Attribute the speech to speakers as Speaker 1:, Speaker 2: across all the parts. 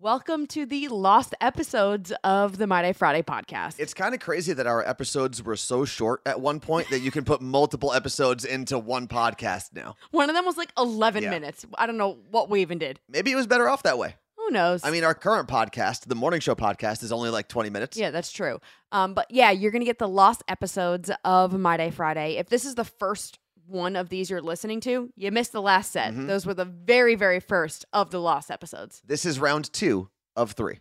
Speaker 1: Welcome to the lost episodes of the My Day Friday podcast.
Speaker 2: It's kind of crazy that our episodes were so short at one point that you can put multiple episodes into one podcast now.
Speaker 1: One of them was like 11
Speaker 2: Yeah.
Speaker 1: minutes. I don't know what we even did.
Speaker 2: Maybe it was better off that way.
Speaker 1: Who knows?
Speaker 2: I mean, our current podcast, the morning show podcast, is only like 20 minutes.
Speaker 1: Yeah, that's true. Um, but yeah, you're gonna get the lost episodes of My Day Friday. If this is the first one of these you're listening to, you missed the last set.
Speaker 2: Mhm.
Speaker 1: Those were the very, very first of the lost episodes.
Speaker 2: This is round two of three.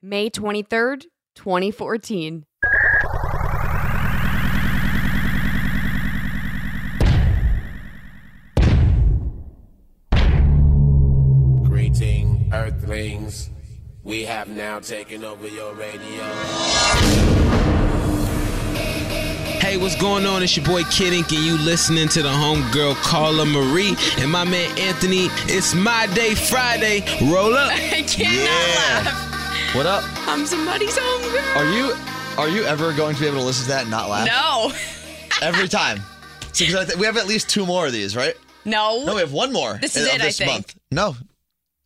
Speaker 1: May 23rd, 2014.
Speaker 3: Greeting, Earthlings. We have now taken over your radio.
Speaker 4: Hey, what's going on? It's your boy Kid Ink, and you listening to the homegirl Carla Marie and my man Anthony. It's my day Friday. Roll up.
Speaker 5: I cannot
Speaker 2: Yeah.
Speaker 5: laugh.
Speaker 2: What up?
Speaker 5: I'm somebody's homegirl.
Speaker 2: Are you are you ever going to be able to listen to that and not laugh?
Speaker 5: No.
Speaker 2: Every time. So, 'cause I think we have at least two more of these, right?
Speaker 5: No.
Speaker 2: No, we have one more.
Speaker 5: This is
Speaker 2: of
Speaker 5: it, I
Speaker 2: this
Speaker 5: think. Oh.
Speaker 2: month. No,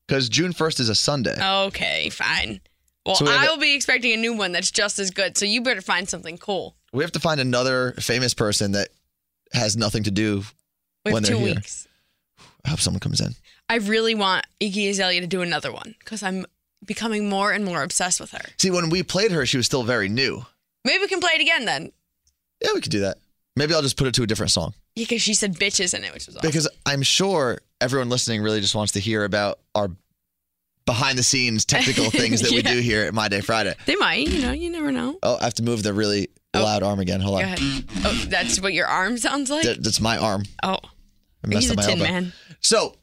Speaker 2: because June first is a Sunday.
Speaker 5: Okay, fine. Well,
Speaker 2: So we have
Speaker 5: I
Speaker 2: a-
Speaker 5: will be expecting a new one that's just as good, so you better find something cool
Speaker 2: We have to find another famous person that has nothing to do.
Speaker 5: with
Speaker 2: When they're
Speaker 5: two
Speaker 2: here.
Speaker 5: weeks.
Speaker 2: I hope someone comes in.
Speaker 5: I really want Iggy Azalea to do another one because I'm becoming more and more obsessed with her.
Speaker 2: See, when we played her, she was still very new.
Speaker 5: Maybe we can play it again then.
Speaker 2: Yeah, we could do that. Maybe I'll just put it to a different song
Speaker 5: Yeah, because she said bitches in it, which was awesome.
Speaker 2: because I'm sure everyone listening really just wants to hear about our behind the scenes technical things that we
Speaker 5: Yeah.
Speaker 2: do here at My Day Friday.
Speaker 5: they might, you know, you never know.
Speaker 2: Oh, I have to move the really
Speaker 5: Oh.
Speaker 2: loud arm again. Hold
Speaker 5: Go
Speaker 2: on.
Speaker 5: ahead. Oh, that's what your arm sounds like?
Speaker 2: That- that's my arm.
Speaker 5: oh,
Speaker 2: I messed
Speaker 5: he's a
Speaker 2: up my
Speaker 5: tin
Speaker 2: elbow.
Speaker 5: man.
Speaker 2: So,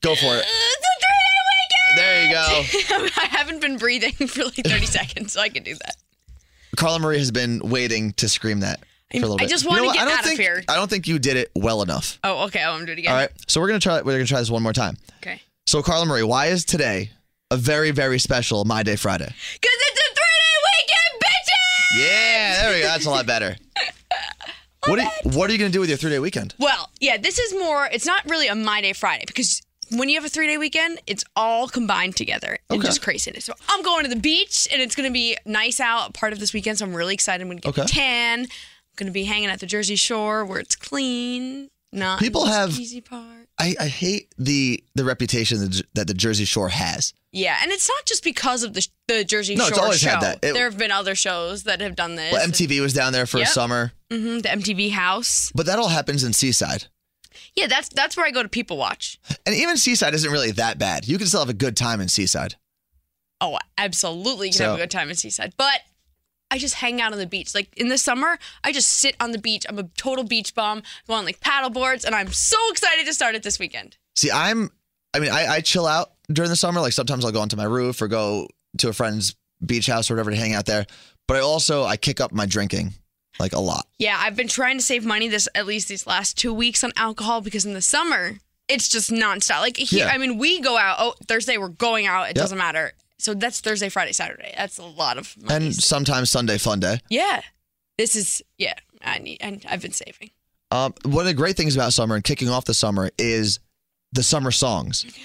Speaker 2: go for
Speaker 5: Uh,
Speaker 2: it.
Speaker 5: It's a
Speaker 2: There you go.
Speaker 5: three-day weekend! I haven't been breathing for like 30 seconds, so I can do that.
Speaker 2: Carla Marie has been waiting to scream that for a
Speaker 5: I-
Speaker 2: little
Speaker 5: I
Speaker 2: bit.
Speaker 5: just
Speaker 2: You
Speaker 5: wanna
Speaker 2: know what?
Speaker 5: get
Speaker 2: I don't
Speaker 5: out of
Speaker 2: think,
Speaker 5: here.
Speaker 2: I don't think you did it well enough.
Speaker 5: Oh, okay. I'm gonna do it again.
Speaker 2: All right, so we're gonna try. We're gonna try this one more time.
Speaker 5: Okay.
Speaker 2: So, Carla Marie, why is today a very, very special My Day Friday?
Speaker 5: Cause it's a three-day weekend, bitches.
Speaker 2: Yeah, there we go. That's a lot better. what are you, What are you gonna do with your three day weekend?
Speaker 5: Well, yeah. This is more. It's not really a my day Friday because when you have a three-day weekend, it's all combined together and
Speaker 2: Okay.
Speaker 5: just craziness. So I'm going to the beach, and it's gonna be nice out part of this weekend. So I'm really excited. I'm gonna get
Speaker 2: Okay.
Speaker 5: a tan. I'm gonna be hanging at the Jersey Shore where it's clean. Not
Speaker 2: People
Speaker 5: the
Speaker 2: have-
Speaker 5: easy part.
Speaker 2: I, I hate the the reputation that, that the Jersey Shore has.
Speaker 5: Yeah, and it's not just because of the the Jersey
Speaker 2: No,
Speaker 5: Shore
Speaker 2: it's always
Speaker 5: show.
Speaker 2: had that. It-
Speaker 5: there have been other shows that have done this.
Speaker 2: Well, MTV was down there for a
Speaker 5: Yep.
Speaker 2: summer,
Speaker 5: Mhm, the MTV House.
Speaker 2: but that all happens in Seaside,
Speaker 5: Yeah, that's that's where I go to people watch.
Speaker 2: and even Seaside isn't really that bad. You can still have a good time in Seaside.
Speaker 5: Oh, absolutely. You can
Speaker 2: So-
Speaker 5: have a good time in Seaside. But I just hang out on the beach. Like in the summer, I just sit on the beach. I'm a total beach bum. I go on like paddle boards, and I'm so excited to start it this weekend.
Speaker 2: See, I'm, I mean, I, I chill out during the summer. Like sometimes I'll go onto my roof or go to a friend's beach house or whatever to hang out there. But I also, I kick up my drinking like a lot.
Speaker 5: Yeah, I've been trying to save money this at least these last two weeks on alcohol because in the summer it's just nonstop. Like here,
Speaker 2: Yeah.
Speaker 5: I mean, we go out. Oh, Thursday we're going out. It
Speaker 2: Yep.
Speaker 5: doesn't matter. So that's Thursday, Friday, Saturday. That's a lot of money.
Speaker 2: And sometimes Sunday fun day.
Speaker 5: yeah, this is yeah. I need and I've been saving.
Speaker 2: Um, one of the great things about summer and kicking off the summer is the summer songs.
Speaker 5: I love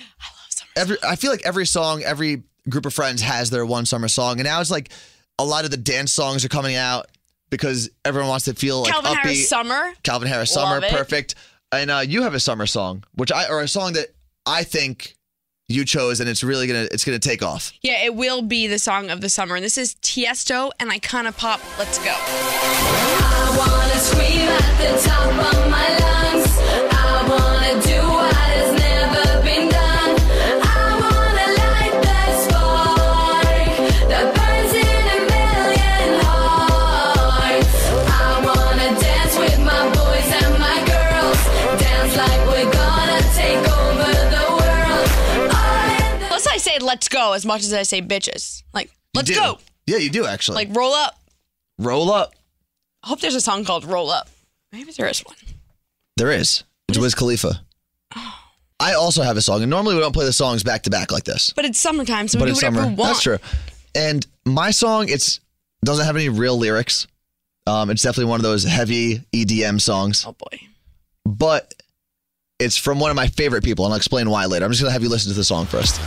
Speaker 5: summer.
Speaker 2: Every, I feel like every song, every group of friends has their one summer song. And now it's like a lot of the dance songs are coming out because everyone wants to feel like
Speaker 5: Calvin
Speaker 2: upbeat.
Speaker 5: Harris summer.
Speaker 2: Calvin Harris
Speaker 5: Love
Speaker 2: Summer,
Speaker 5: it.
Speaker 2: perfect. And uh, you have a summer song, which I or a song that I think you chose, and it's really gonna it's gonna take off.
Speaker 5: Yeah, it will be the song of the summer. And this is Tiesto and Icona Pop. Let's go.
Speaker 6: I wanna scream at the top of my lungs. I wanna do what has never been done. I wanna light that spark that burns in a million hearts. I wanna dance with my boys and my girls. Dance like we're gonna take over the world. All in the
Speaker 5: Plus, I say let's go as much as I say bitches. Like,
Speaker 2: You
Speaker 5: let's
Speaker 2: do.
Speaker 5: go.
Speaker 2: Yeah, you do actually.
Speaker 5: Like, roll up.
Speaker 2: roll up.
Speaker 5: I hope there's a song called Roll Up. Maybe there is one.
Speaker 2: There is. It's Wiz Khalifa. I also have a song, and normally we don't play the songs back to back like this,
Speaker 5: But it's summertime, so we
Speaker 2: but
Speaker 5: do
Speaker 2: it's
Speaker 5: whatever
Speaker 2: summer.
Speaker 5: we want.
Speaker 2: That's true. And my song, it's doesn't have any real lyrics. E Um, it's definitely one of those heavy EDM songs.
Speaker 5: Oh, boy.
Speaker 2: but It's from one of my favorite people, and I'll explain why later. I'm just gonna have you listen to the song first.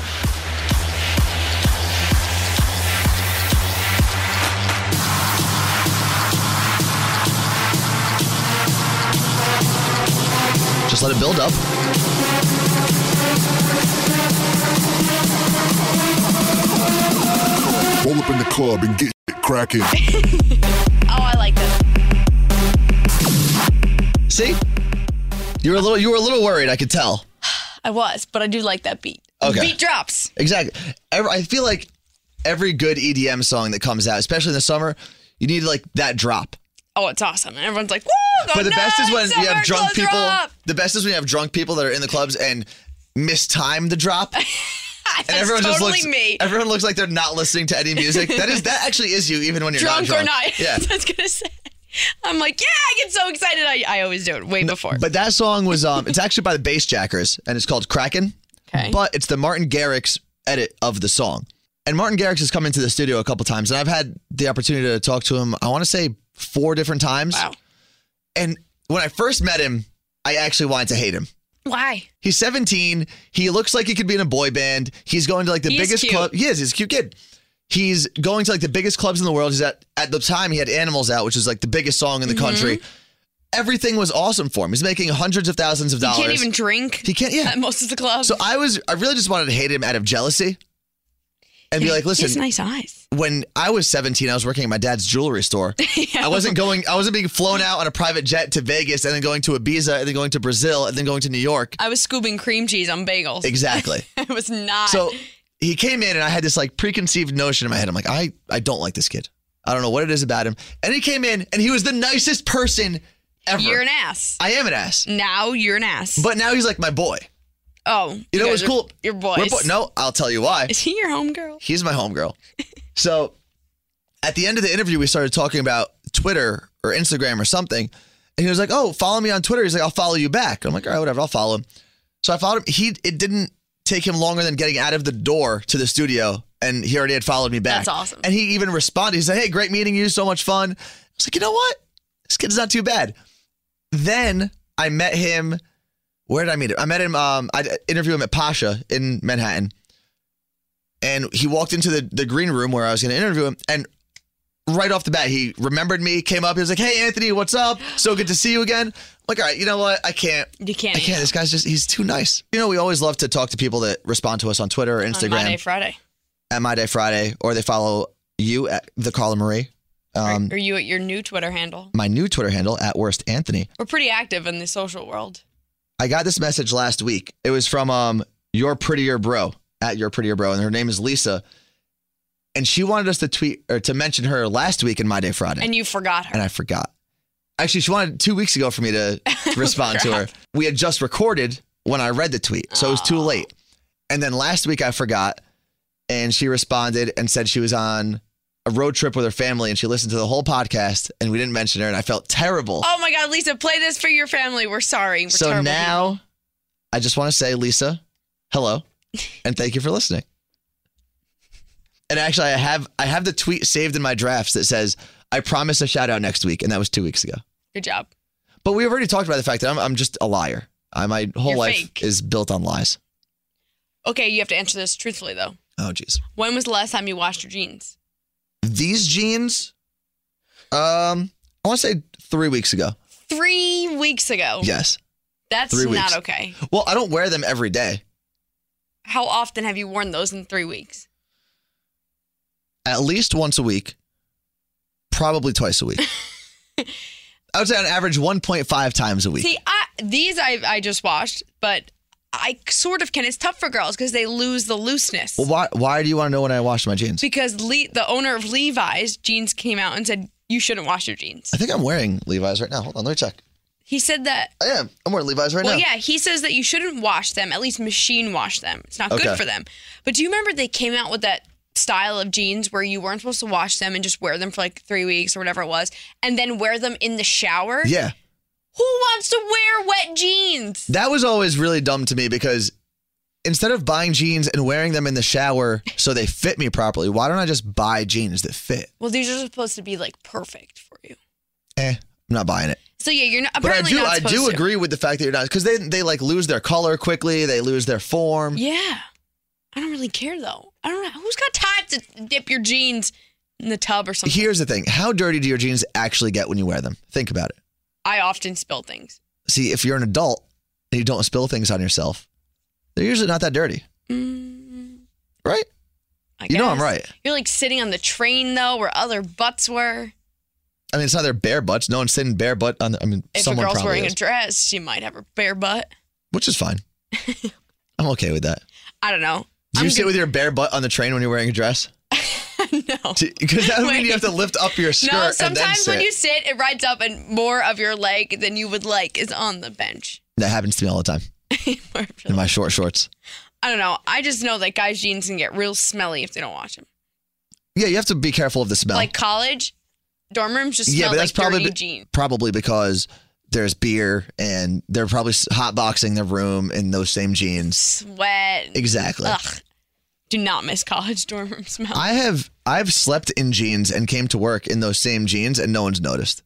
Speaker 2: Just let it build up.
Speaker 7: Roll up in the club and get it cracking.
Speaker 5: Oh, I like this.
Speaker 2: See? You were a little you were a little worried, I could tell.
Speaker 5: I was, but I do like that beat.
Speaker 2: Okay.
Speaker 5: Beat drops.
Speaker 2: Exactly. Every, I feel like every good EDM song that comes out, especially in the summer, you need like that drop.
Speaker 5: Oh, it's awesome. And everyone's like, woo!
Speaker 2: But the best is when you have drunk people.
Speaker 5: And
Speaker 2: The best is when you have drunk people that are in the clubs and mistime the drop, and everyone
Speaker 5: Ah, totally
Speaker 2: just looks.
Speaker 5: me.
Speaker 2: Everyone looks like they're not listening to any music. That is that actually is you, even when you're
Speaker 5: drunk,
Speaker 2: not drunk
Speaker 5: or not.
Speaker 2: Yeah.
Speaker 5: I was going to say. I'm like, yeah, I get so excited. I, I always do it way before.
Speaker 2: But that song was um, it's actually by the Bass Jackers, and it's called Kraken.
Speaker 5: Okay.
Speaker 2: But it's the Martin Garrix edit of the song, and Martin Garrix has come into the studio a couple times, and I've had the opportunity to talk to him. I want to say four different times.
Speaker 5: wow.
Speaker 2: And when I first met him, I actually wanted to hate him.
Speaker 5: Why?
Speaker 2: He's 17. He looks like he could be in a boy band. He's going to like the
Speaker 5: He is
Speaker 2: biggest
Speaker 5: cute.
Speaker 2: club. He is. He's a cute kid. He's going to like the biggest clubs in the world. He's at at the time he had Animals out, which is like the biggest song in the
Speaker 5: Mm-hmm.
Speaker 2: country. Everything was awesome for him. He's making hundreds of thousands of
Speaker 5: You
Speaker 2: dollars.
Speaker 5: can't even Uh, drink
Speaker 2: He can't. Yeah.
Speaker 5: at most of the clubs.
Speaker 2: So I was. I really just wanted to hate him out of jealousy, and be like,
Speaker 5: He has
Speaker 2: listen.
Speaker 5: nice eyes.
Speaker 2: When I was 17, I was working at my dad's jewelry store. I wasn't going. I wasn't being flown out on a private jet to Vegas and then going to Ibiza and then going to Brazil and then going to New York.
Speaker 5: I was scooping cream cheese on bagels.
Speaker 2: Exactly.
Speaker 5: it was not.
Speaker 2: So he came in and I had this like preconceived notion in my head. I'm like, I, I don't like this kid. I don't know what it is about him. And he came in and he was the nicest person ever.
Speaker 5: you're an ass.
Speaker 2: I am an ass.
Speaker 5: Now you're an ass.
Speaker 2: But now he's like my boy.
Speaker 5: oh,
Speaker 2: You know
Speaker 5: guys
Speaker 2: what's
Speaker 5: are-
Speaker 2: cool?
Speaker 5: Your
Speaker 2: We're
Speaker 5: boys.
Speaker 2: bo- no, I'll tell you why.
Speaker 5: Is he your homegirl?
Speaker 2: He's my homegirl. so at the end of the interview, we started talking about Twitter or Instagram or something. And he was like, Oh, follow me on Twitter. He's like, I'll follow you back. I'm like, All right, whatever, I'll follow him. So I followed him. He it didn't take him longer than getting out of the door to the studio. And he already had followed me back.
Speaker 5: That's awesome.
Speaker 2: And he even responded. He said, Hey, great meeting you. So much fun. I was like, You know what? This kid's not too bad. Then I met him. Where did I meet him? I met him. Um, I interviewed him at Pasha in Manhattan and he walked into the, the green room where I was going to interview him. And right off the bat, he remembered me, came up. He was like, Hey, Anthony, what's up? So good to see you again. I'm like, all right, you know what? I can't.
Speaker 5: You can't.
Speaker 2: I can't. This guy's just, he's too nice. You know, we always love to talk to people that respond to us on Twitter or
Speaker 5: On Monday,
Speaker 2: Instagram
Speaker 5: Friday.
Speaker 2: at My Day Friday, or they follow you at the Carla Marie. Um,
Speaker 5: or you at your new Twitter handle.
Speaker 2: my new Twitter handle at worst Anthony.
Speaker 5: We're pretty active in the social world.
Speaker 2: I got this message last week. It was from um your prettier bro at your prettier bro, and her name is Lisa. And she wanted us to tweet or to mention her last week in My Day Friday, and,
Speaker 5: And you forgot her.
Speaker 2: I forgot. Actually, she wanted two weeks ago for me to
Speaker 5: Oh,
Speaker 2: respond to her. We had just recorded when I read the tweet, so it was too late. And then last week I forgot, and she responded and said she was on a road trip with her family and she listened to the whole podcast, and we didn't mention her, and I felt terrible.
Speaker 5: Oh my God, Lisa, play this for your family. We're sorry. We're
Speaker 2: So
Speaker 5: terrible
Speaker 2: now I just want to say, Lisa, hello, and thank you for listening. And actually, I have I have the tweet saved in my drafts that says, "I promise a shout out next week," and that was two weeks ago.
Speaker 5: people. Good job.
Speaker 2: But we have already talked about the fact that I'm I'm just a liar. I, my whole
Speaker 5: You're
Speaker 2: life
Speaker 5: fake.
Speaker 2: is built on lies.
Speaker 5: Okay, you have to answer this truthfully though.
Speaker 2: Oh, jeez.
Speaker 5: When was the last time you washed your jeans?
Speaker 2: These jeans, um, I want to say three weeks ago.
Speaker 5: Three weeks ago.
Speaker 2: Yes.
Speaker 5: That's
Speaker 2: three
Speaker 5: not
Speaker 2: weeks.
Speaker 5: okay.
Speaker 2: Well, I don't wear them every day.
Speaker 5: How often have you worn those in three weeks?
Speaker 2: at least once a week, probably twice a week. I would say on average 1.5 times a week.
Speaker 5: See, I, these I, I just washed, but I sort of can. It's tough for girls because they lose the looseness.
Speaker 2: well, why, why do you want to know when I wash my jeans?
Speaker 5: because Le- the owner of Levi's jeans came out and said, you shouldn't wash your jeans.
Speaker 2: I think I'm wearing Levi's right now. Hold on, let me check.
Speaker 5: He said that
Speaker 2: I am. I'm wearing Levi's right
Speaker 5: Well,
Speaker 2: now.
Speaker 5: yeah, he says that you shouldn't wash them, at least machine wash them. It's not
Speaker 2: Okay.
Speaker 5: good for them. But do you remember they came out with that style of jeans where you weren't supposed to wash them and just wear them for like three weeks or whatever it was, and then wear them in the shower?
Speaker 2: Yeah.
Speaker 5: Who wants to wear wet jeans?
Speaker 2: That was always really dumb to me because instead of buying jeans and wearing them in the shower so they fit me properly, why don't I just buy jeans that fit?
Speaker 5: Well, these are supposed to be like perfect for you.
Speaker 2: Eh, I'm not buying it.
Speaker 5: So yeah, you're not.
Speaker 2: But I
Speaker 5: Apparently
Speaker 2: do,
Speaker 5: not
Speaker 2: I
Speaker 5: supposed
Speaker 2: do
Speaker 5: to.
Speaker 2: agree with the fact that you're not because they they like lose their color quickly. They lose their form.
Speaker 5: Yeah, I don't really care though. I don't know who's got time to dip your jeans in the tub or something.
Speaker 2: Here's the thing: how dirty do your jeans actually get when you wear them? Think about it.
Speaker 5: I often spill things.
Speaker 2: See, if you're an adult and you don't spill things on yourself, they're usually not that dirty,
Speaker 5: Mm.
Speaker 2: right?
Speaker 5: I
Speaker 2: You know I'm
Speaker 5: guess.
Speaker 2: right.
Speaker 5: You're like sitting on the train though, where other butts were.
Speaker 2: I mean, it's not their bare butts. No one's sitting bare butt on. The, I mean,
Speaker 5: If
Speaker 2: someone
Speaker 5: a girl's
Speaker 2: probably
Speaker 5: wearing
Speaker 2: is,
Speaker 5: a dress, she might have her bare butt.
Speaker 2: which is fine. I'm okay with that.
Speaker 5: I don't know.
Speaker 2: Do
Speaker 5: I'm
Speaker 2: you sit
Speaker 5: good-
Speaker 2: with your bare butt on the train when you're wearing a dress?
Speaker 5: no.
Speaker 2: Because that would mean
Speaker 5: Wait.
Speaker 2: you have to lift up your skirt.
Speaker 5: No,
Speaker 2: and then
Speaker 5: sometimes
Speaker 2: sit.
Speaker 5: when you sit, it rides up and more of your leg than you would like is on the bench.
Speaker 2: that happens to me all the time
Speaker 5: More of your
Speaker 2: in
Speaker 5: leg.
Speaker 2: my short shorts.
Speaker 5: I don't know. I just know that guys' jeans can get real smelly if they don't wash them.
Speaker 2: Yeah, you have to be careful of the smell.
Speaker 5: Like college, dorm rooms just
Speaker 2: yeah,
Speaker 5: smell
Speaker 2: but that's
Speaker 5: like dirty
Speaker 2: probably
Speaker 5: jeans.
Speaker 2: probably because there's beer and they're probably hot boxing the room in those same jeans.
Speaker 5: Sweat.
Speaker 2: Exactly.
Speaker 5: Ugh. Do not miss college dorm room smell.
Speaker 2: I have I've slept in jeans and came to work in those same jeans and no one's noticed.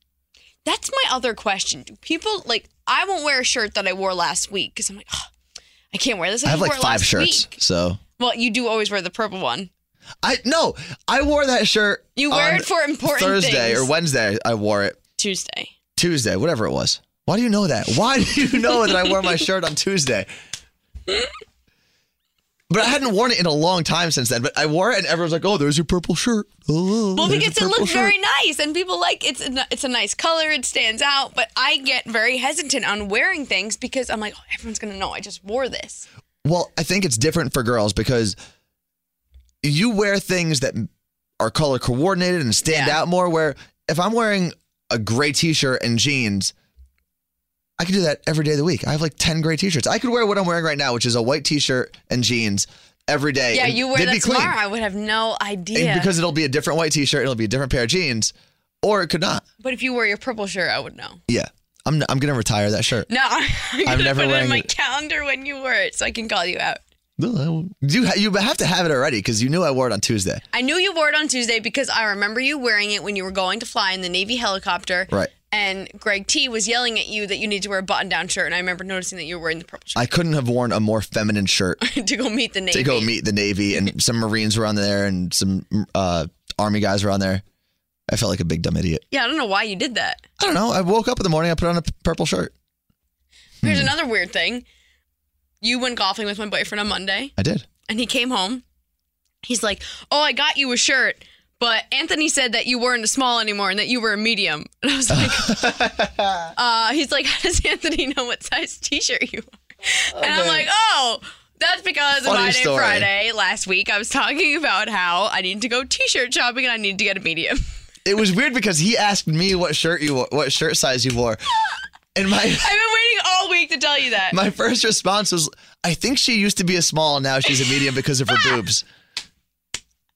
Speaker 5: That's my other question. Do people like? I won't wear a shirt that I wore last week because I'm like, "Ugh, I can't wear this. I,
Speaker 2: I have
Speaker 5: wore
Speaker 2: like
Speaker 5: it
Speaker 2: five
Speaker 5: last
Speaker 2: shirts,
Speaker 5: Week.
Speaker 2: so
Speaker 5: Well, you do always wear the purple one.
Speaker 2: I no, I wore that shirt.
Speaker 5: You wear
Speaker 2: on
Speaker 5: it for important
Speaker 2: Thursday
Speaker 5: things.
Speaker 2: or Wednesday. I wore it
Speaker 5: Tuesday.
Speaker 2: Tuesday, whatever it was. Why do you know that? Why do you know that I wore my shirt on Tuesday? But I hadn't worn it in a long time since then. But I wore it, and everyone's like, "Oh, there's your purple shirt." Oh,
Speaker 5: Well,
Speaker 2: there's your
Speaker 5: because it
Speaker 2: purple
Speaker 5: looks
Speaker 2: shirt."
Speaker 5: very nice, and people like it's a, it's a nice color. It stands out, but I get very hesitant on wearing things because I'm like, oh, everyone's gonna know I just wore this.
Speaker 2: Well, I think it's different for girls because you wear things that are color coordinated and stand
Speaker 5: Yeah.
Speaker 2: out more. Where if I'm wearing a gray t-shirt and jeans, I could do that every day of the week. I have like ten gray t-shirts. I could wear what I'm wearing right now, which is a white t-shirt and jeans every day.
Speaker 5: Yeah,
Speaker 2: and
Speaker 5: you wear
Speaker 2: they'd
Speaker 5: that
Speaker 2: be clean.
Speaker 5: tomorrow, I would have no idea.
Speaker 2: And because it'll be a different white t-shirt, it'll be a different pair of jeans, or it could not.
Speaker 5: but if you wore your purple shirt, I would know.
Speaker 2: Yeah, I'm I'm gonna retire that shirt.
Speaker 5: No, I'm gonna
Speaker 2: never
Speaker 5: put it
Speaker 2: wearing
Speaker 5: in my
Speaker 2: it.
Speaker 5: calendar when you wear it, so I can call you out.
Speaker 2: You you have to have it already because you knew I wore it on Tuesday.
Speaker 5: I knew you wore it on Tuesday because I remember you wearing it when you were going to fly in the Navy helicopter.
Speaker 2: Right.
Speaker 5: And Greg T was yelling at you that you need to wear a button-down shirt, and I remember noticing that you were wearing the purple shirt
Speaker 2: I couldn't have worn a more feminine shirt
Speaker 5: to go meet the Navy.
Speaker 2: to go meet the Navy, and some Marines were on there, and some uh, Army guys were on there. I felt like a big dumb idiot.
Speaker 5: Yeah, I don't know why you did that.
Speaker 2: I don't know. I woke up in the morning. I put on a p- purple shirt.
Speaker 5: Here's another weird thing. You went golfing with my boyfriend on Monday,
Speaker 2: I did.
Speaker 5: and he came home. He's like, "Oh, I got you a shirt, but Anthony said that you weren't a small anymore and that you were a medium." And I was like, uh, "He's like, how does Anthony know what size T-shirt you are?" And I'm like, "Oh." That's because
Speaker 2: Funny
Speaker 5: Friday,
Speaker 2: story.
Speaker 5: Friday last week, I was talking about how I need to go T-shirt shopping and I need to get a medium.
Speaker 2: It was weird because he asked me what shirt you wo- what shirt size you wore, and my
Speaker 5: I've been waiting all week to tell you that.
Speaker 2: my first response was, I think she used to be a small, now she's a medium because of her boobs.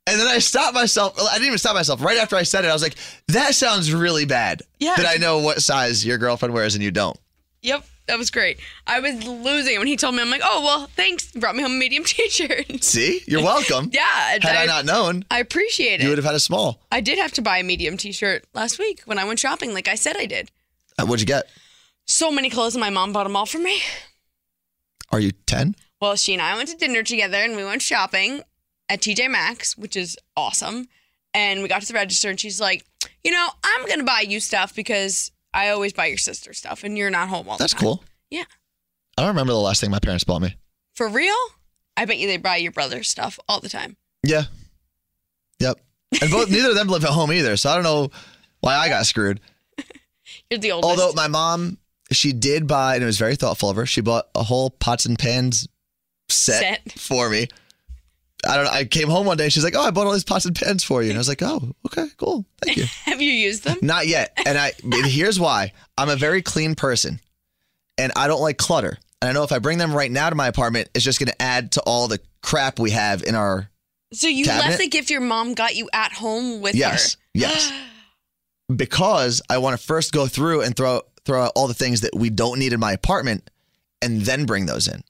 Speaker 2: And then I stopped myself. I didn't even stop myself. Right after I said it, I was like, that sounds really bad.
Speaker 5: Yeah.
Speaker 2: That I know what size your girlfriend wears and you don't.
Speaker 5: Yep, that was great. I was losing it when he told me. I'm like, oh well, thanks. Brought me home a medium t-shirt.
Speaker 2: See? You're welcome.
Speaker 5: yeah,
Speaker 2: Had I, not known,
Speaker 5: I appreciate
Speaker 2: you would
Speaker 5: it.
Speaker 2: have had a small.
Speaker 5: I did have to buy a medium t-shirt last week when I went shopping, like I said I did.
Speaker 2: Uh, What'd you get?
Speaker 5: So many clothes, and my mom bought them all for me.
Speaker 2: Are you 10?
Speaker 5: Well, she and I went to dinner together, and we went shopping at TJ Maxx, which is awesome. And we got to the register, and she's like, you know, I'm gonna buy you stuff because I always buy your sister stuff, and you're not home all the
Speaker 2: That's
Speaker 5: time."
Speaker 2: cool.
Speaker 5: Yeah.
Speaker 2: I don't remember the last thing my parents bought me.
Speaker 5: For real? I bet you they buy your brother stuff all the time.
Speaker 2: Yeah. Yep. And both neither of them live at home either, so I don't know why I got screwed.
Speaker 5: You're the oldest.
Speaker 2: Although my mom, she did buy, and it was very thoughtful of her. She bought a whole pots and pans set,
Speaker 5: Set.
Speaker 2: for me. I don't know. I came home one day. She's like, "Oh, I bought all these pots and pans for you," and I was like, "Oh, okay, cool, thank you."
Speaker 5: Have you used them?
Speaker 2: Not yet. And I and here's why. I'm a very clean person, and I don't like clutter. And I know if I bring them right now to my apartment, it's just going to add to all the crap we have in our.
Speaker 5: So you
Speaker 2: Cabinet?
Speaker 5: left the gift your mom got you at home with
Speaker 2: Yes,
Speaker 5: her.
Speaker 2: yes. because I want to first go through and throw throw out all the things that we don't need in my apartment, and then bring those in.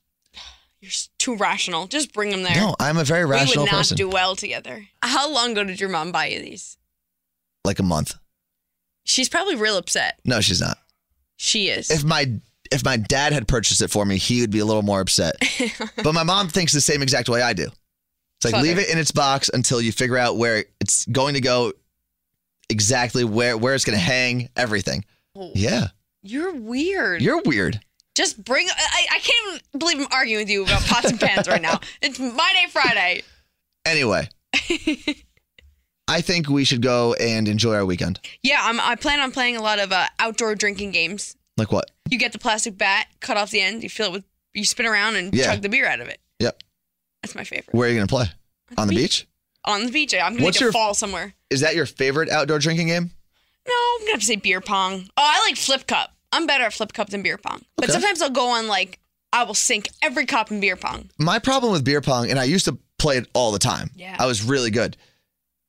Speaker 5: You're s- too rational. Just bring them there.
Speaker 2: No, I'm a very
Speaker 5: we would
Speaker 2: rational
Speaker 5: not
Speaker 2: person.
Speaker 5: do well together. How long ago did your mom buy you these?
Speaker 2: like a month.
Speaker 5: She's probably real upset.
Speaker 2: No, she's not.
Speaker 5: She is.
Speaker 2: if my if my dad had purchased it for me, he would be a little more upset. but my mom thinks the same exact way I do. It's like
Speaker 5: Fuck
Speaker 2: leave
Speaker 5: her.
Speaker 2: it in its box until you figure out where it's going to go, exactly where where it's going to hang, everything.
Speaker 5: Oh.
Speaker 2: Yeah,
Speaker 5: You're weird.
Speaker 2: you're weird.
Speaker 5: Just bring. I, I can't even believe I'm arguing with you about pots and pans right now. It's my day Friday.
Speaker 2: Anyway, I think we should go and enjoy our weekend.
Speaker 5: Yeah, I'm, I plan on playing a lot of uh, outdoor drinking games.
Speaker 2: Like what?
Speaker 5: You get the plastic bat, cut off the end, you fill it with, you spin around and
Speaker 2: Yeah.
Speaker 5: chug the beer out of it.
Speaker 2: Yep.
Speaker 5: That's my favorite.
Speaker 2: Where are you going to play? On the beach?
Speaker 5: On the beach, I'm gonna
Speaker 2: What's
Speaker 5: need to
Speaker 2: your-
Speaker 5: fall somewhere.
Speaker 2: Is that your favorite outdoor drinking game?
Speaker 5: No, I'm gonna have to say beer pong. Oh, I like flip cup. I'm better at flip cup than beer pong. But
Speaker 2: Okay.
Speaker 5: sometimes I'll go on like I will sink every cup in beer pong.
Speaker 2: My problem with beer pong, and I used to play it all the time.
Speaker 5: Yeah.
Speaker 2: I was really good.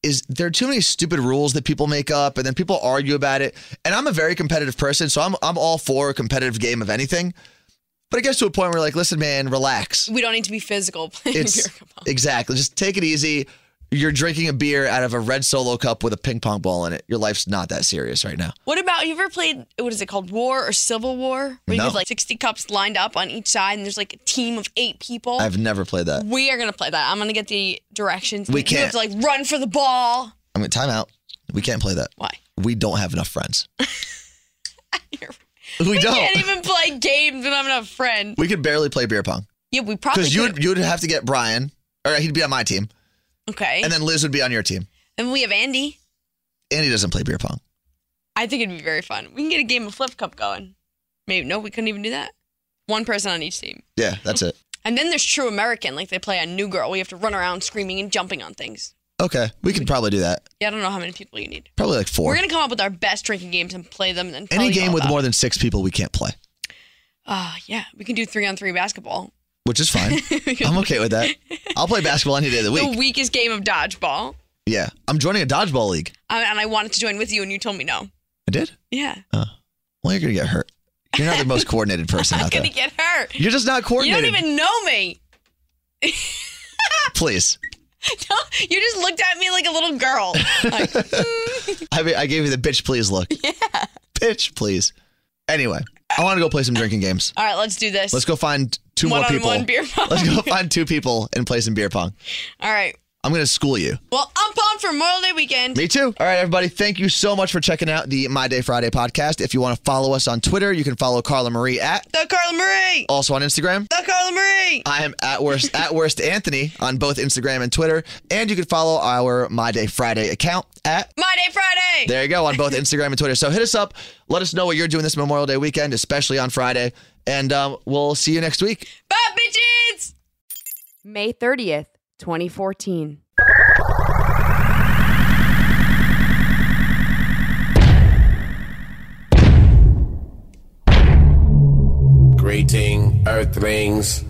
Speaker 2: Is there are too many stupid rules that people make up, and then people argue about it. And I'm a very competitive person, so I'm I'm all for a competitive game of anything. But it gets to a point where like, listen, man, relax.
Speaker 5: We don't need to be physical playing
Speaker 2: It's
Speaker 5: beer pong.
Speaker 2: exactly just take it easy. You're drinking a beer out of a red solo cup with a ping pong ball in it. Your life's not that serious right now.
Speaker 5: What about you ever played what is it called War or Civil War? Where you
Speaker 2: No.
Speaker 5: have like 60 cups lined up on each side and there's like a team of eight people.
Speaker 2: I've never played that.
Speaker 5: we are gonna play that. I'm gonna get the directions.
Speaker 2: We
Speaker 5: You have
Speaker 2: can't.
Speaker 5: to like run for the ball.
Speaker 2: I mean, time out. We can't play that.
Speaker 5: Why?
Speaker 2: We don't have enough friends.
Speaker 5: You're-
Speaker 2: We
Speaker 5: I
Speaker 2: don't.
Speaker 5: can't even play games when I'm not a friend.
Speaker 2: We could barely play beer pong.
Speaker 5: Yeah, we probably
Speaker 2: Because you
Speaker 5: could.
Speaker 2: would you would have to get Brian, or he'd be on my team,
Speaker 5: Okay.
Speaker 2: and then Liz would be on your team.
Speaker 5: and we have Andy.
Speaker 2: And he doesn't play beer pong.
Speaker 5: I think it'd be very fun. We can get a game of flip cup going. Maybe no, we couldn't even do that. One person on each team.
Speaker 2: Yeah, that's it.
Speaker 5: And then there's True American, like they play on New Girl. We have to run around screaming and jumping on things.
Speaker 2: Okay, we could probably do that.
Speaker 5: Yeah, I don't know how many people you need.
Speaker 2: Probably like 4
Speaker 5: We're gonna come up with our best drinking games and play them. And then
Speaker 2: Any game with more than six people, we can't play,
Speaker 5: Ah, yeah, we can do three on three basketball.
Speaker 2: which is fine. I'm okay with that. I'll play basketball any day of the week.
Speaker 5: The weakest game of dodgeball.
Speaker 2: Yeah, I'm joining a dodgeball league.
Speaker 5: I, and I wanted to join with you, and you told me no.
Speaker 2: I did.
Speaker 5: Yeah,
Speaker 2: Well, you're gonna get hurt. You're not the most coordinated person
Speaker 5: I'm
Speaker 2: out there.
Speaker 5: gonna get hurt.
Speaker 2: You're just not
Speaker 5: You don't
Speaker 2: coordinated.
Speaker 5: even know me.
Speaker 2: Please.
Speaker 5: you just looked at me like a little girl. Like,
Speaker 2: I mean, I gave you the bitch please look. Yeah. Bitch please. Anyway, I want to go play some drinking games.
Speaker 5: all right, let's do this.
Speaker 2: Let's go find two more people.
Speaker 5: One-on-one beer pong.
Speaker 2: Let's go find two people and play some beer pong.
Speaker 5: All right.
Speaker 2: I'm going to school you.
Speaker 5: Well, I'm pumped for Memorial Day weekend.
Speaker 2: Me too. All right, everybody. Thank you so much for checking out the My Day Friday podcast. If you want to follow us on Twitter, you can follow Carla Marie at,
Speaker 5: The Carla Marie.
Speaker 2: also on Instagram.
Speaker 5: The Carla Marie.
Speaker 2: I am at worst at worst Anthony on both Instagram and Twitter, and you can follow our My Day Friday account at.
Speaker 5: My Day Friday.
Speaker 2: There you go on both Instagram and Twitter. So hit us up. Let us know what you're doing this Memorial Day weekend, especially on Friday, and um, we'll see you next week.
Speaker 5: Bye, bitches.
Speaker 1: May 30th, 2014.
Speaker 3: Greeting, Earthlings.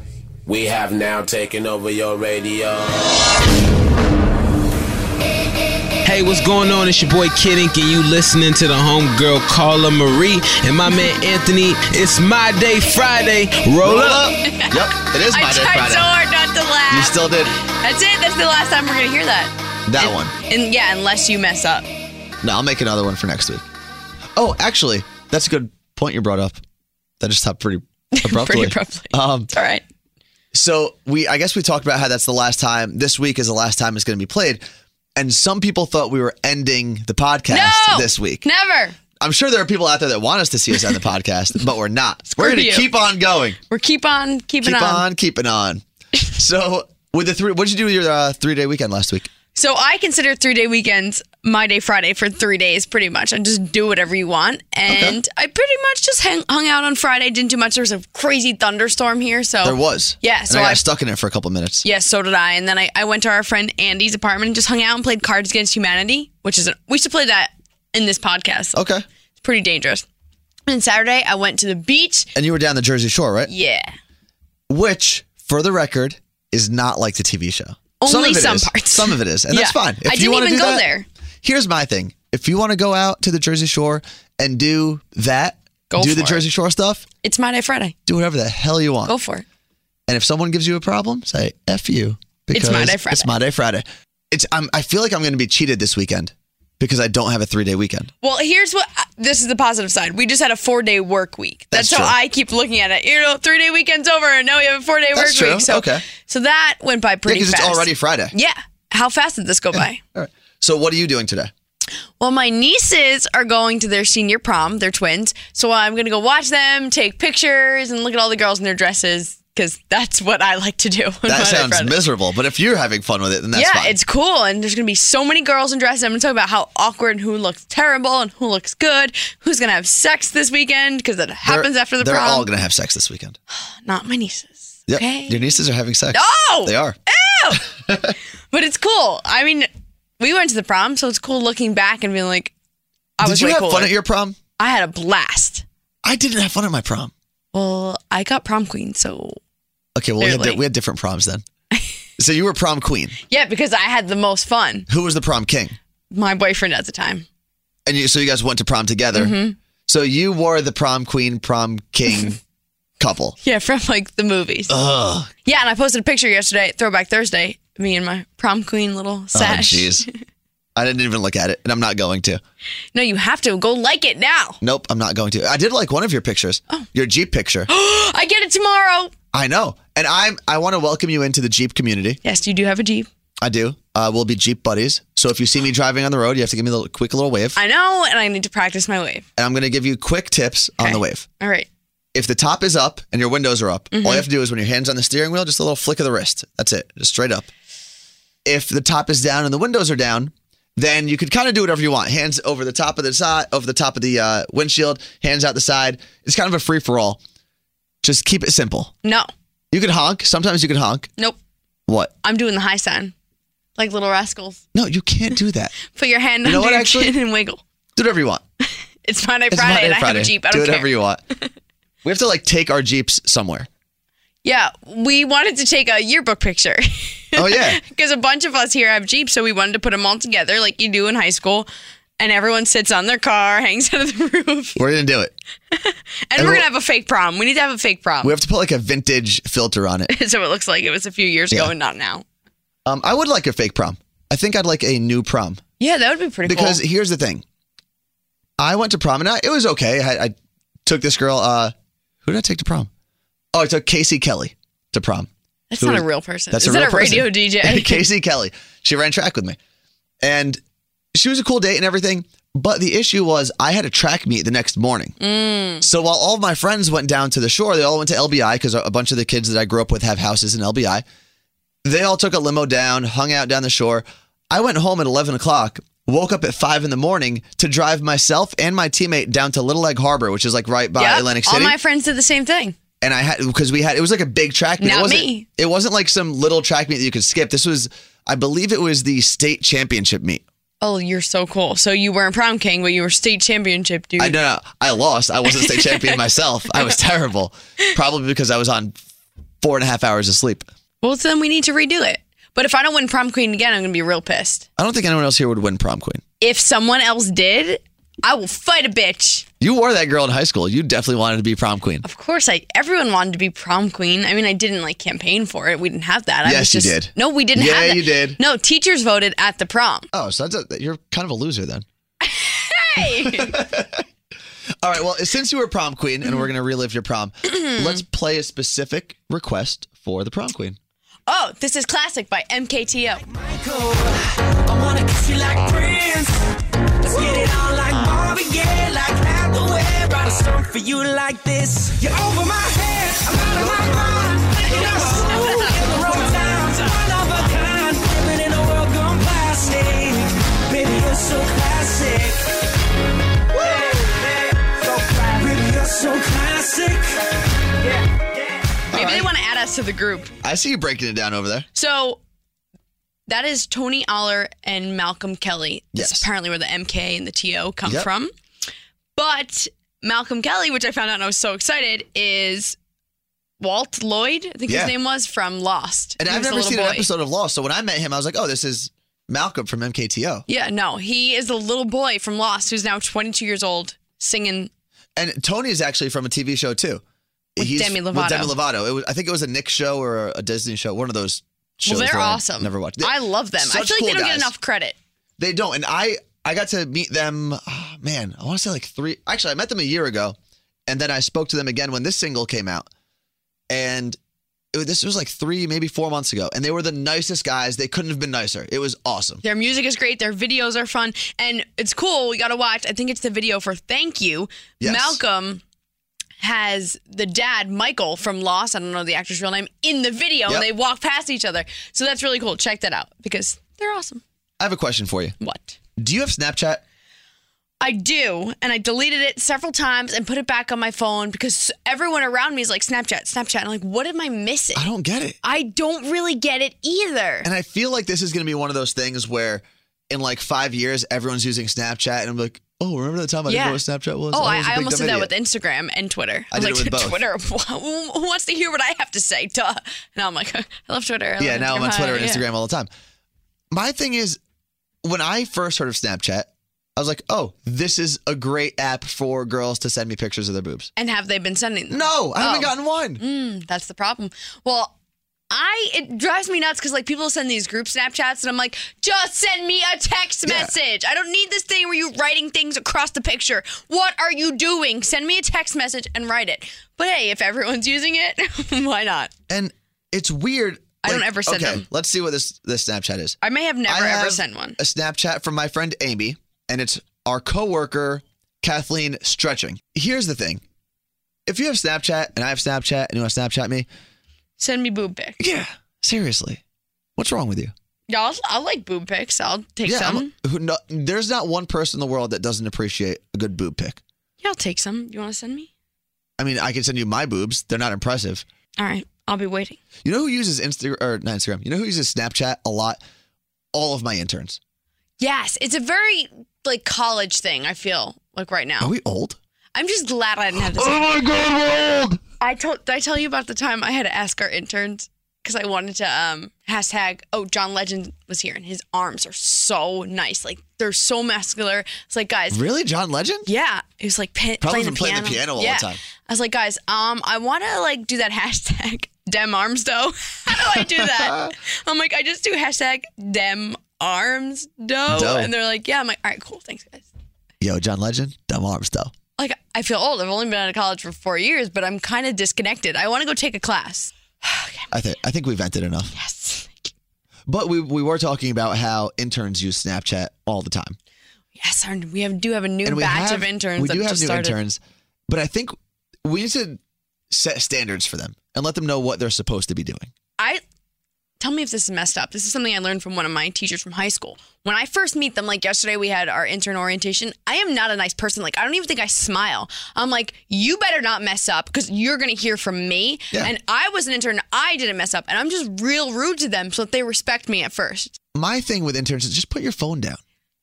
Speaker 3: We have now taken over your radio.
Speaker 4: Hey, what's going on? It's your boy Kid Ink, and you listening to the homegirl Carla Marie and my man Anthony. It's my day Friday. Roll up.
Speaker 2: yep, it is
Speaker 5: I
Speaker 2: My
Speaker 5: tried
Speaker 2: Day
Speaker 5: so
Speaker 2: Friday.
Speaker 5: hard not to laugh.
Speaker 2: You still did
Speaker 5: That's it. That's the last time we're gonna hear that.
Speaker 2: that one.
Speaker 5: And yeah, unless you mess up.
Speaker 2: No, I'll make another one for next week. Oh, actually, that's a good point you brought up. That just stopped pretty abruptly.
Speaker 5: Pretty abruptly.
Speaker 2: Um,
Speaker 5: It's all right.
Speaker 2: so we, I guess we talked about how that's the last time. This week is the last time it's going to be played, and some people thought we were ending the podcast
Speaker 5: No!
Speaker 2: this week.
Speaker 5: Never.
Speaker 2: I'm sure there are people out there that want us to see us end the podcast, but we're not. we're going
Speaker 5: you.
Speaker 2: to keep on going,
Speaker 5: We're keep on keeping
Speaker 2: keep
Speaker 5: on.
Speaker 2: on keeping on. so with the three, what did you do with your uh, three day weekend last week?
Speaker 5: So I consider three day weekends my day Friday for three days, pretty much. I just do whatever you want, and I pretty much just hang, hung out on Friday. Didn't do much. There was a crazy thunderstorm here, so
Speaker 2: There was.
Speaker 5: Yeah,
Speaker 2: and
Speaker 5: so
Speaker 2: I got
Speaker 5: I-
Speaker 2: stuck in it for a couple minutes.
Speaker 5: Yes, so did I. And then I, I went to our friend Andy's apartment and just hung out and played Cards Against Humanity, which is, a, we should play that in this podcast.
Speaker 2: Okay.
Speaker 5: It's pretty dangerous. And Saturday, I went to the beach.
Speaker 2: And you were down the Jersey Shore, right?
Speaker 5: Yeah.
Speaker 2: which, for the record, is not like the TV show. some,
Speaker 5: Only
Speaker 2: of it
Speaker 5: some
Speaker 2: is.
Speaker 5: parts.
Speaker 2: Some of it is, and that's
Speaker 5: Yeah.
Speaker 2: fine.
Speaker 5: I didn't
Speaker 2: wanna
Speaker 5: even
Speaker 2: do
Speaker 5: go
Speaker 2: that-
Speaker 5: there.
Speaker 2: Here's my thing: if you want to go out to the Jersey Shore and do that,
Speaker 5: Go
Speaker 2: do
Speaker 5: for
Speaker 2: the
Speaker 5: it.
Speaker 2: Jersey Shore stuff,
Speaker 5: It's my day Friday.
Speaker 2: do whatever the hell you want.
Speaker 5: Go for it.
Speaker 2: and if someone gives you a problem, say "f you" because
Speaker 5: It's my day Friday.
Speaker 2: It's my day Friday. It's. I'm, I feel like I'm going to be cheated this weekend because I don't have a three day weekend.
Speaker 5: Well, here's what uh, this is the positive side. We just had a four day work week. That's,
Speaker 2: That's
Speaker 5: how
Speaker 2: true.
Speaker 5: I keep looking at it. You know, three day weekend's over, and now we have a four day work
Speaker 2: That's true.
Speaker 5: week. So,
Speaker 2: Okay.
Speaker 5: so that went by pretty
Speaker 2: Because
Speaker 5: fast.
Speaker 2: it's already Friday.
Speaker 5: Yeah. How fast did this go by?
Speaker 2: All right. So what are you doing today?
Speaker 5: Well, my nieces are going to their senior prom. They're twins. So I'm going to go watch them, take pictures, and look at all the girls in their dresses because that's what I like to do. on
Speaker 2: That
Speaker 5: Friday,
Speaker 2: sounds
Speaker 5: Friday.
Speaker 2: miserable, but if you're having fun with it, then that's
Speaker 5: yeah,
Speaker 2: fine.
Speaker 5: it's cool. And there's going to be so many girls in dresses. I'm going to talk about how awkward and who looks terrible and who looks good, who's going to have sex this weekend because it
Speaker 2: They're-
Speaker 5: happens after the
Speaker 2: they're
Speaker 5: prom.
Speaker 2: all gonna have sex this weekend.
Speaker 5: Not my nieces.
Speaker 2: Yep.
Speaker 5: Okay.
Speaker 2: Your nieces are having sex.
Speaker 5: No!
Speaker 2: They are.
Speaker 5: But it's cool. I mean, we went to the prom, so it's cool looking back and being like, I
Speaker 2: Did
Speaker 5: was
Speaker 2: you
Speaker 5: way
Speaker 2: have
Speaker 5: cooler.
Speaker 2: fun at your prom?
Speaker 5: I had a blast.
Speaker 2: I didn't have fun at my prom.
Speaker 5: Well, I got prom queen, so
Speaker 2: Okay, well we had, di-
Speaker 5: Clearly.
Speaker 2: we had different proms then. so you were prom queen.
Speaker 5: Yeah, because I had the most fun.
Speaker 2: Who was the prom king?
Speaker 5: My boyfriend at the time.
Speaker 2: And you, so you guys went to prom together.
Speaker 5: Mm-hmm.
Speaker 2: So you were the prom queen, prom king couple.
Speaker 5: Yeah, from like the movies.
Speaker 2: Ugh.
Speaker 5: Yeah, and I posted a picture yesterday, Throwback Thursday, me and my prom queen little sash.
Speaker 2: Oh, jeez. I didn't even look at it, and I'm not going to.
Speaker 5: No, you have to go like it now.
Speaker 2: Nope, I'm not going to. I did like one of your pictures,
Speaker 5: Oh.
Speaker 2: your Jeep picture.
Speaker 5: I get it tomorrow.
Speaker 2: I know, and I'm. I want to welcome you into the Jeep community.
Speaker 5: Yes, you do have a Jeep.
Speaker 2: I do. Uh, we'll be Jeep buddies. So if you see me driving on the road, you have to give me a little, quick little wave,
Speaker 5: I know, and I need to practice my wave.
Speaker 2: and I'm going to give you quick tips on
Speaker 5: Okay.
Speaker 2: the wave.
Speaker 5: All right.
Speaker 2: If the top is up and your windows are up,
Speaker 5: Mm-hmm.
Speaker 2: all you have to do is when your hands on the steering wheel, just a little flick of the wrist. That's it, just straight up. If the top is down and the windows are down, then you could kind of do whatever you want. Hands over the top of the side, over the top of the uh, windshield, hands out the side. It's kind of a free for all. Just keep it simple.
Speaker 5: No.
Speaker 2: You could honk. Sometimes you could honk.
Speaker 5: Nope.
Speaker 2: What?
Speaker 5: I'm doing the high sign. Like little rascals.
Speaker 2: No, you can't do that.
Speaker 5: Put your hand
Speaker 2: You know
Speaker 5: under
Speaker 2: what,
Speaker 5: your
Speaker 2: actually?
Speaker 5: chin and wiggle.
Speaker 2: Do whatever you want.
Speaker 5: It's Monday,
Speaker 2: It's
Speaker 5: Friday,
Speaker 2: Monday,
Speaker 5: and I
Speaker 2: Friday.
Speaker 5: have a Jeep. I
Speaker 2: do
Speaker 5: don't
Speaker 2: whatever
Speaker 5: care.
Speaker 2: you want. We have to like take our jeeps somewhere.
Speaker 5: yeah, we wanted to take a yearbook picture.
Speaker 2: Oh yeah.
Speaker 5: because a bunch of us here have Jeeps, so we wanted to put them all together like you do in high school. And everyone sits on their car, hangs out of the roof,
Speaker 2: We're gonna do it.
Speaker 5: and we're
Speaker 2: Everyone-
Speaker 5: gonna have a fake prom. We need to have a fake prom,
Speaker 2: We have to put like a vintage filter on it.
Speaker 5: so it looks like it was a few years
Speaker 2: Yeah.
Speaker 5: ago and not now.
Speaker 2: Um, I would like a fake prom. I think I'd like a new prom
Speaker 5: Yeah, that would be pretty
Speaker 2: because
Speaker 5: cool.
Speaker 2: here's the thing. I went to prom and I, it was okay. I, I took this girl. Uh, who did I take to prom? Oh, I took Casey Kelly to prom.
Speaker 5: That's
Speaker 2: who
Speaker 5: not a
Speaker 2: is-
Speaker 5: real person.
Speaker 2: That's
Speaker 5: Is
Speaker 2: a real
Speaker 5: that a radio
Speaker 2: person.
Speaker 5: DJ?
Speaker 2: Casey Kelly. She ran track with me. And she was a cool date and everything. But the issue was I had a track meet the next morning.
Speaker 5: Mm.
Speaker 2: So while all of my friends went down to the shore, they all went to LBI because a bunch of the kids that I grew up with have houses in LBI. They all took a limo down, hung out down the shore. I went home at 11 o'clock, woke up at 5 in the morning to drive myself and my teammate down to Little Egg Harbor, which is like right by
Speaker 5: Yep.
Speaker 2: Atlantic
Speaker 5: All
Speaker 2: City
Speaker 5: my friends did the same thing.
Speaker 2: and I had because we had it was like a big track meet. it
Speaker 5: Not
Speaker 2: wasn't,
Speaker 5: me.
Speaker 2: It wasn't like some little track meet that you could skip. This was, I believe, it was the state championship meet.
Speaker 5: Oh, you're so cool. So you weren't prom king, but you were state championship dude.
Speaker 2: I no, no, I lost. I wasn't state champion myself. I was terrible, probably because I was on four and a half hours of sleep.
Speaker 5: Well, so then we need to redo it. But if I don't win prom queen again, I'm gonna be real pissed.
Speaker 2: I don't think anyone else here would win prom queen.
Speaker 5: If someone else did, I will fight a bitch.
Speaker 2: You were that girl in high school. You definitely wanted to be prom queen.
Speaker 5: Of course, I everyone wanted to be prom queen. I mean, I didn't like campaign for it. We didn't have that. I
Speaker 2: Yes,
Speaker 5: was
Speaker 2: you
Speaker 5: just,
Speaker 2: did.
Speaker 5: No, we didn't.
Speaker 2: Yeah,
Speaker 5: have that.
Speaker 2: you did.
Speaker 5: No, teachers voted at the prom.
Speaker 2: Oh, so that's a, you're kind of a loser then. Hey. All right. Well, since you were prom queen, and we're gonna relive your prom, let's play a specific request for the prom queen.
Speaker 5: Oh, this is classic by MKTO.
Speaker 8: I wanna kiss you like Prince. Let's get it on like Marvin Gaye, like Hathaway. Write a song for you like this. You're over my head, I'm out of my mind. Thinking I'm smooth in the wrong times, one of a kind. Living in a world gone plastic. Baby, you're so classic. Baby, you're so classic.
Speaker 5: Maybe they want to add us to the group.
Speaker 2: I see you breaking it down over there.
Speaker 5: So that is Tony Aller and Malcolm Kelly. That's
Speaker 2: Yes.
Speaker 5: apparently where the MK and the TO come
Speaker 2: Yep.
Speaker 5: from. But Malcolm Kelly, which I found out and I was so excited, is Walt Lloyd, I think
Speaker 2: Yeah.
Speaker 5: his name was, from Lost.
Speaker 2: And
Speaker 5: He
Speaker 2: I've
Speaker 5: was a
Speaker 2: never
Speaker 5: little
Speaker 2: seen
Speaker 5: boy.
Speaker 2: an episode of Lost, so when I met him, I was like, "Oh, this is Malcolm from MKTO."
Speaker 5: Yeah, no, he is a little boy from Lost who's now 22 years old singing.
Speaker 2: And Tony is actually from a TV show too.
Speaker 5: With Demi
Speaker 2: with
Speaker 5: Lovato.
Speaker 2: Demi Lovato. It was, I think it was a Nick show or a Disney show, one of those. Shows
Speaker 5: Well, they're
Speaker 2: that I
Speaker 5: awesome.
Speaker 2: Never watched.
Speaker 5: I love them. I
Speaker 2: such
Speaker 5: feel like
Speaker 2: cool
Speaker 5: they don't
Speaker 2: guys.
Speaker 5: get enough credit.
Speaker 2: They don't, and I I got to meet them, ah, man, I want to say like three. Actually, I met them a year ago. And then I spoke to them again when this single came out. And it, was- this was like three, maybe four months ago. And they were the nicest guys. They couldn't have been nicer. It was awesome.
Speaker 5: Their music is great. Their videos are fun, and it's cool. We got to watch. I think it's the video for "Thank You."
Speaker 2: Yes.
Speaker 5: Malcolm has the dad Michael from Lost. I don't know the actor's real name in the video,
Speaker 2: Yep.
Speaker 5: and they walk past each other. So that's really cool. Check that out because they're awesome.
Speaker 2: I have a question for you.
Speaker 5: What?
Speaker 2: Do you have Snapchat?
Speaker 5: I do, and I deleted it several times and put it back on my phone because everyone around me is like Snapchat, Snapchat. I'm like, what am I missing?
Speaker 2: I don't get it.
Speaker 5: I don't really get it either.
Speaker 2: And I feel like this is going to be one of those things where in like five years, everyone's using Snapchat. And I'm like, oh, remember the time I
Speaker 5: Yeah.
Speaker 2: didn't know what Snapchat was?
Speaker 5: Oh, I,
Speaker 2: I, was a
Speaker 5: I almost
Speaker 2: big dumb
Speaker 5: did that
Speaker 2: idiot."
Speaker 5: with Instagram and Twitter.
Speaker 2: I
Speaker 5: was
Speaker 2: did
Speaker 5: like,
Speaker 2: it
Speaker 5: Twitter,
Speaker 2: with both.
Speaker 5: who who wants to hear what I have to say? Duh. And I'm like, I love Twitter. I love
Speaker 2: Yeah, now I'm on
Speaker 5: Hi,
Speaker 2: Twitter and
Speaker 5: yeah.
Speaker 2: Instagram all the time. My thing is, when I first heard of Snapchat, I was like, oh, this is a great app for girls to send me pictures of their boobs.
Speaker 5: And have they been sending them?
Speaker 2: No, I haven't
Speaker 5: Oh.
Speaker 2: gotten one.
Speaker 5: Mm, that's the problem. Well, I it drives me nuts because like people send these group Snapchats and I'm like, just send me a text
Speaker 2: Yeah.
Speaker 5: message. I don't need this thing where you're writing things across the picture. What are you doing? Send me a text message and write it. But hey, if everyone's using it, why not?
Speaker 2: And it's weird.
Speaker 5: I don't ever send
Speaker 2: okay,
Speaker 5: them.
Speaker 2: Let's see what this, this Snapchat is.
Speaker 5: I may have never
Speaker 2: I
Speaker 5: ever
Speaker 2: have
Speaker 5: sent one.
Speaker 2: A Snapchat from my friend Amy, and it's our coworker Kathleen stretching. Here's the thing: if you have Snapchat and I have Snapchat, and you want to Snapchat me,
Speaker 5: Send me boob pic.
Speaker 2: yeah, seriously, what's wrong with you?
Speaker 5: Yeah, I'll, I'll like boob pics. I'll take
Speaker 2: yeah,
Speaker 5: some.
Speaker 2: I'm- who, no, there's not one person in the world that doesn't appreciate a good boob pic.
Speaker 5: yeah, I'll take some. You want to send me?
Speaker 2: I mean, I can send you my boobs; they're not impressive.
Speaker 5: All right, I'll be waiting.
Speaker 2: You know who uses Instagram or not Instagram? You know who uses Snapchat a lot? All of my interns.
Speaker 5: Yes, it's a very like college thing. I feel like right now.
Speaker 2: Are we old?
Speaker 5: I'm just glad I didn't have this.
Speaker 2: Oh my God, we're old!
Speaker 5: I told. Did I tell you about the time I had to ask our interns because I wanted to um hashtag. Oh, John Legend was here, and his arms are so nice. Like they're so muscular. It's like guys.
Speaker 2: Really, John Legend?
Speaker 5: Yeah, it was like pi-
Speaker 2: Probably
Speaker 5: playing, the
Speaker 2: been playing the piano all the
Speaker 5: Yeah.
Speaker 2: time.
Speaker 5: I was like, guys, um, I want to like do that hashtag dem arms dough. How do I do that? I'm like, I just do hashtag dem arms dough,
Speaker 2: Dough.
Speaker 5: and they're like, yeah. I'm like, all right, cool, thanks, guys.
Speaker 2: Yo, John Legend, dumb arms though.
Speaker 5: Like, I feel old. I've only been out of college for four years, but I'm kind of disconnected. I want to go take a class.
Speaker 2: I think I think we vented enough.
Speaker 5: Yes.
Speaker 2: But we we were talking about how interns use Snapchat all the time,
Speaker 5: Yes, our, we have do have a new
Speaker 2: we
Speaker 5: batch
Speaker 2: have-
Speaker 5: of interns
Speaker 2: We
Speaker 5: that
Speaker 2: do have
Speaker 5: just
Speaker 2: new
Speaker 5: started.
Speaker 2: interns, but I think we need to set standards for them and let them know what they're supposed to be doing.
Speaker 5: I tell me if this is messed up. This is something I learned from one of my teachers from high school. When I first meet them, like yesterday, we had our intern orientation. I am not a nice person. Like I don't even think I smile. I'm like, you better not mess up because you're gonna hear from me.
Speaker 2: Yeah.
Speaker 5: And I was an intern. I didn't mess up, and I'm just real rude to them so that they respect me at first.
Speaker 2: My thing with interns is just put your phone down.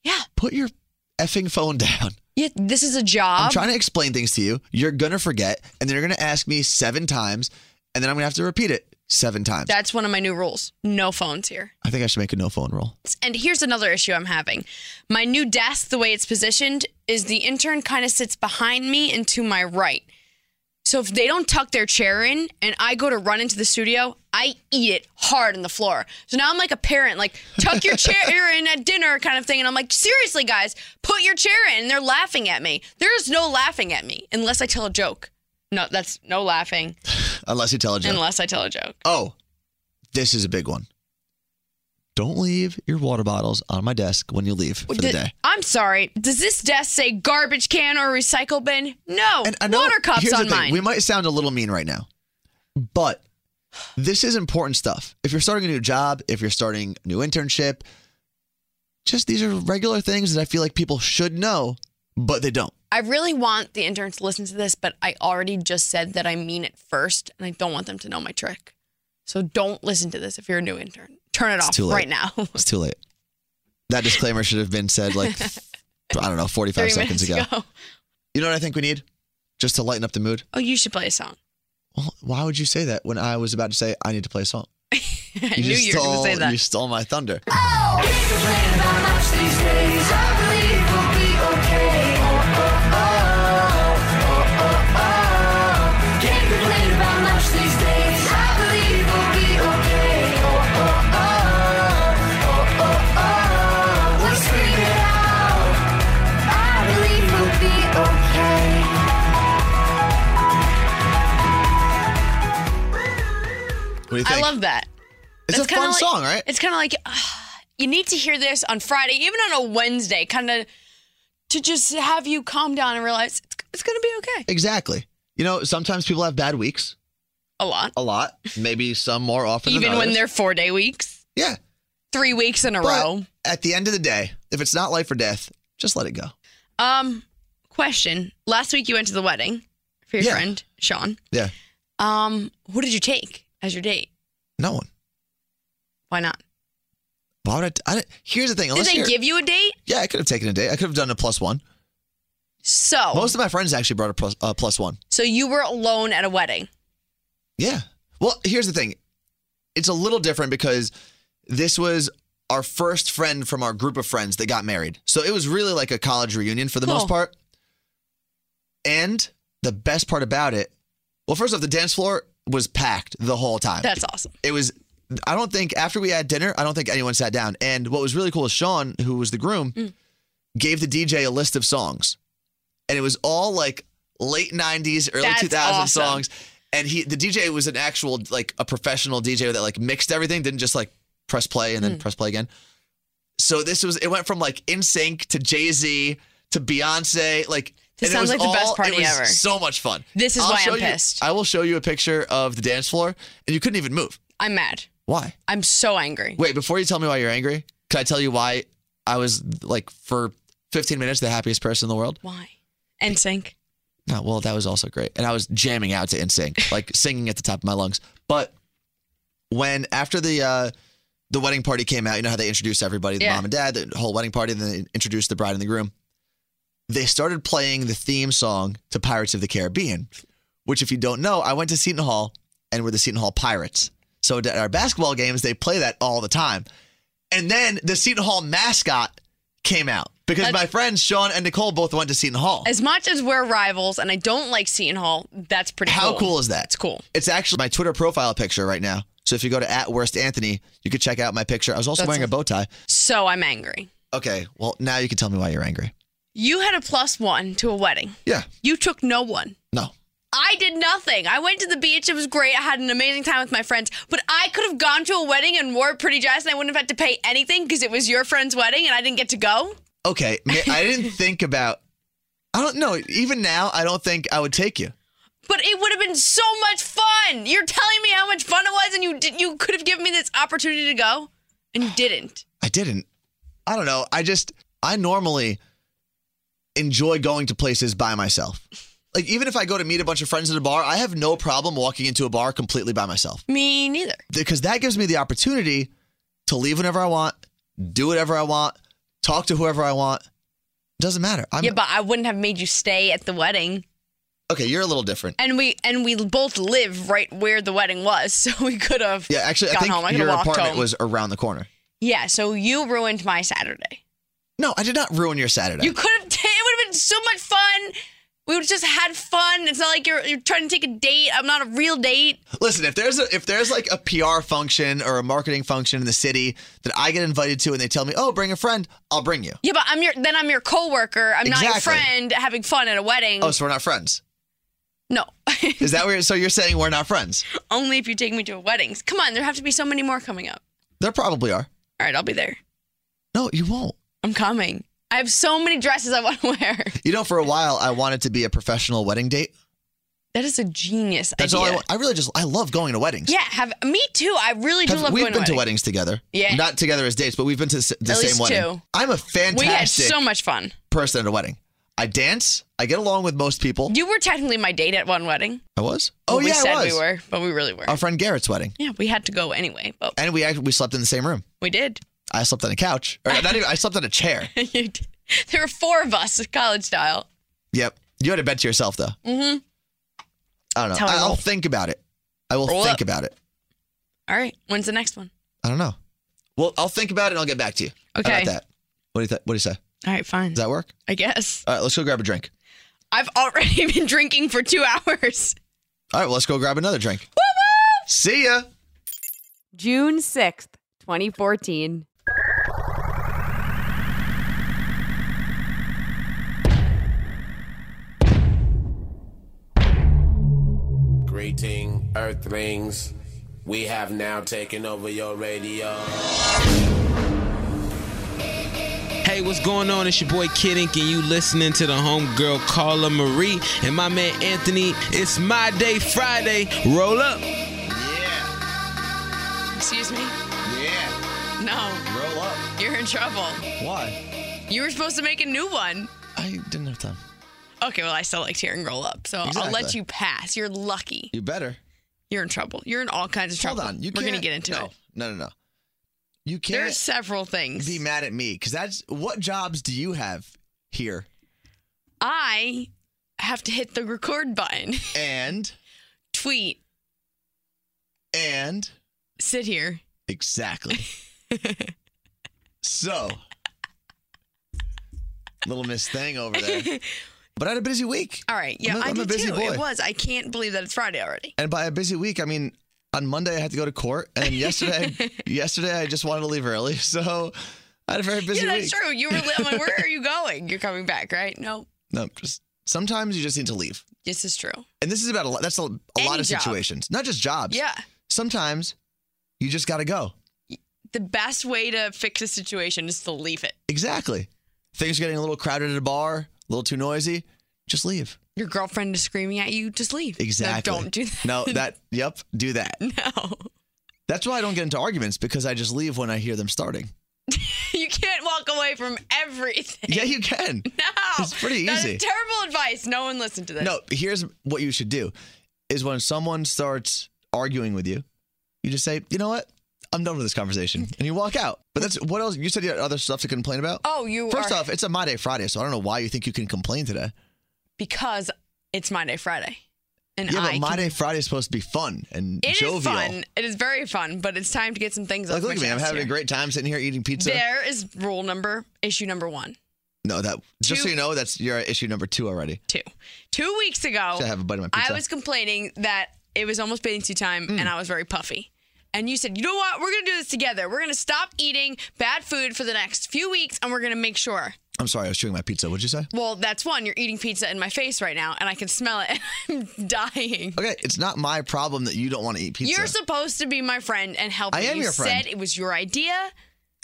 Speaker 5: Yeah.
Speaker 2: Put your effing phone down.
Speaker 5: Yeah. This is a job.
Speaker 2: I'm trying to explain things to you. You're gonna forget, and then you're gonna ask me seven times, and then I'm gonna have to repeat it seven times.
Speaker 5: That's one of my new rules. No phones here.
Speaker 2: I think I should make a no phone rule.
Speaker 5: And here's another issue I'm having. My new desk, the way it's positioned, is the intern kind of sits behind me and to my right. So if they don't tuck their chair in and I go to run into the studio, I eat it hard on the floor. So now I'm like a parent, like, tuck your chair in at dinner kind of thing. And I'm like, seriously, guys, put your chair in. And they're laughing at me. There's no laughing at me unless I tell a joke. No, that's no laughing
Speaker 2: Unless you tell a joke.
Speaker 5: unless I tell a joke.
Speaker 2: Oh, this is a big one. Don't leave your water bottles on my desk when you leave for the
Speaker 5: Th-
Speaker 2: day.
Speaker 5: I'm sorry. Does this desk say garbage can or recycle bin? No.
Speaker 2: And I know-
Speaker 5: water cups
Speaker 2: here's the
Speaker 5: on
Speaker 2: thing,
Speaker 5: mine.
Speaker 2: We might sound a little mean right now, but this is important stuff. If you're starting a new job, if you're starting a new internship, just these are regular things that I feel like people should know, but they don't.
Speaker 5: I really want the interns to listen to this, but I already just said that I mean it first, and I don't want them to know my trick. So don't listen to this if you're a new intern. Turn it off
Speaker 2: too late.
Speaker 5: right now.
Speaker 2: It's too late. That disclaimer should have been said like I don't know, 45
Speaker 5: Three
Speaker 2: seconds
Speaker 5: minutes
Speaker 2: ago.
Speaker 5: ago.
Speaker 2: You know what I think we need? Just to lighten up the mood.
Speaker 5: Oh, you should play a song.
Speaker 2: Well, why would you say that when I was about to say I need to play a song?
Speaker 5: I knew
Speaker 2: just
Speaker 5: you were going to say that.
Speaker 2: You stole my thunder.
Speaker 6: Let's scream it out.
Speaker 5: like,
Speaker 2: song, right?
Speaker 5: It's kind of like ah, you need to hear this on Friday, even on a Wednesday, kind of to just have you calm down and realize it's, it's going to be okay.
Speaker 2: Exactly. You know, sometimes people have bad weeks,
Speaker 5: A lot,
Speaker 2: a lot, maybe some more often
Speaker 5: even
Speaker 2: than
Speaker 5: when
Speaker 2: others.
Speaker 5: they're four day weeks,
Speaker 2: Yeah.
Speaker 5: three weeks in a
Speaker 2: But
Speaker 5: row.
Speaker 2: at the end of the day, if it's not life or death, just let it go.
Speaker 5: Um, question: Last week you went to the wedding for your
Speaker 2: Yeah.
Speaker 5: friend Sean.
Speaker 2: Yeah.
Speaker 5: Um, who did you take as your date?
Speaker 2: No one.
Speaker 5: Why not?
Speaker 2: Why would I? t- I didn't, here's the thing.
Speaker 5: Did
Speaker 2: Unless
Speaker 5: they
Speaker 2: you're-
Speaker 5: give you a date?
Speaker 2: Yeah, I could have taken a date. I could have done a plus one.
Speaker 5: So,
Speaker 2: Most of my friends actually brought a plus, uh, plus one.
Speaker 5: so you were alone at a wedding.
Speaker 2: Yeah. Well, here's the thing. It's a little different because this was our first friend from our group of friends that got married. So it was really like a college reunion for the
Speaker 5: Cool.
Speaker 2: most part. And the best part about it, well, first off, the dance floor was packed the whole time.
Speaker 5: That's awesome.
Speaker 2: it was I don't think after we had dinner, I don't think anyone sat down. And what was really cool is Sean, who was the groom,
Speaker 5: Mm.
Speaker 2: gave the DJ a list of songs. And it was all like late 90s, early
Speaker 5: That's
Speaker 2: 2000s
Speaker 5: awesome.
Speaker 2: songs. And he the DJ was an actual like a professional DJ that like mixed everything, didn't just like press play and then
Speaker 5: Mm.
Speaker 2: press play again. So this was it went from like NSYNC to Jay-Z to Beyonce, like
Speaker 5: This
Speaker 2: and it
Speaker 5: sounds
Speaker 2: was
Speaker 5: like the best
Speaker 2: all-
Speaker 5: party
Speaker 2: it was
Speaker 5: ever.
Speaker 2: So much fun.
Speaker 5: This is why I'm
Speaker 2: show you-
Speaker 5: pissed.
Speaker 2: I will show you a picture of the dance floor, and you couldn't even move.
Speaker 5: I'm mad.
Speaker 2: Why?
Speaker 5: I'm so angry.
Speaker 2: Wait, before you tell me why you're angry, can I tell you why I was like for 15 minutes the happiest person in the world?
Speaker 5: Why? NSYNC.
Speaker 2: No, Oh, well, that was also great. And I was jamming out to NSYNC, like singing at the top of my lungs. But when after the uh the wedding party came out, you know how they introduced everybody, the
Speaker 5: Yeah.
Speaker 2: mom and dad, the whole wedding party, then they introduced the bride and the groom. They started playing the theme song to Pirates of the Caribbean, which if you don't know, I went to Seton Hall and we're the Seton Hall Pirates. So at our basketball games, they play that all the time. And then the Seton Hall mascot came out because
Speaker 5: That's-
Speaker 2: my friends Sean and Nicole both went to Seton Hall.
Speaker 5: As much as we're rivals and I don't like Seton Hall, that's pretty
Speaker 2: How
Speaker 5: cool.
Speaker 2: cool. is that?
Speaker 5: It's cool.
Speaker 2: It's actually my Twitter profile picture right now. So if you go to at worst Anthony, you could check out my picture. I was also
Speaker 5: That's
Speaker 2: wearing a
Speaker 5: a-
Speaker 2: bow tie.
Speaker 5: So I'm angry.
Speaker 2: Okay, well now you can tell me why you're angry.
Speaker 5: You had a plus one to a wedding.
Speaker 2: Yeah.
Speaker 5: You took no one.
Speaker 2: No.
Speaker 5: I did nothing. I went to the beach. It was great. I had an amazing time with my friends. But I could have gone to a wedding and wore a pretty dress and I wouldn't have had to pay anything because it was your friend's wedding and I didn't get to go.
Speaker 2: Okay, ma- I didn't think about. I don't know. Even now, I don't think I would take you.
Speaker 5: But it would have been so much fun. You're telling me how much fun it was and you did, you could have given me this opportunity to go and you didn't.
Speaker 2: I didn't. I don't know. I just I normally enjoy going to places by myself. Like even if I go to meet a bunch of friends at a bar, I have no problem walking into a bar completely by myself.
Speaker 5: Me neither.
Speaker 2: because that gives me the opportunity to leave whenever I want, do whatever I want, talk to whoever I want. Doesn't matter. I'm,
Speaker 5: yeah, but I wouldn't have made you stay at the wedding.
Speaker 2: okay, you're a little different.
Speaker 5: And we and we both live right where the wedding was, so we could have
Speaker 2: Yeah, actually, I
Speaker 5: Gone
Speaker 2: think
Speaker 5: home. I could've
Speaker 2: your
Speaker 5: walked
Speaker 2: apartment
Speaker 5: home.
Speaker 2: was around the corner.
Speaker 5: Yeah, so you ruined my Saturday.
Speaker 2: No, I did not ruin your Saturday.
Speaker 5: You could have. it would have been so much fun. We would have just had fun. It's not like you're you're trying to take a date. I'm not a real date.
Speaker 2: Listen, if there's a if there's like a PR function or a marketing function in the city that I get invited to and they tell me, "Oh, bring a friend," I'll bring you.
Speaker 5: Yeah, but I'm your then I'm your coworker. I'm not your
Speaker 2: Exactly.
Speaker 5: friend having fun at a wedding.
Speaker 2: Oh, so we're not friends.
Speaker 5: no,
Speaker 2: Is that where so you're saying we're not friends?
Speaker 5: only if you take me to a weddings. Come on, there have to be so many more coming up.
Speaker 2: There probably are.
Speaker 5: All right, I'll be there.
Speaker 2: No, you won't.
Speaker 5: I'm coming. I have so many dresses I want to wear.
Speaker 2: You know, for a while I wanted to be a professional wedding date.
Speaker 5: That is a genius
Speaker 2: That's all
Speaker 5: idea.
Speaker 2: I want. I really just I love going to weddings.
Speaker 5: Yeah, have me too. I really do
Speaker 2: Have-
Speaker 5: love
Speaker 2: we've
Speaker 5: going
Speaker 2: been
Speaker 5: to
Speaker 2: to
Speaker 5: weddings.
Speaker 2: weddings together.
Speaker 5: Yeah.
Speaker 2: Not together as dates, but we've been to s- the
Speaker 5: At
Speaker 2: same
Speaker 5: least
Speaker 2: wedding.
Speaker 5: two.
Speaker 2: I'm a
Speaker 5: We had
Speaker 2: fantastic
Speaker 5: so much fun.
Speaker 2: person at a wedding. I dance. I get along with most people.
Speaker 5: You were technically my date at one wedding.
Speaker 2: I was. Oh
Speaker 5: we
Speaker 2: yeah,
Speaker 5: said
Speaker 2: I was.
Speaker 5: we were, but we really weren't.
Speaker 2: Our friend Garrett's wedding,
Speaker 5: yeah, we had to go anyway, but
Speaker 2: and we act- we slept in the same room.
Speaker 5: we did.
Speaker 2: I slept on a couch, or not even. I slept on a chair.
Speaker 5: You did. there were four of us, college style.
Speaker 2: Yep. You had a bet to yourself though. Mm-hmm. I don't know.
Speaker 5: That's how I
Speaker 2: I
Speaker 5: roll.
Speaker 2: will think about it. I will
Speaker 5: Roll
Speaker 2: think
Speaker 5: up.
Speaker 2: about it.
Speaker 5: All right, when's the next one?
Speaker 2: I don't know. Well, I'll think about it and I'll get back to you. How about
Speaker 5: Okay.
Speaker 2: that? What do you th- What do you say? Does
Speaker 5: All right, fine.
Speaker 2: that work?
Speaker 5: I guess
Speaker 2: All right. Let's go grab a drink.
Speaker 5: I've already been drinking for two hours.
Speaker 2: All right. Well, let's go grab another drink. See ya.
Speaker 1: June 6th, 2014.
Speaker 3: Greeting, Earthlings. We have now taken over your radio.
Speaker 4: Hey, what's going on? It's your boy Kid Ink, and you listening to the homegirl Carla Marie and my man Anthony. It's my day Friday. Roll up.
Speaker 5: Excuse me?
Speaker 2: Yeah.
Speaker 5: No,
Speaker 2: Roll up.
Speaker 5: you're in trouble.
Speaker 2: Why?
Speaker 5: You were supposed to make a new one.
Speaker 2: I didn't have time.
Speaker 5: Okay, well, I still liked hearing roll up, so I'll let
Speaker 2: Exactly.
Speaker 5: you pass. You're lucky.
Speaker 2: You better.
Speaker 5: You're in trouble. You're in all kinds of trouble.
Speaker 2: Hold on. You
Speaker 5: We're
Speaker 2: can't,
Speaker 5: gonna get into
Speaker 2: no,
Speaker 5: it.
Speaker 2: No, no, no. You can't
Speaker 5: There's several things.
Speaker 2: be mad at me because that's what jobs do you have here?
Speaker 5: I have to hit the record button,
Speaker 2: And
Speaker 5: tweet,
Speaker 2: and
Speaker 5: sit here.
Speaker 2: exactly. so, little Miss Thing over there. But I had a busy week.
Speaker 5: All right. Yeah,
Speaker 2: I'm
Speaker 5: I
Speaker 2: a- I'm a
Speaker 5: did
Speaker 2: busy
Speaker 5: too.
Speaker 2: boy.
Speaker 5: It was. I can't believe that it's Friday already.
Speaker 2: And by a busy week, I mean on Monday I had to go to court, and yesterday, yesterday I just wanted to leave early, so I had a very busy
Speaker 5: yeah,
Speaker 2: week.
Speaker 5: that's true. You were. I'm like, where are you going? You're coming back, right? No,
Speaker 2: No, just sometimes you just need to leave,
Speaker 5: this is true.
Speaker 2: and this is about a lot. That's a, a lot
Speaker 5: Any
Speaker 2: of
Speaker 5: job.
Speaker 2: situations, not just jobs.
Speaker 5: Yeah.
Speaker 2: Sometimes you just got to go.
Speaker 5: The best way to fix a situation is to leave it.
Speaker 2: Exactly. Things are getting a little crowded at a bar, a little too noisy. Just leave.
Speaker 5: Your girlfriend is screaming at you. Just leave. No,
Speaker 2: Exactly.
Speaker 5: don't do that.
Speaker 2: No, that. Yep. Do that.
Speaker 5: No.
Speaker 2: That's why I don't get into arguments because I just leave when I hear them starting.
Speaker 5: You can't walk away from everything.
Speaker 2: Yeah, you can.
Speaker 5: No.
Speaker 2: It's pretty
Speaker 5: That is
Speaker 2: easy.
Speaker 5: terrible advice. No one listened to this.
Speaker 2: No, here's what you should do is when someone starts arguing with you, you just say, you know what? I'm done with this conversation. And you walk out. But that's what else? You said you had other stuff to complain about?
Speaker 5: Oh, you
Speaker 2: First
Speaker 5: are
Speaker 2: off, it's a My Day Friday, so I don't know why you think you can complain today.
Speaker 5: because it's Monday Friday. And
Speaker 2: yeah,
Speaker 5: I
Speaker 2: but My
Speaker 5: can-
Speaker 2: Day Friday is supposed to be fun and
Speaker 5: It is
Speaker 2: jovial.
Speaker 5: fun. It is very fun, but it's time to get some things
Speaker 2: Like,
Speaker 5: off
Speaker 2: look
Speaker 5: my
Speaker 2: at me. I'm
Speaker 5: chest
Speaker 2: having a
Speaker 5: here.
Speaker 2: great time sitting here eating pizza.
Speaker 5: There is rule number, issue number one,
Speaker 2: No, that just so
Speaker 5: Two-
Speaker 2: you know, that's your issue number two already.
Speaker 5: two. Two weeks ago,
Speaker 2: Should I have a bite of my pizza?
Speaker 5: Oh,
Speaker 2: Mm.
Speaker 5: I was complaining that it was almost bathing suit time and I was very puffy. And you said, you know what? We're going to do this together. We're going to stop eating bad food for the next few weeks and we're going to make sure.
Speaker 2: I'm sorry, I was chewing my pizza. What'd you say?
Speaker 5: Well, that's one. You're eating pizza in my face right now and I can smell it and I'm dying.
Speaker 2: Okay, it's not my problem that you don't want to eat pizza.
Speaker 5: You're supposed to be my friend and help
Speaker 2: I
Speaker 5: me.
Speaker 2: am
Speaker 5: you
Speaker 2: your friend.
Speaker 5: said it was your idea.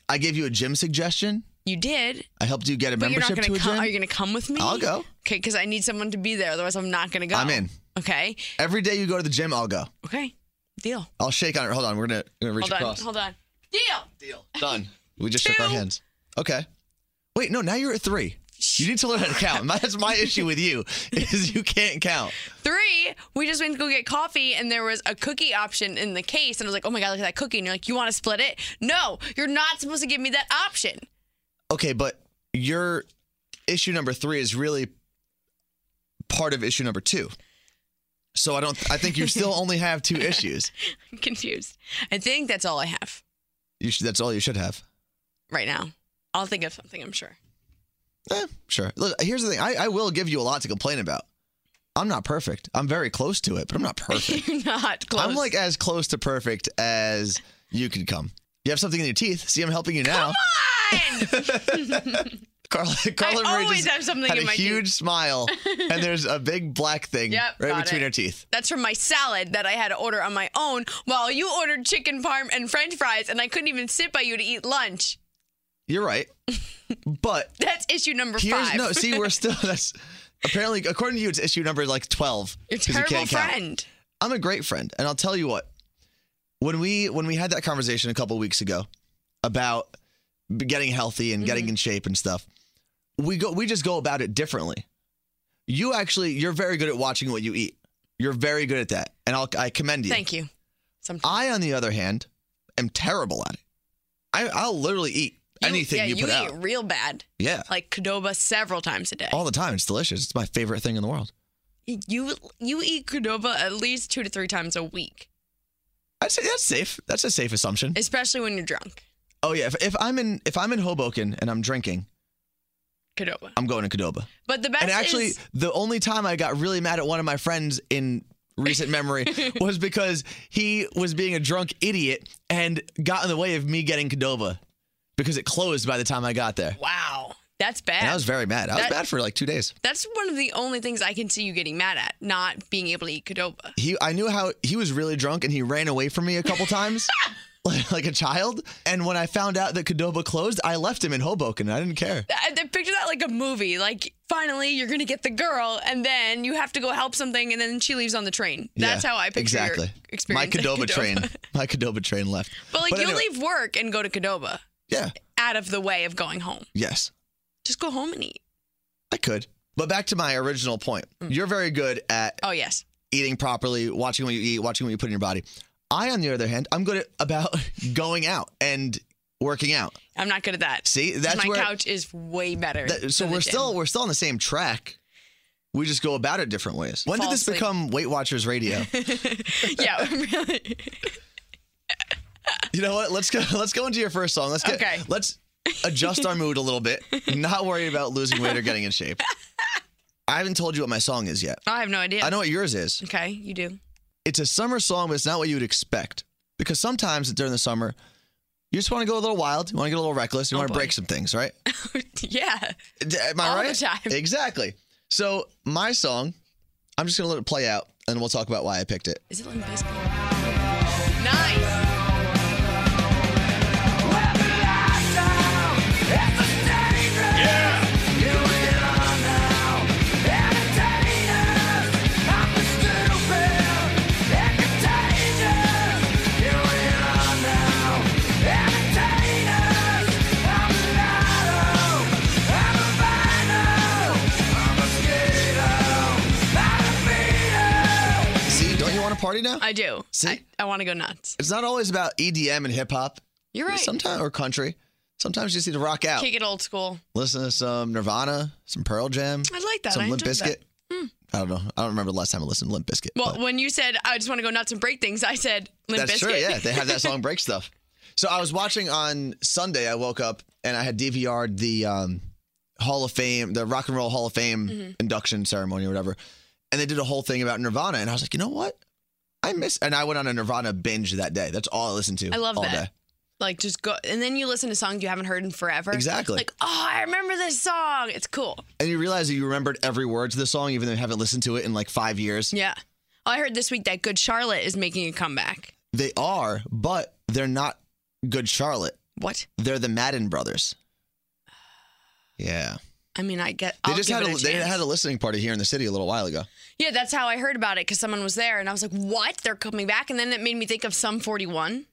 Speaker 2: I gave you a gym suggestion.
Speaker 5: You did.
Speaker 2: I helped you get a
Speaker 5: But you're not
Speaker 2: membership
Speaker 5: going
Speaker 2: to a
Speaker 5: to come.
Speaker 2: gym.
Speaker 5: Are you going to come with me?
Speaker 2: I'll go.
Speaker 5: Okay, because I need someone to be there. Otherwise, I'm not going to go.
Speaker 2: I'm in.
Speaker 5: Okay.
Speaker 2: Every day you go to the gym, I'll go.
Speaker 5: Okay. Deal.
Speaker 2: I'll shake on it. Hold on, we're gonna, we're gonna reach
Speaker 5: Hold on.
Speaker 2: across.
Speaker 5: Hold on. Deal.
Speaker 2: Deal. Done. We just shook our
Speaker 5: Two.
Speaker 2: hands. Okay. Wait, no, now you're at three. You need to learn how to count. My- That's my issue with you, is you can't count.
Speaker 5: Three, we just went to go get coffee and there was a cookie option in the case. And I was like, oh my God, look at that cookie. And you're like, you want to split it? No, you're not supposed to give me that option.
Speaker 2: Okay, but your issue number three is really part of issue number two. So I don't. I think you still only have two issues.
Speaker 5: I'm confused. I think that's all I have
Speaker 2: You should, that's all you should have.
Speaker 5: right now. I'll think of something, I'm sure.
Speaker 2: Eh, sure. Look, here's the thing. I, I will give you a lot to complain about. I'm not perfect. I'm very close to it, but I'm not perfect.
Speaker 5: You're not close.
Speaker 2: I'm like as close to perfect as you can come. You have something in your teeth. See, I'm helping you now.
Speaker 5: Fine!
Speaker 2: Carla, Carla
Speaker 5: I
Speaker 2: Marie
Speaker 5: always
Speaker 2: just
Speaker 5: have something
Speaker 2: had
Speaker 5: in
Speaker 2: a
Speaker 5: my teeth.
Speaker 2: huge smile, and there's a big black thing
Speaker 5: Yep,
Speaker 2: right
Speaker 5: got
Speaker 2: between
Speaker 5: it.
Speaker 2: her teeth.
Speaker 5: That's from my salad that I had to order on my own while you ordered chicken parm and french fries and I couldn't even sit by you to eat lunch.
Speaker 2: You're right, but
Speaker 5: That's issue number
Speaker 2: here's
Speaker 5: five.
Speaker 2: no. See, we're still that's apparently according to you, it's issue number like twelve.
Speaker 5: You're a
Speaker 2: 'cause you
Speaker 5: terrible
Speaker 2: can't count.
Speaker 5: friend.
Speaker 2: I'm a great friend, and I'll tell you what. When we when we had that conversation a couple weeks ago about getting healthy and getting in shape and stuff, we go we just go about it differently. You actually you're very good at watching what you eat. You're very good at that, and I'll, I commend you.
Speaker 5: Thank you. Sometimes.
Speaker 2: I, on the other hand, am terrible at it. I, I'll literally eat anything
Speaker 5: yeah,
Speaker 2: you put
Speaker 5: eat
Speaker 2: out.
Speaker 5: real bad,
Speaker 2: Yeah,
Speaker 5: like Qdoba several times a day.
Speaker 2: all the time. It's delicious. It's my favorite thing in the world.
Speaker 5: You you eat Qdoba at least two to three times a week,
Speaker 2: I'd say that's safe. That's a safe assumption.
Speaker 5: especially when you're drunk.
Speaker 2: oh yeah, if, if I'm in if I'm in Hoboken and I'm drinking,
Speaker 5: Qdoba.
Speaker 2: I'm going to Cadoba.
Speaker 5: But the best
Speaker 2: and actually,
Speaker 5: is
Speaker 2: the only time I got really mad at one of my friends in recent memory was because he was being a drunk idiot and got in the way of me getting Cadova because it closed by the time I got there.
Speaker 5: wow. That's
Speaker 2: And
Speaker 5: bad.
Speaker 2: I was very mad. I was
Speaker 5: That-
Speaker 2: mad for like two days.
Speaker 5: That's one of the only things I can see you getting mad at, not being able to eat Qdoba.
Speaker 2: He, I knew how he was really drunk, and he ran away from me a couple times, like, like a child. And when I found out that Cadoba closed, I left him in Hoboken. I didn't care.
Speaker 5: I, I uh, picture that like a movie. Like finally, you're gonna get the girl, and then you have to go help something, and then she leaves on the train. That's
Speaker 2: Yeah,
Speaker 5: how I picture
Speaker 2: exactly
Speaker 5: your experience.
Speaker 2: My
Speaker 5: at
Speaker 2: Cadoba train, my Cadoba train left.
Speaker 5: But like you
Speaker 2: anyway,
Speaker 5: leave work and go to Qdoba,
Speaker 2: Yeah.
Speaker 5: out of the way of going home.
Speaker 2: Yes.
Speaker 5: Just go home and eat.
Speaker 2: I could. But back to my original point.
Speaker 5: Mm.
Speaker 2: You're very good at
Speaker 5: Oh yes,
Speaker 2: eating properly, watching what you eat, watching what you put in your body. I, on the other hand, I'm good at about going out and working out.
Speaker 5: I'm not good at that.
Speaker 2: See,
Speaker 5: 'Cause
Speaker 2: that's
Speaker 5: my
Speaker 2: where-
Speaker 5: couch is way better.
Speaker 2: That- so
Speaker 5: than the
Speaker 2: we're
Speaker 5: gym.
Speaker 2: still we're still on the same track. We just go about it different ways. When
Speaker 5: Fall
Speaker 2: did this
Speaker 5: asleep.
Speaker 2: become Weight Watchers radio?
Speaker 5: yeah, really.
Speaker 2: you know what? Let's go. Let's go into your first song. Let's get.
Speaker 5: Okay.
Speaker 2: Let's adjust our mood a little bit. Not worry about losing weight or getting in shape. I haven't told you what my song is yet.
Speaker 5: Oh, I have no idea.
Speaker 2: I know what yours is.
Speaker 5: Okay, you do.
Speaker 2: it's a summer song, but it's not what you would expect. Because sometimes during the summer, you just want to go a little wild, you want to get a little reckless, you want
Speaker 5: Oh,
Speaker 2: to
Speaker 5: boy.
Speaker 2: break some things, right?
Speaker 5: yeah.
Speaker 2: D- Am I
Speaker 5: All the
Speaker 2: right?
Speaker 5: time.
Speaker 2: Exactly. So my song, I'm just gonna let it play out, and we'll talk about why I picked it.
Speaker 5: Is it Limp Bizkit? Nice.
Speaker 2: See, don't you want to party now?
Speaker 5: I do.
Speaker 2: See?
Speaker 5: I, I want to go nuts.
Speaker 2: it's not always about EDM and hip hop.
Speaker 5: You're right.
Speaker 2: Sometimes or country. Sometimes you just need to rock out.
Speaker 5: Kick it old school.
Speaker 2: Listen to some Nirvana, some Pearl Jam.
Speaker 5: I like that.
Speaker 2: Some
Speaker 5: I
Speaker 2: Limp
Speaker 5: enjoyed that. Hmm.
Speaker 2: Bizkit. I don't know. I don't remember the last time I listened to Limp Bizkit.
Speaker 5: Well,
Speaker 2: but-
Speaker 5: when you said I just want to go nuts and break things, I said Limp
Speaker 2: That's
Speaker 5: Bizkit.
Speaker 2: true. Yeah, they have that song "Break Stuff." So I was watching on Sunday. I woke up and I had DVR'd the um, Hall of Fame, the Rock and Roll Hall of Fame
Speaker 5: Mm-hmm.
Speaker 2: induction ceremony or whatever, and they did a whole thing about Nirvana. And I was like, you know what? I miss. And I went on a Nirvana binge that day. That's all I listened to.
Speaker 5: I love
Speaker 2: all
Speaker 5: that.
Speaker 2: Day.
Speaker 5: Like just go, and then you listen to songs you haven't heard in forever.
Speaker 2: Exactly.
Speaker 5: Like, oh, I remember this song. It's cool.
Speaker 2: And you realize that you remembered every word to the song, even though you haven't listened to it in like five years.
Speaker 5: Yeah. Oh, I heard this week that Good Charlotte is making a comeback.
Speaker 2: They are, but they're not good. Charlotte.
Speaker 5: What?
Speaker 2: They're the Madden brothers. Yeah.
Speaker 5: I mean, I get.
Speaker 2: They
Speaker 5: I'll
Speaker 2: just
Speaker 5: give
Speaker 2: had
Speaker 5: it
Speaker 2: a,
Speaker 5: a,
Speaker 2: they
Speaker 5: chance.
Speaker 2: had a listening party here in the city a little while ago.
Speaker 5: Yeah, that's how I heard about it because someone was there, and I was like, "What? They're coming back?" And then it made me think of some Forty One.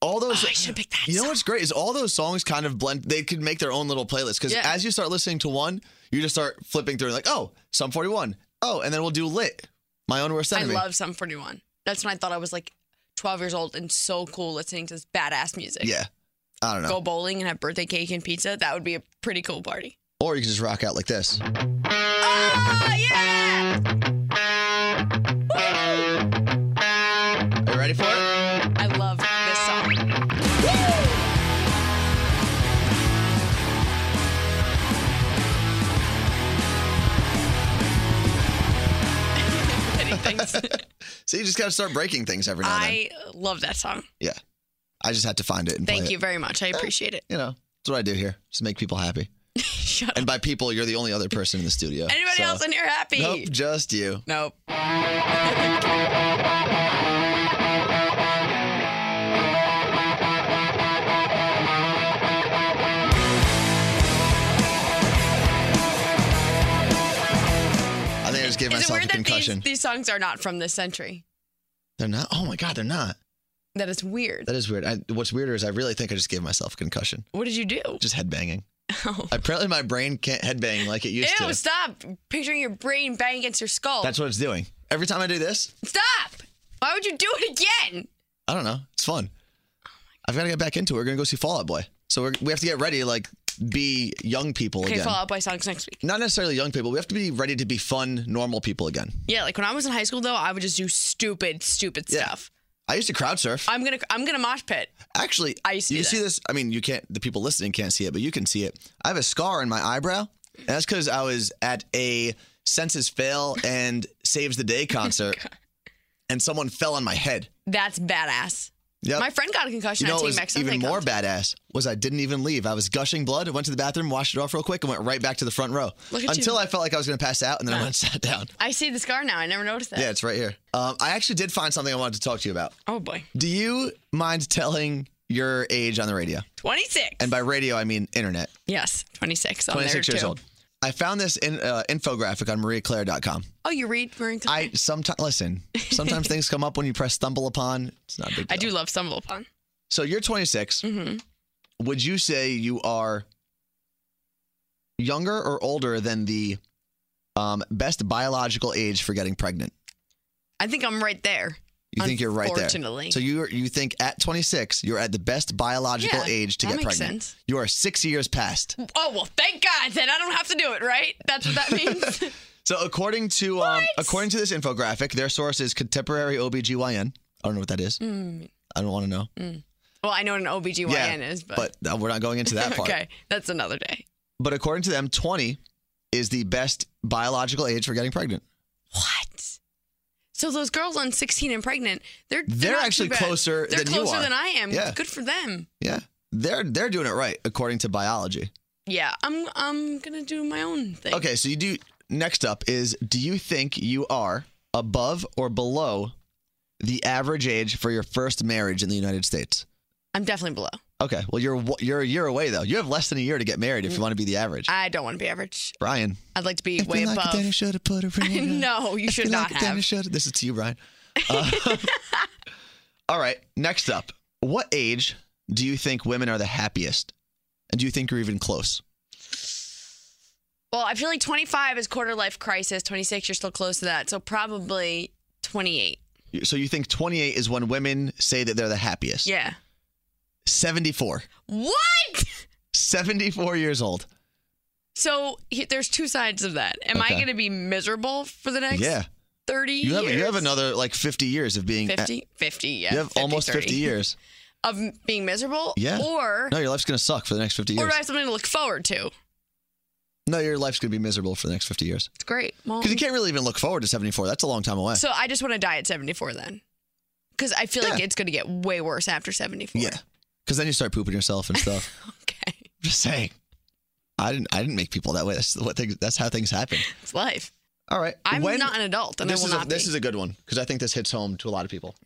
Speaker 2: All those
Speaker 5: Oh, I should've picked that
Speaker 2: You know
Speaker 5: song.
Speaker 2: what's great is all those songs kind of blend. They could make their own little playlist because
Speaker 5: Yeah.
Speaker 2: as you start listening to one, you just start flipping through like, oh, Sum 41. Oh, and then we'll do Lit, my own worst
Speaker 5: I
Speaker 2: enemy.
Speaker 5: love some Forty One. That's when I thought I was like twelve years old and so cool listening to this badass music.
Speaker 2: yeah, I don't know.
Speaker 5: Go bowling and have birthday cake and pizza. That would be a pretty cool party.
Speaker 2: Or you can just rock out like this.
Speaker 5: Oh yeah!
Speaker 2: Are you ready for it?
Speaker 5: I love this song. Many things.
Speaker 2: So you just gotta start breaking things every now and then.
Speaker 5: I love that song.
Speaker 2: Yeah, I just had to find it. And play
Speaker 5: Thank
Speaker 2: it.
Speaker 5: you very much. I appreciate it.
Speaker 2: You know, that's what I do here. Just make people happy.
Speaker 5: Shut up.
Speaker 2: And by people, you're the only other person in the studio.
Speaker 5: Anybody
Speaker 2: so-
Speaker 5: else in here happy?
Speaker 2: Nope, just you.
Speaker 5: Nope.
Speaker 2: I think I just gave
Speaker 5: Is it
Speaker 2: myself a
Speaker 5: weird that these,
Speaker 2: concussion.
Speaker 5: these songs are not from this century?
Speaker 2: They're not. Oh my god, they're not.
Speaker 5: That is weird.
Speaker 2: That is weird. I, what's weirder is I really think I just gave myself a concussion.
Speaker 5: What did you do?
Speaker 2: Just headbanging. Apparently my brain can't headbang like it used
Speaker 5: Oh. Ew,
Speaker 2: to.
Speaker 5: stop picturing your brain bang against your skull.
Speaker 2: That's what it's doing. Every time I do this,
Speaker 5: stop! Why would you do it again?
Speaker 2: I don't know. It's fun. I've got to get back into it. We're gonna go see Fallout Boy. So we're, we have to get ready to like be young people
Speaker 5: Okay,
Speaker 2: again.
Speaker 5: Fall Out Boy songs next week.
Speaker 2: Not necessarily young people. We have to be ready to be fun, normal people again.
Speaker 5: Yeah, like when I was in high school though, I would just do stupid, stupid
Speaker 2: Yeah.
Speaker 5: stuff.
Speaker 2: I used to crowd surf.
Speaker 5: I'm gonna, I'm gonna mosh pit.
Speaker 2: Actually,
Speaker 5: I used to
Speaker 2: you
Speaker 5: do
Speaker 2: can see
Speaker 5: that.
Speaker 2: this. I mean, you can't. The people listening can't see it, but you can see it. I have a scar in my eyebrow, and that's because I was at a Census Fail
Speaker 5: Oh
Speaker 2: and Saves the Day concert, and someone fell on my head.
Speaker 5: That's badass.
Speaker 2: Yep.
Speaker 5: My friend got a concussion
Speaker 2: Uh, you know,
Speaker 5: at Team
Speaker 2: what was
Speaker 5: X. I
Speaker 2: even
Speaker 5: think.
Speaker 2: more badass was I didn't even leave. I was gushing blood. I went to the bathroom, washed it off real quick, and went right back to the front row
Speaker 5: Look at
Speaker 2: until
Speaker 5: you.
Speaker 2: I felt like I was going to pass out, and then I went and sat down.
Speaker 5: I see the scar now. I never noticed that.
Speaker 2: Yeah, it's right here. Um, I actually did find something I wanted to talk to you about.
Speaker 5: Oh boy.
Speaker 2: Do you mind telling your age on the radio?
Speaker 5: 26.
Speaker 2: And by radio, I mean internet.
Speaker 5: yes, 26. I'm
Speaker 2: 26
Speaker 5: there
Speaker 2: years
Speaker 5: too.
Speaker 2: old. I found this in, uh, infographic on MarieClaire.com.
Speaker 5: Oh, you read Marie Claire?
Speaker 2: I sometimes listen. Sometimes things come up when you press stumble upon. It's not a big. Deal.
Speaker 5: I do love Stumble Upon.
Speaker 2: So you're 26.
Speaker 5: Mm-hmm.
Speaker 2: Would you say you are younger or older than the um, best biological age for getting pregnant?
Speaker 5: I think I'm right there.
Speaker 2: You think you're right there.
Speaker 5: Unfortunately.
Speaker 2: So you you think at 26 you're at the best biological
Speaker 5: Yeah,
Speaker 2: age to
Speaker 5: that
Speaker 2: get
Speaker 5: makes
Speaker 2: pregnant.
Speaker 5: sense.
Speaker 2: You are six years past.
Speaker 5: Oh, well, thank God. Then I don't have to do it, right? That's what that means.
Speaker 2: So according to um, according to this infographic, their source is contemporary OBGYN. I don't know what that is. I don't want to know.
Speaker 5: well, I know what an OBGYN
Speaker 2: yeah,
Speaker 5: Hmm. is, but.
Speaker 2: uh, we're not going into that part.
Speaker 5: okay, that's another day.
Speaker 2: But according to them, 20 is the best biological age for getting pregnant.
Speaker 5: What? So those girls on 16 and pregnant, they're they're,
Speaker 2: They're
Speaker 5: not too
Speaker 2: actually
Speaker 5: bad.
Speaker 2: closer
Speaker 5: They're
Speaker 2: than you
Speaker 5: closer
Speaker 2: are.
Speaker 5: than I am.
Speaker 2: Yeah.
Speaker 5: Good for them.
Speaker 2: Yeah, they're they're doing it right according to biology.
Speaker 5: Yeah, I'm I'm gonna do my own thing.
Speaker 2: Okay, so you do. Next up is: Do you think you are above or below the average age for your first marriage in the United States?
Speaker 5: I'm definitely below.
Speaker 2: Okay, well you're wa- you're a year away though. You have less than a year to get married if you want to be the average.
Speaker 5: Mm. I don't want to be average.
Speaker 2: Brian,
Speaker 5: I'd like to be way
Speaker 2: If you like it,
Speaker 5: above.
Speaker 2: then you should have put a ring on it.
Speaker 5: no, you
Speaker 2: If
Speaker 5: should not
Speaker 2: like it, then you
Speaker 5: have.
Speaker 2: should- This is to you, Brian. Uh, all right. Next up, what age do you think women are the happiest? And do you think you're even close?
Speaker 5: Well, I feel like 25 is quarter life crisis. 26, you're still close to that. So probably 28.
Speaker 2: You- So you think 28 is when women say that they're the happiest?
Speaker 5: Yeah.
Speaker 2: 74.
Speaker 5: What?
Speaker 2: 74 years old.
Speaker 5: So he, there's two sides of that. Am I
Speaker 2: Okay.
Speaker 5: going to be miserable for the next
Speaker 2: Yeah.
Speaker 5: 30
Speaker 2: You have
Speaker 5: years?
Speaker 2: you have another like 50 years of being.
Speaker 5: 50? 50, yeah.
Speaker 2: You have
Speaker 5: 50,
Speaker 2: almost
Speaker 5: 30.
Speaker 2: 50 years.
Speaker 5: Of being miserable?
Speaker 2: Yeah.
Speaker 5: Or,
Speaker 2: No, your life's gonna suck for the next 50
Speaker 5: or
Speaker 2: years.
Speaker 5: do I have something to look forward to?
Speaker 2: No, your life's gonna be miserable for the next 50 years.
Speaker 5: It's great. Well,
Speaker 2: Because you can't really even look forward to 74. That's a long time away.
Speaker 5: Um, so I just want to die at 74 then. Because I feel like
Speaker 2: Yeah.
Speaker 5: it's going to get way worse after 74.
Speaker 2: Yeah. Because then you start pooping yourself and stuff.
Speaker 5: Okay.
Speaker 2: Just saying. I didn't. I didn't make people that way. That's what things. That's how things happen.
Speaker 5: It's life.
Speaker 2: All right.
Speaker 5: I'm
Speaker 2: When-
Speaker 5: not an adult and I
Speaker 2: This
Speaker 5: will
Speaker 2: is a,
Speaker 5: not Mm.
Speaker 2: this
Speaker 5: be.
Speaker 2: is a good one because I think this hits home to a lot of people.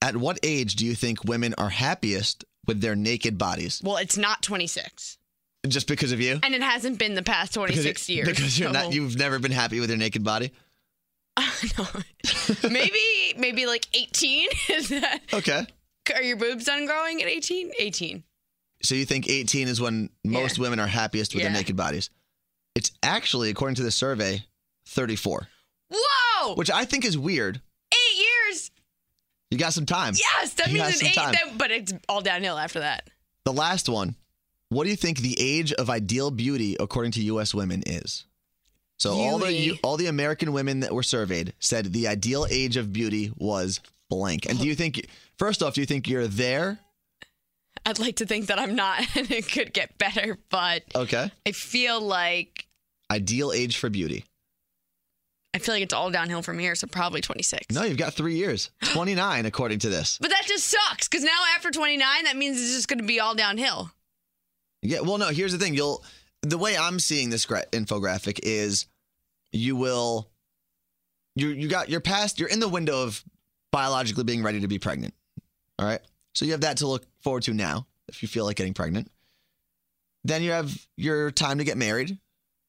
Speaker 2: At what age do you think women are happiest with their naked bodies?
Speaker 5: well, it's not 26.
Speaker 2: Just because of you?
Speaker 5: And it hasn't been the past 26
Speaker 2: Because it-
Speaker 5: years. Oh.
Speaker 2: Because you're
Speaker 5: so-
Speaker 2: not. You've never been happy with your naked body.
Speaker 5: no. maybe, maybe like 18. Is that,
Speaker 2: Okay.
Speaker 5: are your boobs done growing at 18? 18.
Speaker 2: So you think 18 is when most
Speaker 5: Yeah.
Speaker 2: women are happiest with
Speaker 5: Yeah.
Speaker 2: their naked bodies? It's actually, according to the survey, 34,
Speaker 5: Whoa!
Speaker 2: which I think is weird.
Speaker 5: Eight years!
Speaker 2: You got some time.
Speaker 5: Yes, that
Speaker 2: You got
Speaker 5: means an
Speaker 2: some
Speaker 5: eight,
Speaker 2: time.
Speaker 5: then, but it's all downhill after that.
Speaker 2: The last one. What do you think the age of ideal beauty according to U.S. women is? So all the
Speaker 5: Beauty.
Speaker 2: all the American women that were surveyed said the ideal age of beauty was blank. And do you think first off, do you think you're there?
Speaker 5: I'd like to think that I'm not, and it could get better, but
Speaker 2: Okay.
Speaker 5: I feel like
Speaker 2: Ideal age for beauty.
Speaker 5: I feel like it's all downhill from here, so probably 26.
Speaker 2: No, you've got three years. Twenty nine, according to this.
Speaker 5: But that just sucks, because now after 29, that means it's just going to be all downhill.
Speaker 2: Yeah. Well, no. Here's the thing. You'll the way I'm seeing this gra- infographic is you will you you got you're past you're in the window of biologically being ready to be pregnant. All right. So you have that to look forward to now if you feel like getting pregnant. Then you have your time to get married.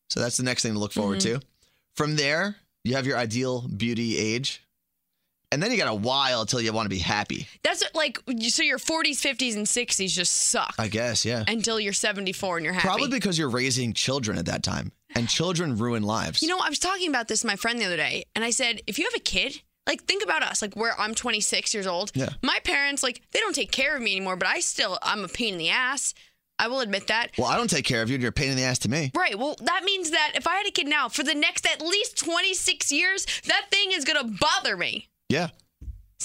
Speaker 2: So that's the next thing to look forward to. From there, you have your ideal beauty age. And then you got a while till you want to be happy.
Speaker 5: That's what, like, so your 40s, 50s, and 60s just suck
Speaker 2: I guess, yeah.
Speaker 5: until you're 74 and you're happy.
Speaker 2: Probably because you're raising children at that time, and children ruin lives.
Speaker 5: You know, I was talking about this to my friend the other day, and I said, if you have a kid, like think about us, like where I'm 26 years old.
Speaker 2: Yeah.
Speaker 5: My parents, like, they don't take care of me anymore, but I still, I'm a pain in the ass. I will admit that.
Speaker 2: Well, I don't take care of you, and you're a pain in the ass to me.
Speaker 5: Right. Well, that means that if I had a kid now for the next at least 26 years, that thing is going to bother me
Speaker 2: Yeah.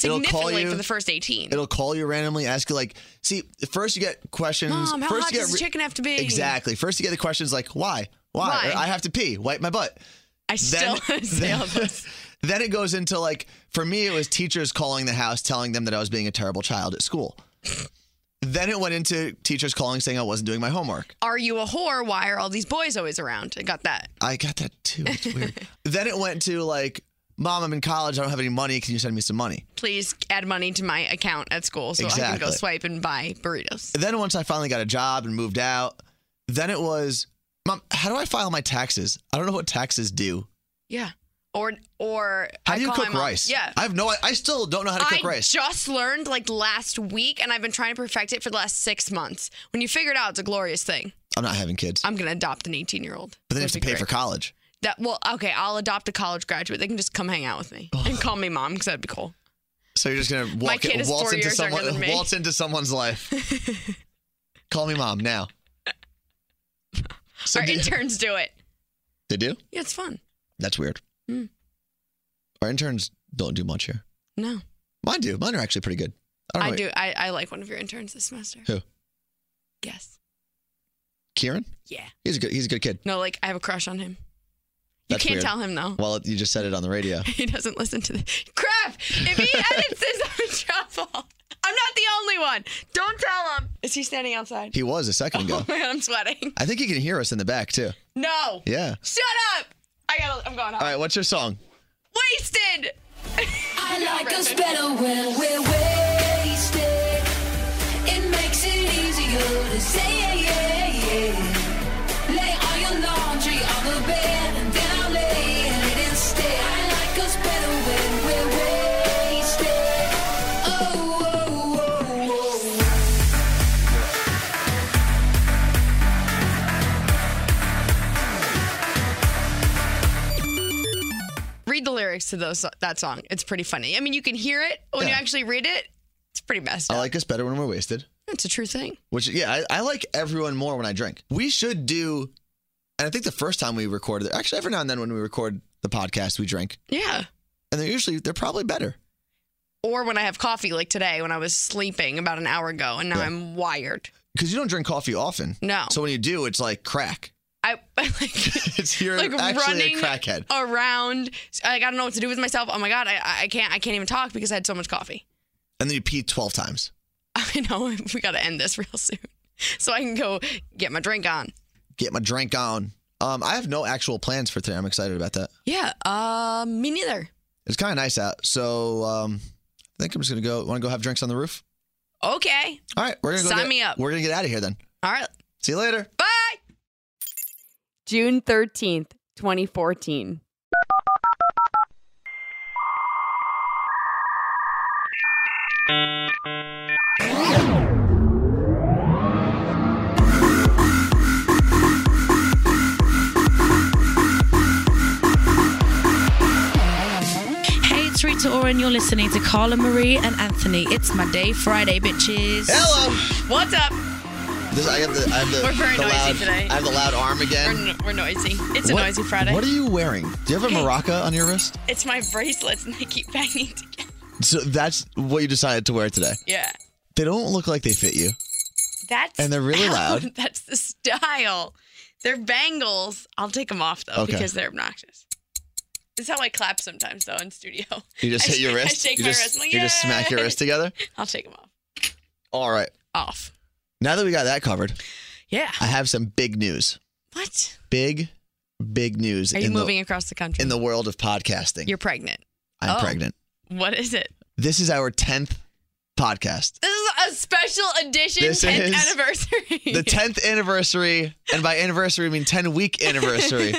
Speaker 2: It'll call
Speaker 5: significantly
Speaker 2: you-
Speaker 5: for the first 18.
Speaker 2: It'll call you randomly, ask you like, see, first you get questions.
Speaker 5: Mom, how
Speaker 2: first
Speaker 5: hot
Speaker 2: you get
Speaker 5: does a
Speaker 2: re-
Speaker 5: chicken have to be?
Speaker 2: Exactly. First you get the questions like, why? Why?
Speaker 5: Why?
Speaker 2: Or, I have to pee. Wipe my butt.
Speaker 5: I still
Speaker 2: then,
Speaker 5: say all those.
Speaker 2: Then it goes into like, for me, it was teachers calling the house telling them that I was being a terrible child at school. then it went into teachers calling saying I wasn't doing my homework.
Speaker 5: Are you a whore? Why are all these boys always around? I got that.
Speaker 2: I got that too. It's weird. then it went to like, Mom, I'm in college. I don't have any money. Can you send me some money?
Speaker 5: Please add money to my account at school so I can go
Speaker 2: Exactly.
Speaker 5: swipe and buy burritos.
Speaker 2: Then once I finally got a job and moved out, then it was, Mom, how do I file my taxes? I don't know what taxes do.
Speaker 5: Yeah. Or or
Speaker 2: How
Speaker 5: I
Speaker 2: do you
Speaker 5: call my
Speaker 2: cook
Speaker 5: mom-
Speaker 2: rice?
Speaker 5: Yeah.
Speaker 2: I have no. I still don't know how to cook
Speaker 5: I
Speaker 2: rice.
Speaker 5: just learned like last week and I've been trying to perfect it for the last six months. When you figure it out, it's a glorious thing.
Speaker 2: I'm not having kids.
Speaker 5: I'm gonna adopt an eighteen year old.
Speaker 2: but then you have to pay for college.
Speaker 5: that well, okay, I'll adopt a college graduate. They can just come hang out with me and call me mom because that'd be cool.
Speaker 2: So you're just gonna walk,
Speaker 5: kid is
Speaker 2: waltz
Speaker 5: four
Speaker 2: into
Speaker 5: years younger
Speaker 2: someone,
Speaker 5: than me.
Speaker 2: waltz into someone's life. Call me mom now. So
Speaker 5: Our
Speaker 2: do-
Speaker 5: interns do it.
Speaker 2: they do.
Speaker 5: Yeah, it's fun.
Speaker 2: That's weird.
Speaker 5: Hmm.
Speaker 2: Our interns don't do much here.
Speaker 5: No,
Speaker 2: Mine do. Mine are actually pretty good.
Speaker 5: I,
Speaker 2: don't know.
Speaker 5: do. I, I like one of your interns this semester.
Speaker 2: Who?
Speaker 5: Yes.
Speaker 2: Kieran.
Speaker 5: Yeah.
Speaker 2: He's a good. He's a good kid.
Speaker 5: No, like I have a crush on him. You
Speaker 2: That's
Speaker 5: can't
Speaker 2: weird.
Speaker 5: tell him though.
Speaker 2: Well, you just said it on the radio.
Speaker 5: He doesn't listen to the crap. If he edits this, I'm in trouble. I'm not the only one. Don't tell him. Is he standing outside?
Speaker 2: He was a second ago.
Speaker 5: Oh man, I'm sweating.
Speaker 2: I think he can hear us in the back too.
Speaker 5: No.
Speaker 2: Yeah.
Speaker 5: Shut up. I gotta. I'm going home.
Speaker 2: All right. What's your song? Uh,
Speaker 5: Wasted.
Speaker 6: I like us better when we're wasted. It makes it easier to say yeah, yeah, yeah. Lay all your laundry on the bed and down lay in it instead. I like us better when we're wasted. Oh, oh, oh, oh.
Speaker 5: Read the lyrics to those that song. It's pretty funny. I mean, you can hear it when you
Speaker 2: Yeah. Uh,
Speaker 5: actually read it. It's pretty messed
Speaker 2: I
Speaker 5: up.
Speaker 2: like us better when we're wasted.
Speaker 5: It's a true thing.
Speaker 2: Which yeah, I, I like everyone more when I drink. We should do, and I think the first time we recorded, actually every now and then when we record the podcast, we drink,
Speaker 5: Yeah.
Speaker 2: and they're usually they're probably better.
Speaker 5: Or when I have coffee, like today, when I was sleeping about an hour ago, and now I'm wired.
Speaker 2: Because you don't drink coffee often.
Speaker 5: No.
Speaker 2: So when you do, it's like crack.
Speaker 5: I like.
Speaker 2: It's you're
Speaker 5: like
Speaker 2: actually
Speaker 5: running
Speaker 2: a crackhead.
Speaker 5: around. Like, I don't know what to do with myself. Oh my god, I- I, I can't I can't even talk because I had so much coffee.
Speaker 2: And then you pee 12 times.
Speaker 5: I know we got to end this real soon, so I can go get my drink on.
Speaker 2: Get my drink on. Um, I have no actual plans for today. I'm excited about that.
Speaker 5: Yeah, uh, me neither.
Speaker 2: It's kind of nice out. So um, I think I'm just going to go, want to go have drinks on the roof?
Speaker 5: Okay,
Speaker 2: All right. We're going to go
Speaker 5: Sign
Speaker 2: get-
Speaker 5: me up.
Speaker 2: We're going to get out of here then.
Speaker 5: all right,
Speaker 2: See you later.
Speaker 5: bye.
Speaker 1: June 13th, 2014.
Speaker 9: Hey, it's Rita Ora, and you're listening to Carla Marie and Anthony. It's my day, Friday, bitches.
Speaker 2: Hello.
Speaker 5: What's up?
Speaker 2: This, I have the, I have the,
Speaker 5: We're very
Speaker 2: the
Speaker 5: noisy
Speaker 2: loud,
Speaker 5: today.
Speaker 2: I have the loud arm
Speaker 5: We're,
Speaker 2: again.
Speaker 5: n- we're noisy. It's a noisy Friday.
Speaker 2: What are you wearing? Do you have a
Speaker 5: Hey.
Speaker 2: maraca on your wrist?
Speaker 5: it's my bracelets and they keep banging together.
Speaker 2: So that's what you decided to wear today.
Speaker 5: Yeah,
Speaker 2: They don't look like they fit you.
Speaker 5: that's
Speaker 2: And they're really loud.
Speaker 5: That's the style. They're bangles. I'll take them off though
Speaker 2: Okay.
Speaker 5: because they're obnoxious. This is how I clap sometimes though in studio.
Speaker 2: You just
Speaker 5: I
Speaker 2: hit your
Speaker 5: sh- I
Speaker 2: wrist.
Speaker 5: shake
Speaker 2: you
Speaker 5: my
Speaker 2: just,
Speaker 5: wrist, I'm like,
Speaker 2: you just smack your
Speaker 5: "Yay!"
Speaker 2: wrist together.
Speaker 5: I'll take them off.
Speaker 2: All right.
Speaker 5: Off.
Speaker 2: Now that we got that covered,
Speaker 5: Yeah.
Speaker 2: I have some big news.
Speaker 5: What?
Speaker 2: Big, big news
Speaker 5: Are you
Speaker 2: in
Speaker 5: moving across the
Speaker 2: the
Speaker 5: country?
Speaker 2: in the world of podcasting.
Speaker 5: You're pregnant.
Speaker 2: I'm
Speaker 5: oh.
Speaker 2: pregnant.
Speaker 5: What is it?
Speaker 2: This is our tenth podcast.
Speaker 5: This is a special edition
Speaker 2: This
Speaker 5: 10th
Speaker 2: is
Speaker 5: anniversary.
Speaker 2: The tenth anniversary, and by anniversary I mean ten week anniversary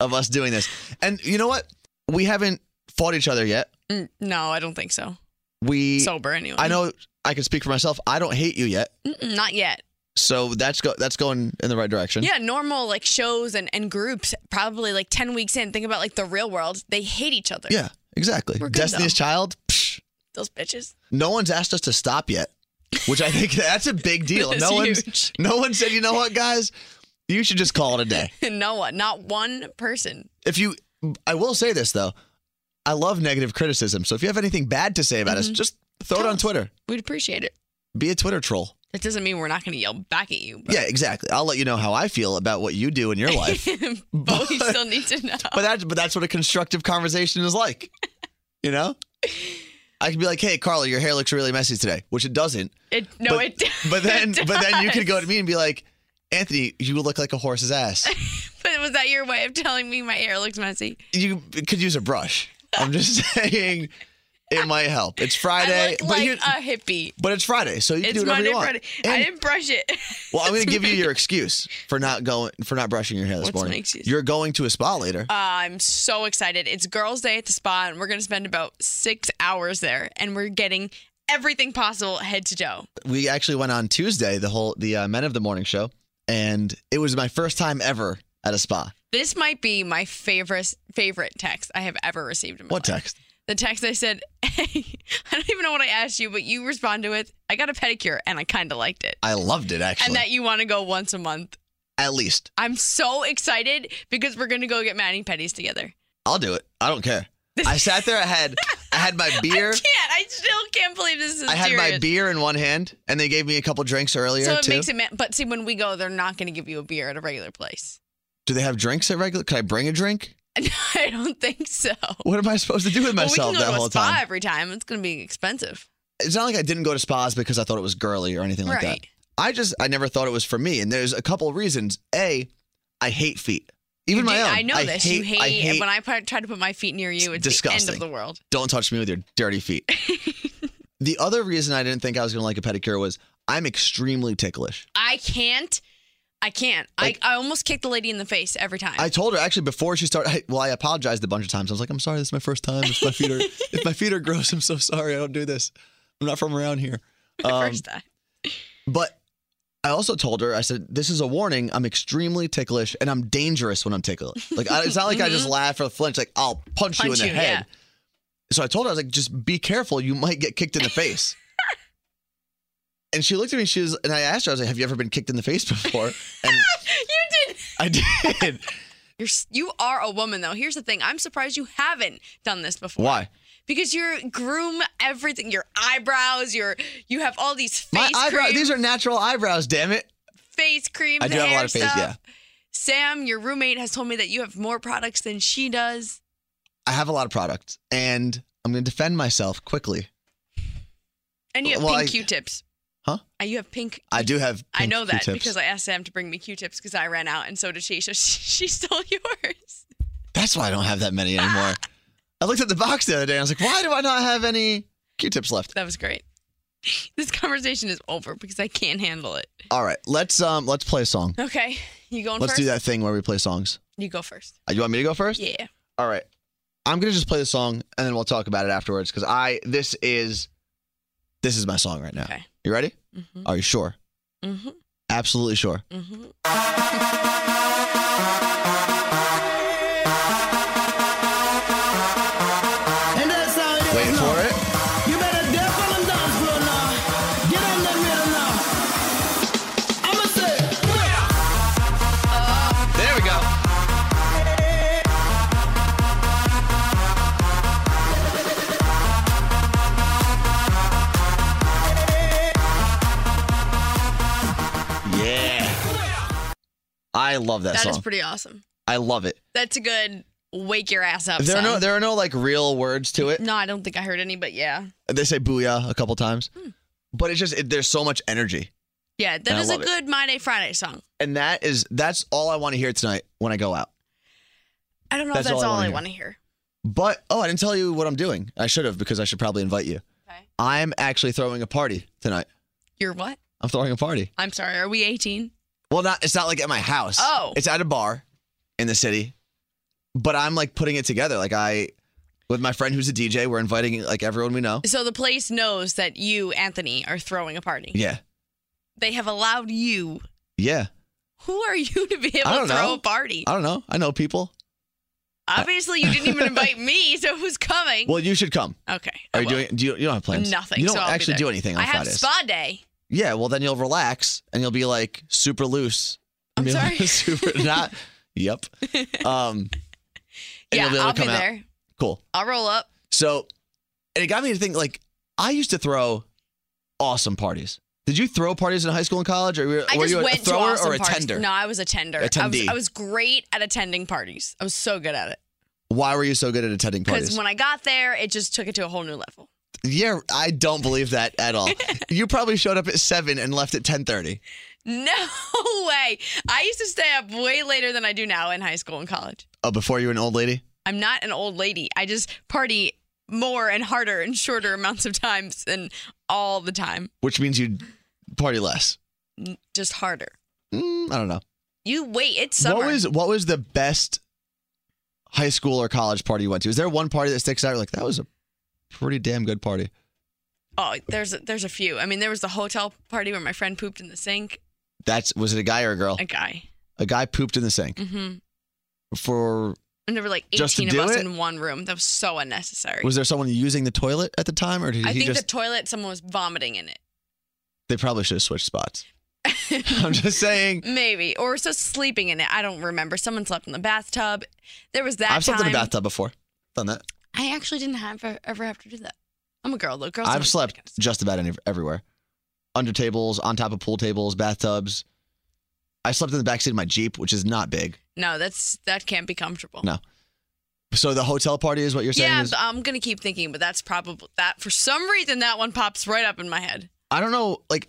Speaker 2: of us doing this. And you know what? We haven't fought each other yet.
Speaker 5: Mm, no, I don't think so.
Speaker 2: We
Speaker 5: Sober anyway.
Speaker 2: I know I can speak for myself. I don't hate you yet.
Speaker 5: Mm-mm, not yet.
Speaker 2: So that's go that's going in the right direction.
Speaker 5: Yeah, normal like shows and, and groups probably like 10 weeks in. Think about like the real world. They hate each other.
Speaker 2: Yeah, exactly.
Speaker 5: We're good,
Speaker 2: Destiny's
Speaker 5: though.
Speaker 2: Child. psh,
Speaker 5: Those bitches.
Speaker 2: no one's asked us to stop yet, which I think that's a big deal.
Speaker 5: That's
Speaker 2: no one's
Speaker 5: huge.
Speaker 2: no one said, you know what, guys, you should just call it a day.
Speaker 5: no one. Not one person.
Speaker 2: If you, I will say this though, I love negative
Speaker 5: Mm-hmm.
Speaker 2: criticism. So if you have anything bad to say about us, just throw it on Twitter.
Speaker 5: We'd appreciate it.
Speaker 2: Be a Twitter troll.
Speaker 5: That doesn't mean we're not going to yell back at you. But
Speaker 2: Yeah, exactly. I'll let you know how I feel about what you do in your life.
Speaker 5: but we still need to know.
Speaker 2: but that's but that's what a constructive conversation is like. You know? I could be like, "Hey, Carla, your hair looks really messy today," which it doesn't.
Speaker 5: It, no,
Speaker 2: but,
Speaker 5: it. does.
Speaker 2: But then,
Speaker 5: It
Speaker 2: but then you
Speaker 5: does.
Speaker 2: could go to me and be like, "Anthony, you look like a horse's ass.
Speaker 5: But was that your way of telling me my hair looks messy?
Speaker 2: You could use a brush." I'm just saying, it might help. It's Friday,
Speaker 5: I look
Speaker 2: uh, but
Speaker 5: like
Speaker 2: here-
Speaker 5: a hippie.
Speaker 2: but it's Friday, so you can do
Speaker 5: It's
Speaker 2: whatever
Speaker 5: Monday,
Speaker 2: you want.
Speaker 5: Friday.
Speaker 2: And-
Speaker 5: I didn't brush it. Uh,
Speaker 2: Well, I'm going to give you your excuse for not going for not brushing your hair this
Speaker 5: What's my
Speaker 2: morning.
Speaker 5: excuse? Uh,
Speaker 2: You're going to a spa later.
Speaker 5: I'm so excited. It's girls' day at the spa, and we're going to spend about six hours there, and we're getting everything possible head to toe.
Speaker 2: we actually went on Tuesday, the whole the uh, Men of the Morning show, and it was my first time ever at a spa.
Speaker 5: This might be my favorite favorite text I have ever received in my
Speaker 2: What
Speaker 5: life.
Speaker 2: text?
Speaker 5: The text I said, hey, I don't even know what I asked you, but you responded with, I got a pedicure, and I kind of liked it.
Speaker 2: I loved it actually.
Speaker 5: and that you want to go once a month.
Speaker 2: At least
Speaker 5: I'm so excited because we're going to go get Manny Petties together.
Speaker 2: I'll do it. I don't care. I sat there. I had I had my beer.
Speaker 5: I can't. I still can't believe this is
Speaker 2: I had
Speaker 5: serious.
Speaker 2: my beer in one hand, and they gave me a couple drinks earlier
Speaker 5: So it
Speaker 2: too.
Speaker 5: makes it, ma- but see, when we go, they're not going to give you a beer at a regular place.
Speaker 2: do they have drinks at regular? Could I bring a drink?
Speaker 5: I don't think so.
Speaker 2: What am I supposed to do with
Speaker 5: Well, we
Speaker 2: myself
Speaker 5: can go
Speaker 2: that
Speaker 5: to a
Speaker 2: whole
Speaker 5: spa
Speaker 2: time?
Speaker 5: every time. It's going to be expensive.
Speaker 2: It's not like I didn't go to spas because I thought it was girly or anything like
Speaker 5: Right.
Speaker 2: that. I just I never thought it was for me, and there's a couple of reasons. A, I hate feet.
Speaker 5: You
Speaker 2: Even my
Speaker 5: did-
Speaker 2: own.
Speaker 5: I know this. you hate,
Speaker 2: I hate
Speaker 5: when I put, try to put my feet near you. It's the
Speaker 2: disgusting.
Speaker 5: end of the world.
Speaker 2: don't touch me with your dirty feet. the other reason I didn't think I was going to like a pedicure was I'm extremely ticklish.
Speaker 5: I can't. I can't.
Speaker 2: Like-
Speaker 5: I, I almost kick the lady in the face every time.
Speaker 2: I told her actually before she started. I, well, I apologized a bunch of times. I was like, "I'm sorry, this is my first time. If my feet are if my feet are gross, I'm so sorry. I don't do this. I'm not from around here."
Speaker 5: the
Speaker 2: Um,
Speaker 5: first time.
Speaker 2: But I also told her, I said, this is a warning. I'm extremely ticklish and I'm dangerous when I'm ticklish. Like, I, it's not like I just laugh or flinch, like, I'll punch, you in
Speaker 5: Mm-hmm. Punch
Speaker 2: the
Speaker 5: you,
Speaker 2: head. So I told her, I was like, just be careful. You might get kicked in the face. and she looked at me, she was, and I asked her, I was like, have you ever been kicked in the face before? And
Speaker 5: You did.
Speaker 2: I did.
Speaker 5: You're s- you are a woman though. Here's the thing. I'm surprised you haven't done this before.
Speaker 2: Why?
Speaker 5: Because you groom everything. Your eyebrows. Your you have all these
Speaker 2: My
Speaker 5: face
Speaker 2: eyebrows,
Speaker 5: creams.
Speaker 2: these are natural eyebrows, damn it.
Speaker 5: face creams.
Speaker 2: I do
Speaker 5: hair
Speaker 2: have a lot of face,
Speaker 5: stuff.
Speaker 2: yeah.
Speaker 5: Sam, your roommate has told me that you have more products than she does.
Speaker 2: I have a lot of products and I'm going to defend myself quickly.
Speaker 5: And you have
Speaker 2: Well,
Speaker 5: pink
Speaker 2: I-
Speaker 5: Q-tips.
Speaker 2: Huh?
Speaker 5: Uh, You have pink.
Speaker 2: I do have.
Speaker 5: I know that
Speaker 2: Q-tips.
Speaker 5: because I asked Sam to bring me Q-tips because I ran out, and so did she. So she, she stole yours.
Speaker 2: That's why I don't have that many
Speaker 5: Ah.
Speaker 2: anymore. I looked at the box the other day and I was like, why do I not have any Q-tips left?
Speaker 5: That was great. This conversation is over because I can't handle it.
Speaker 2: All right, let's um let's play a song.
Speaker 5: Okay, you going
Speaker 2: Let's
Speaker 5: first?
Speaker 2: do that thing where we play songs.
Speaker 5: You go first.
Speaker 2: Uh, You want me to go first?
Speaker 5: Yeah.
Speaker 2: All right. I'm gonna just play the song and then we'll talk about it afterwards because I this is this is my song right now.
Speaker 5: Okay.
Speaker 2: You ready? Are you sure?
Speaker 5: Mm-hmm.
Speaker 2: Absolutely sure.
Speaker 5: Mm-hmm.
Speaker 8: And that's how it is
Speaker 2: Wait
Speaker 8: now.
Speaker 2: for it.
Speaker 8: You better dance on the dance floor now. Get on the rhythm now. I'ma say, yeah.
Speaker 2: There we go. Yeah. I love that,
Speaker 5: That
Speaker 2: song.
Speaker 5: is pretty awesome.
Speaker 2: I love it.
Speaker 5: That's a good wake your ass up.
Speaker 2: There are
Speaker 5: song.
Speaker 2: no there are no like real words to it.
Speaker 5: no, I don't think I heard any, but yeah,
Speaker 2: They say booyah a couple times.
Speaker 5: Hmm.
Speaker 2: But it's just it, there's so much energy.
Speaker 5: yeah,
Speaker 2: And
Speaker 5: that
Speaker 2: I
Speaker 5: is a
Speaker 2: love it.
Speaker 5: good My Day Friday song.
Speaker 2: And that is that's all I want to hear tonight when I go out.
Speaker 5: I don't know
Speaker 2: That's
Speaker 5: if that's
Speaker 2: all
Speaker 5: all,
Speaker 2: I wanna
Speaker 5: I
Speaker 2: hear.
Speaker 5: want to hear.
Speaker 2: But oh, I didn't tell you what I'm doing. I should have because I should probably invite you.
Speaker 5: Okay.
Speaker 2: I'm actually throwing a party tonight.
Speaker 5: You're what?
Speaker 2: I'm throwing a party.
Speaker 5: I'm sorry. Are we 18?
Speaker 2: Well, not it's not like at my house.
Speaker 5: Oh.
Speaker 2: It's at a bar in the city. But I'm like putting it together. Like I with my friend who's a DJ, we're inviting like everyone we know.
Speaker 5: So the place knows that you, Anthony, are throwing a party.
Speaker 2: Yeah.
Speaker 5: They have allowed you.
Speaker 2: Yeah.
Speaker 5: Who are you to be able
Speaker 2: I
Speaker 5: to
Speaker 2: don't
Speaker 5: throw
Speaker 2: know.
Speaker 5: a party?
Speaker 2: I don't know. I know people.
Speaker 5: Obviously, you didn't even invite me, so who's coming?
Speaker 2: Well, you should come.
Speaker 5: okay. I
Speaker 2: Are you
Speaker 5: will.
Speaker 2: doing do you, you don't have plans?
Speaker 5: nothing?
Speaker 2: You don't
Speaker 5: so I'll be
Speaker 2: actually
Speaker 5: there.
Speaker 2: do anything on
Speaker 5: I have
Speaker 2: Fridays.
Speaker 5: spa day.
Speaker 2: Yeah, well then you'll relax and you'll be like super loose.
Speaker 5: I'm
Speaker 2: You'll be, like,
Speaker 5: sorry.
Speaker 2: super not. Yep. Um and
Speaker 5: yeah,
Speaker 2: you'll be able
Speaker 5: I'll
Speaker 2: to come
Speaker 5: be
Speaker 2: out.
Speaker 5: there.
Speaker 2: Cool.
Speaker 5: I'll roll up.
Speaker 2: So and it got me to think like I used to throw awesome parties. Did you throw parties in high school and college, or were,
Speaker 5: I
Speaker 2: were
Speaker 5: just
Speaker 2: you a
Speaker 5: went to
Speaker 2: thrower
Speaker 5: awesome
Speaker 2: or a
Speaker 5: parties.
Speaker 2: tender?
Speaker 5: No, I was a tender. I was,
Speaker 2: Attendee.
Speaker 5: I was great at attending parties. I was so good at it
Speaker 2: Why were you so good at attending
Speaker 5: because
Speaker 2: parties?
Speaker 5: when I got there, it just took it to a whole new level.
Speaker 2: yeah, I don't believe that at all. you probably showed up at seven and left at ten thirty.
Speaker 5: No way. I used to stay up way later than I do now in high school and college.
Speaker 2: Oh, before you were an old lady.
Speaker 5: I'm not an old lady. I just party more and harder and shorter amounts of times and all the time,
Speaker 2: which means you'd party less.
Speaker 5: just harder.
Speaker 2: Mm, I don't know.
Speaker 5: You wait, it's summer.
Speaker 2: What was what was the best high school or college party you went to? Is there one party that sticks out? You're like that was a pretty damn good party.
Speaker 5: oh, there's a, there's a few. I mean, there was the hotel party where my friend pooped in the sink.
Speaker 2: That's was it a guy or a girl?
Speaker 5: A guy.
Speaker 2: A guy pooped in the sink
Speaker 5: Mm-hmm.
Speaker 2: for.
Speaker 5: And there were like
Speaker 2: Just to
Speaker 5: 18 of
Speaker 2: do
Speaker 5: us
Speaker 2: it?
Speaker 5: in one room. That was so unnecessary.
Speaker 2: Was there someone using the toilet at the time, or did
Speaker 5: I
Speaker 2: he
Speaker 5: think
Speaker 2: just?
Speaker 5: the toilet, someone was vomiting in it.
Speaker 2: they probably should have switched spots. I'm just saying.
Speaker 5: Maybe. Or so sleeping in it. I don't remember. Someone slept in the bathtub. There was that
Speaker 2: I've slept in a
Speaker 5: time-
Speaker 2: bathtub before. Done that.
Speaker 5: I actually didn't have uh, ever have to do that. I'm a girl though. Girls.
Speaker 2: I've
Speaker 5: don't-
Speaker 2: slept just about any, everywhere. Under tables, on top of pool tables, bathtubs. I slept in the backseat of my Jeep, which is not big.
Speaker 5: No, that's that can't be comfortable.
Speaker 2: No. So the hotel party is what you're saying?
Speaker 5: Yeah,
Speaker 2: is-
Speaker 5: but I'm gonna keep thinking, but that's probably that. For some reason, that one pops right up in my head.
Speaker 2: I don't know. Like,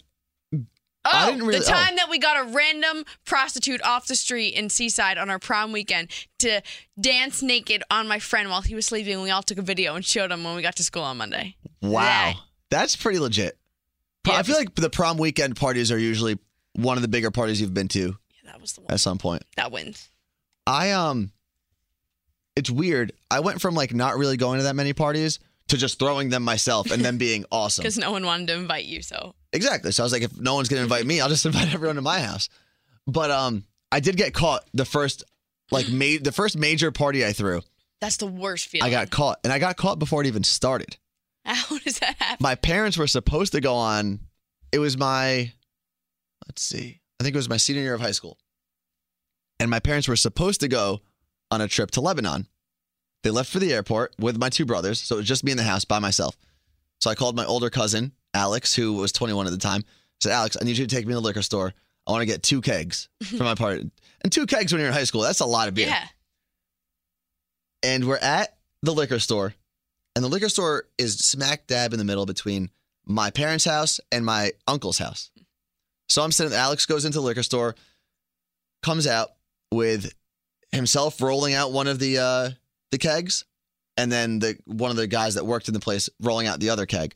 Speaker 5: Oh,
Speaker 2: I didn't really-
Speaker 5: the
Speaker 2: oh.
Speaker 5: time that we got a random prostitute off the street in Seaside on our prom weekend to dance naked on my friend while he was sleeping. We all took a video and showed him when we got to school on Monday.
Speaker 2: wow,
Speaker 5: That-
Speaker 2: that's pretty legit. Pro-
Speaker 5: Yeah,
Speaker 2: I feel like the prom weekend parties are usually one of the bigger parties you've been to
Speaker 5: Yeah, that was the one.
Speaker 2: at some point.
Speaker 5: That wins.
Speaker 2: I um, it's weird. I went from like not really going to that many parties to just throwing them myself and then being awesome.
Speaker 5: Because no one wanted to invite you, so
Speaker 2: Exactly. So I was like, if no one's gonna invite me, I'll just invite everyone to my house. But um, I did get caught the first like ma- the first major party I threw.
Speaker 5: that's the worst feeling.
Speaker 2: I got caught, and I got caught before it even started.
Speaker 5: How does that happen?
Speaker 2: my parents were supposed to go on. It was my, let's see, I think it was my senior year of high school. And my parents were supposed to go on a trip to Lebanon. They left for the airport with my two brothers. So it was just me in the house by myself. So I called my older cousin, Alex, who was 21 at the time. I said, Alex, I need you to take me to the liquor store. I want to get two kegs for my party. And two kegs when you're in high school, that's a lot of beer
Speaker 5: Yeah.
Speaker 2: and we're at the liquor store, and the liquor store is smack dab in the middle between my parents' house and my uncle's house. So I'm sitting. Alex goes into the liquor store, comes out with himself rolling out one of the uh, the kegs, and then the one of the guys that worked in the place rolling out the other keg.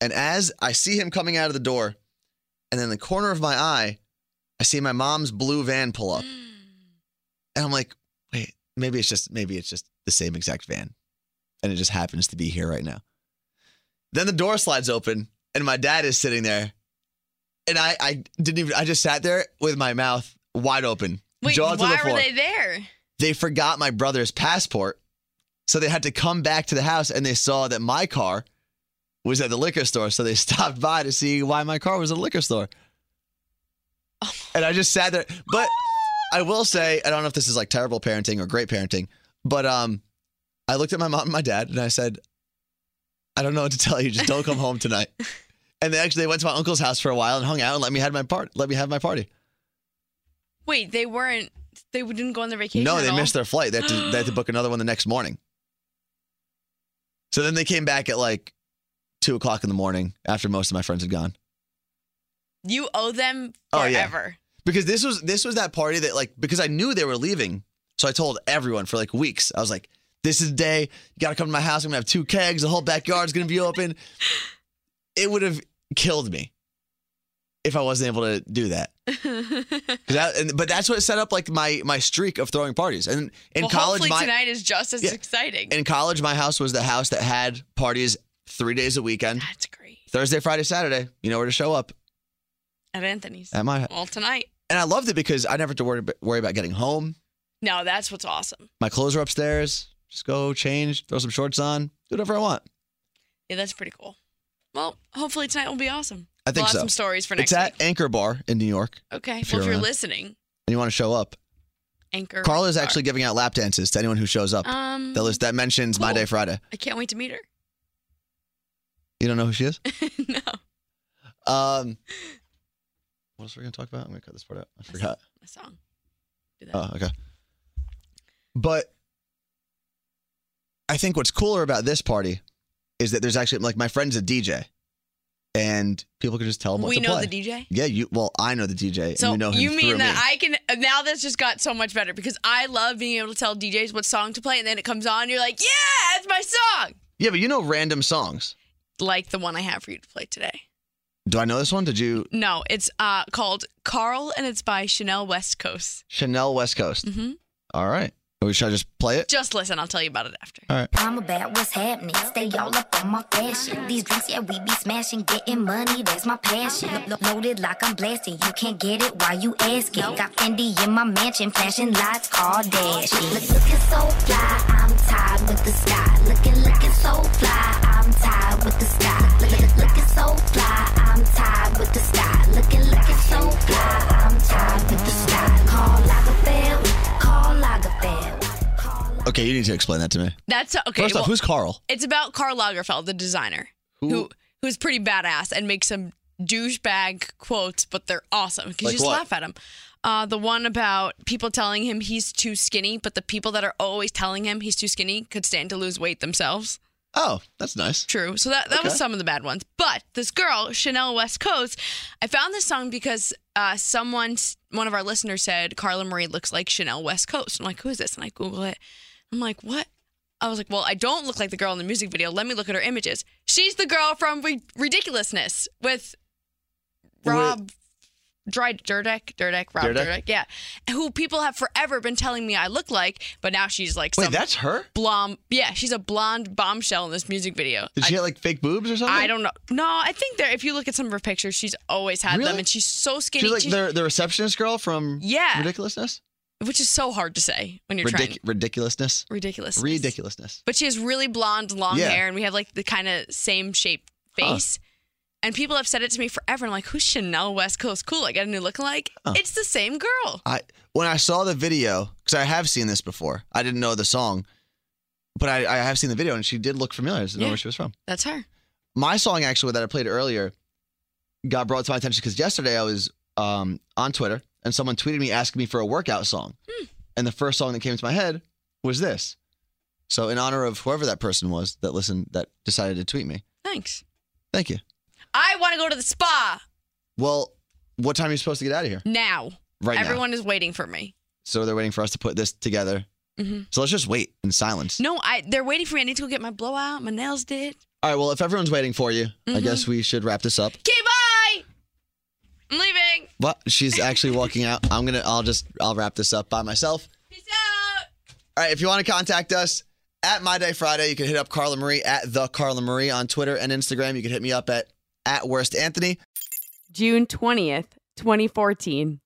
Speaker 2: And as I see him coming out of the door, and in the corner of my eye, I see my mom's blue van pull up,
Speaker 5: Mm.
Speaker 2: and I'm like, wait, maybe it's just maybe it's just the same exact van, and it just happens to be here right now. Then the door slides open, and my dad is sitting there, and I I didn't even I just sat there with my mouth wide open,
Speaker 5: Wait,
Speaker 2: jaw to the
Speaker 5: why
Speaker 2: floor
Speaker 5: were they there?
Speaker 2: they forgot my brother's passport. So they had to come back to the house and they saw that my car was at the liquor store. So they stopped by to see why my car was at the liquor store. And I just sat there. But I will say, I don't know if this is like terrible parenting or great parenting, but um, I looked at my mom and my dad and I said, I don't know what to tell you. Just don't come home tonight. And they actually they went to my uncle's house for a while and hung out and let me have my part. Let me have my party.
Speaker 5: Wait, they weren't. They didn't go on their vacation.
Speaker 2: No,
Speaker 5: at
Speaker 2: they
Speaker 5: all?
Speaker 2: missed their flight. They had, to, they had to book another one the next morning. So then they came back at like two o'clock in the morning after most of my friends had gone.
Speaker 5: You owe them
Speaker 2: Oh, yeah.
Speaker 5: forever.
Speaker 2: Because this was this was that party that like because I knew they were leaving, so I told everyone for like weeks. I was like, "This is the day. You got to come to my house. I'm gonna have two kegs. The whole backyard's gonna be open." It would have killed me if I wasn't able to do that. 'Cause that- and- but that's what set up like my my streak of throwing parties. And in
Speaker 5: well,
Speaker 2: college,
Speaker 5: hopefully
Speaker 2: my,
Speaker 5: tonight is just as
Speaker 2: Yeah.
Speaker 5: exciting.
Speaker 2: in college, my house was the house that had parties three days a weekend
Speaker 5: That's great.
Speaker 2: Thursday, Friday, Saturday. You know where to show up
Speaker 5: At Anthony's.
Speaker 2: at my
Speaker 5: well, tonight.
Speaker 2: And I loved it because I never had to worry, worry about getting home.
Speaker 5: No, that's what's awesome.
Speaker 2: My clothes are upstairs. Just go change, throw some shorts on, do whatever I want.
Speaker 5: Yeah, that's pretty cool. Well, hopefully tonight will be awesome.
Speaker 2: I think
Speaker 5: we'll
Speaker 2: so.
Speaker 5: have some stories for next
Speaker 2: it's at
Speaker 5: week.
Speaker 2: Anchor Bar in New York,
Speaker 5: okay.
Speaker 2: if
Speaker 5: well,
Speaker 2: you're
Speaker 5: if you're
Speaker 2: around.
Speaker 5: listening,
Speaker 2: and you want to show up.
Speaker 5: Anchor.
Speaker 2: Carla's
Speaker 5: Bar.
Speaker 2: actually giving out lap dances to anyone who shows up.
Speaker 5: Um,
Speaker 2: that, list, that mentions My
Speaker 5: cool.
Speaker 2: Day Friday.
Speaker 5: I can't wait to meet her.
Speaker 2: You don't know who she is?
Speaker 5: no.
Speaker 2: Um, what else are we gonna talk about? I'm gonna cut this part out. I forgot.
Speaker 5: A song. Do that.
Speaker 2: Oh, okay. But I think what's cooler about this party is that there's actually like my friend's a DJ, and people can just tell him what
Speaker 5: we
Speaker 2: to
Speaker 5: know
Speaker 2: play.
Speaker 5: the DJ.
Speaker 2: Yeah, you. Well, I know the DJ. and
Speaker 5: So
Speaker 2: you know him
Speaker 5: you
Speaker 2: through
Speaker 5: mean that
Speaker 2: me.
Speaker 5: I can uh, now? That's just got so much better because I love being able to tell DJs what song to play, and then it comes on, you're like, "Yeah, it's my song,"
Speaker 2: Yeah, but you know random songs.
Speaker 5: like the one I have for you to play today.
Speaker 2: Do I know this one? Did you
Speaker 5: No, it's uh, called Carl, and it's by Chanel West Coast.
Speaker 2: Chanel West Coast?
Speaker 5: Mhm.
Speaker 2: All right. Or should I just play it?
Speaker 5: Just listen, I'll tell you about it after.
Speaker 10: I'm about what's happening. Stay all up on my fashion. These drinks, yeah, we be smashing. Getting money, that's my passion. Lo- lo- loaded like I'm blasting. You can't get it, why you asking? Got Fendi in my mansion, flashing lights, Kardashian. Look, looking so fly, I'm tied with the sky. Looking, looking so fly, I'm tied with the sky. Look, look, looking so fly, I'm tied with the sky. Looking, looking so fly, I'm tied with the sky. Call Lagerfeld, call Lagerfeld. Call
Speaker 2: Okay, you need to explain that to me.
Speaker 5: That's okay.
Speaker 2: First
Speaker 5: well,
Speaker 2: off, who's Carl?
Speaker 5: it's about Karl Lagerfeld, the designer, who, who's pretty badass and makes some douchebag quotes, but they're awesome because
Speaker 2: Like
Speaker 5: you just
Speaker 2: what?
Speaker 5: laugh at him. Uh, the one about people telling him he's too skinny, but the people that are always telling him he's too skinny could stand to lose weight themselves.
Speaker 2: Oh, that's nice.
Speaker 5: True. So that, that was some of the bad ones. But this girl, Chanel West Coast, I found this song because uh, someone, one of our listeners said, Carla Marie looks like Chanel West Coast. I'm like, who is this? And I Google it. I'm like, what? I was like, well, I don't look like the girl in the music video. Let me look at her images. She's the girl from Re- Ridiculousness with Rob Dry Durdek, Durdek, Rob
Speaker 2: Dyrdek?
Speaker 5: Durdek? yeah, who people have forever been telling me I look like, but now she's like
Speaker 2: Wait,
Speaker 5: some
Speaker 2: that's her?
Speaker 5: blonde. Yeah, she's a blonde bombshell in this music video.
Speaker 2: Did she get like fake boobs or something?
Speaker 5: I don't know. No, I think there. If you look at some of her pictures, she's always had them,
Speaker 2: Really?
Speaker 5: and she's so skinny,
Speaker 2: She's like
Speaker 5: She's-
Speaker 2: the the receptionist girl from
Speaker 5: Yeah.
Speaker 2: Ridiculousness.
Speaker 5: which is so hard to say when you're trying.
Speaker 2: Ridic- ridiculousness.
Speaker 5: Ridiculous.
Speaker 2: Ridiculousness.
Speaker 5: But she has really blonde, long
Speaker 2: Yeah.
Speaker 5: hair, and we have like the kind of same shape face. And people have said it to me forever. I'm like, who's Chanel West Coast? Cool, I got a new look alike. It's the same girl.
Speaker 2: I when I saw the video because I have seen this before. I didn't know the song, but I, I have seen the video and she did look familiar. I just didn't know
Speaker 5: Yeah.
Speaker 2: where she was from.
Speaker 5: That's her.
Speaker 2: My song actually that I played earlier got brought to my attention because yesterday I was um, on Twitter and someone tweeted me asking me for a workout song,
Speaker 5: Hmm.
Speaker 2: and the first song that came to my head was this. So in honor of whoever that person was that listened that decided to tweet me,
Speaker 5: Thanks.
Speaker 2: thank you.
Speaker 5: I want to go to the spa
Speaker 2: Well, what time are you supposed to get out of here?
Speaker 5: now.
Speaker 2: Right now.
Speaker 5: Everyone is waiting for me.
Speaker 2: So they're waiting for us to put this together. So let's just wait in silence.
Speaker 5: No, I. They're waiting for me. I need to go get my blowout. My nails did.
Speaker 2: All right. Well, if everyone's waiting for you, I guess we should wrap this up.
Speaker 5: Okay, bye. I'm leaving.
Speaker 2: But she's actually walking out. I'm gonna. I'll just. I'll wrap this up by myself.
Speaker 5: Peace out.
Speaker 2: All right. If you want to contact us at My Day Friday, you can hit up Carla Marie at the Carla Marie on Twitter and Instagram. You can hit me up at at Worst Anthony.
Speaker 1: June 20th, 2014.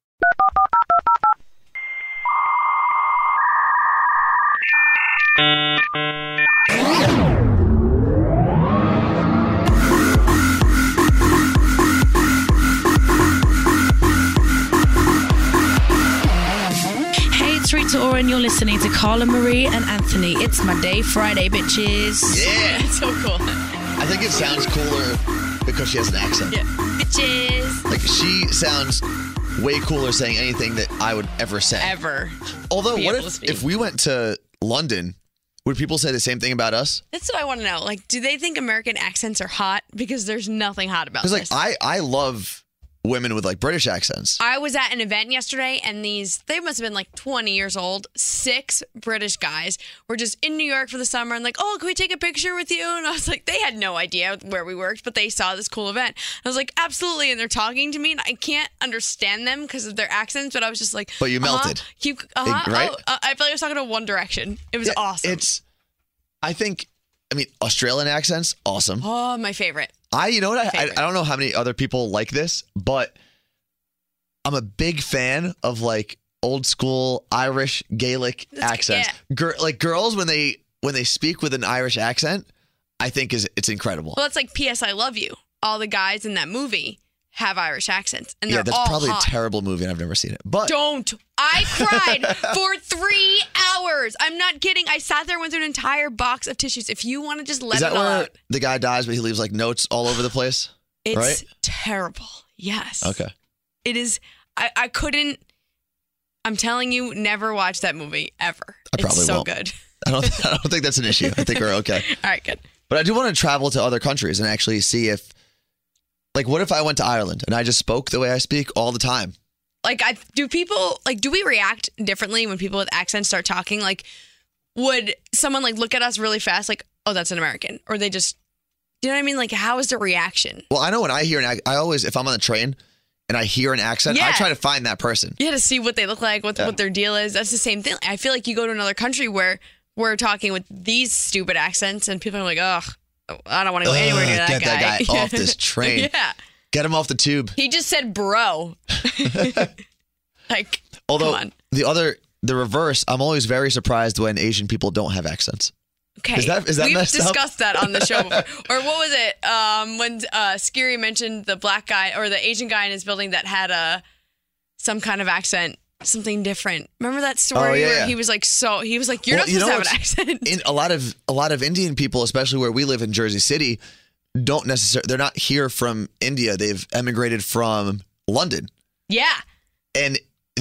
Speaker 9: Hey, it's Rita Ora, and you're listening to Carla Marie and Anthony. It's my day Friday, bitches.
Speaker 2: Yeah.
Speaker 5: That's so cool.
Speaker 2: I think it sounds cooler because she has an accent.
Speaker 5: Bitches.
Speaker 2: Like she sounds way cooler saying anything that I would ever say.
Speaker 5: Ever.
Speaker 2: Although,
Speaker 5: be
Speaker 2: what
Speaker 5: able to
Speaker 2: if
Speaker 5: speak.
Speaker 2: if we went to London, would people say the same thing about us?
Speaker 5: That's what I want to know. Like, do they think American accents are hot? Because there's nothing hot about
Speaker 2: Because like
Speaker 5: this.
Speaker 2: I I love women with like British accents.
Speaker 5: I was at an event yesterday, and these they must have been like 20 years old. Six British guys were just in New York for the summer, and like, oh, can we take a picture with you? And I was like, they had no idea where we worked, but they saw this cool event. I was like, absolutely. And they're talking to me, and I can't understand them because of their accents. But I was just like,
Speaker 2: But you
Speaker 5: uh-huh,
Speaker 2: melted.
Speaker 5: Keep, uh-huh,
Speaker 2: Right?
Speaker 5: oh, uh, I feel like I was talking to One Direction. It was
Speaker 2: Yeah,
Speaker 5: awesome.
Speaker 2: It's I think I mean Australian accents awesome.
Speaker 5: oh, my favorite.
Speaker 2: I you know what I, I
Speaker 5: Favorite.
Speaker 2: I don't know how many other people like this, but I'm a big fan of like old school Irish Gaelic
Speaker 5: That's-
Speaker 2: accents. Gir- like girls when they when they speak with an Irish accent, I think is it's incredible.
Speaker 5: Well, it's like P.S. I Love You. All the guys in that movie have Irish accents, and they're
Speaker 2: yeah, that's
Speaker 5: all
Speaker 2: probably
Speaker 5: hot.
Speaker 2: a terrible movie and I've never seen it. But
Speaker 5: Don't. I cried for three hours. I'm not kidding. I sat there with an entire box of tissues. If you want to just let
Speaker 2: Is
Speaker 5: it
Speaker 2: that
Speaker 5: all
Speaker 2: where
Speaker 5: out.
Speaker 2: the guy dies, but he leaves like notes all over the place?
Speaker 5: It's
Speaker 2: right?
Speaker 5: terrible. Yes.
Speaker 2: Okay.
Speaker 5: It is. I, I couldn't. I'm telling you, never watch that movie ever.
Speaker 2: I probably
Speaker 5: it's so
Speaker 2: won't.
Speaker 5: good.
Speaker 2: I don't, I don't think that's an issue. I think we're okay.
Speaker 5: All right, good.
Speaker 2: But I do want to travel to other countries and actually see if, like, what if I went to Ireland and I just spoke the way I speak all the time?
Speaker 5: Like, I do people like do we react differently when people with accents start talking? Like, would someone like look at us really fast, like, oh, that's an American, or they just, you know what I mean? Like, how is the reaction?
Speaker 2: Well, I know when I hear an ac I always, if I'm on the train and I hear an accent, I
Speaker 5: Yeah.
Speaker 2: try to find that person.
Speaker 5: You had to see what they look like, what what their deal is. That's the same thing. I feel like you go to another country where we're talking with these stupid accents, and people are like, "Ugh, I don't want to go anywhere near that
Speaker 2: Ugh, get
Speaker 5: guy."
Speaker 2: that guy
Speaker 5: Yeah.
Speaker 2: off this train.
Speaker 5: yeah,
Speaker 2: Get him off the tube.
Speaker 5: he just said, "Bro." like,
Speaker 2: Although
Speaker 5: come on.
Speaker 2: the other, the reverse, I'm always very surprised when Asian people don't have accents.
Speaker 5: Okay.
Speaker 2: Is that- is that
Speaker 5: We've
Speaker 2: messed up?
Speaker 5: discussed that on the show before. or what was it? Um, when uh, Scary mentioned the black guy or the Asian guy in his building that had a some kind of accent, something different. Remember that story
Speaker 2: Oh, yeah,
Speaker 5: where
Speaker 2: yeah.
Speaker 5: he was like, so he was like, "You're
Speaker 2: Well,
Speaker 5: not
Speaker 2: you
Speaker 5: supposed
Speaker 2: know
Speaker 5: to have an
Speaker 2: what's-
Speaker 5: accent."
Speaker 2: In a lot of a lot of Indian people, especially where we live in Jersey City, don't necessarily they're not here from India. They've emigrated from London.
Speaker 5: yeah.
Speaker 2: and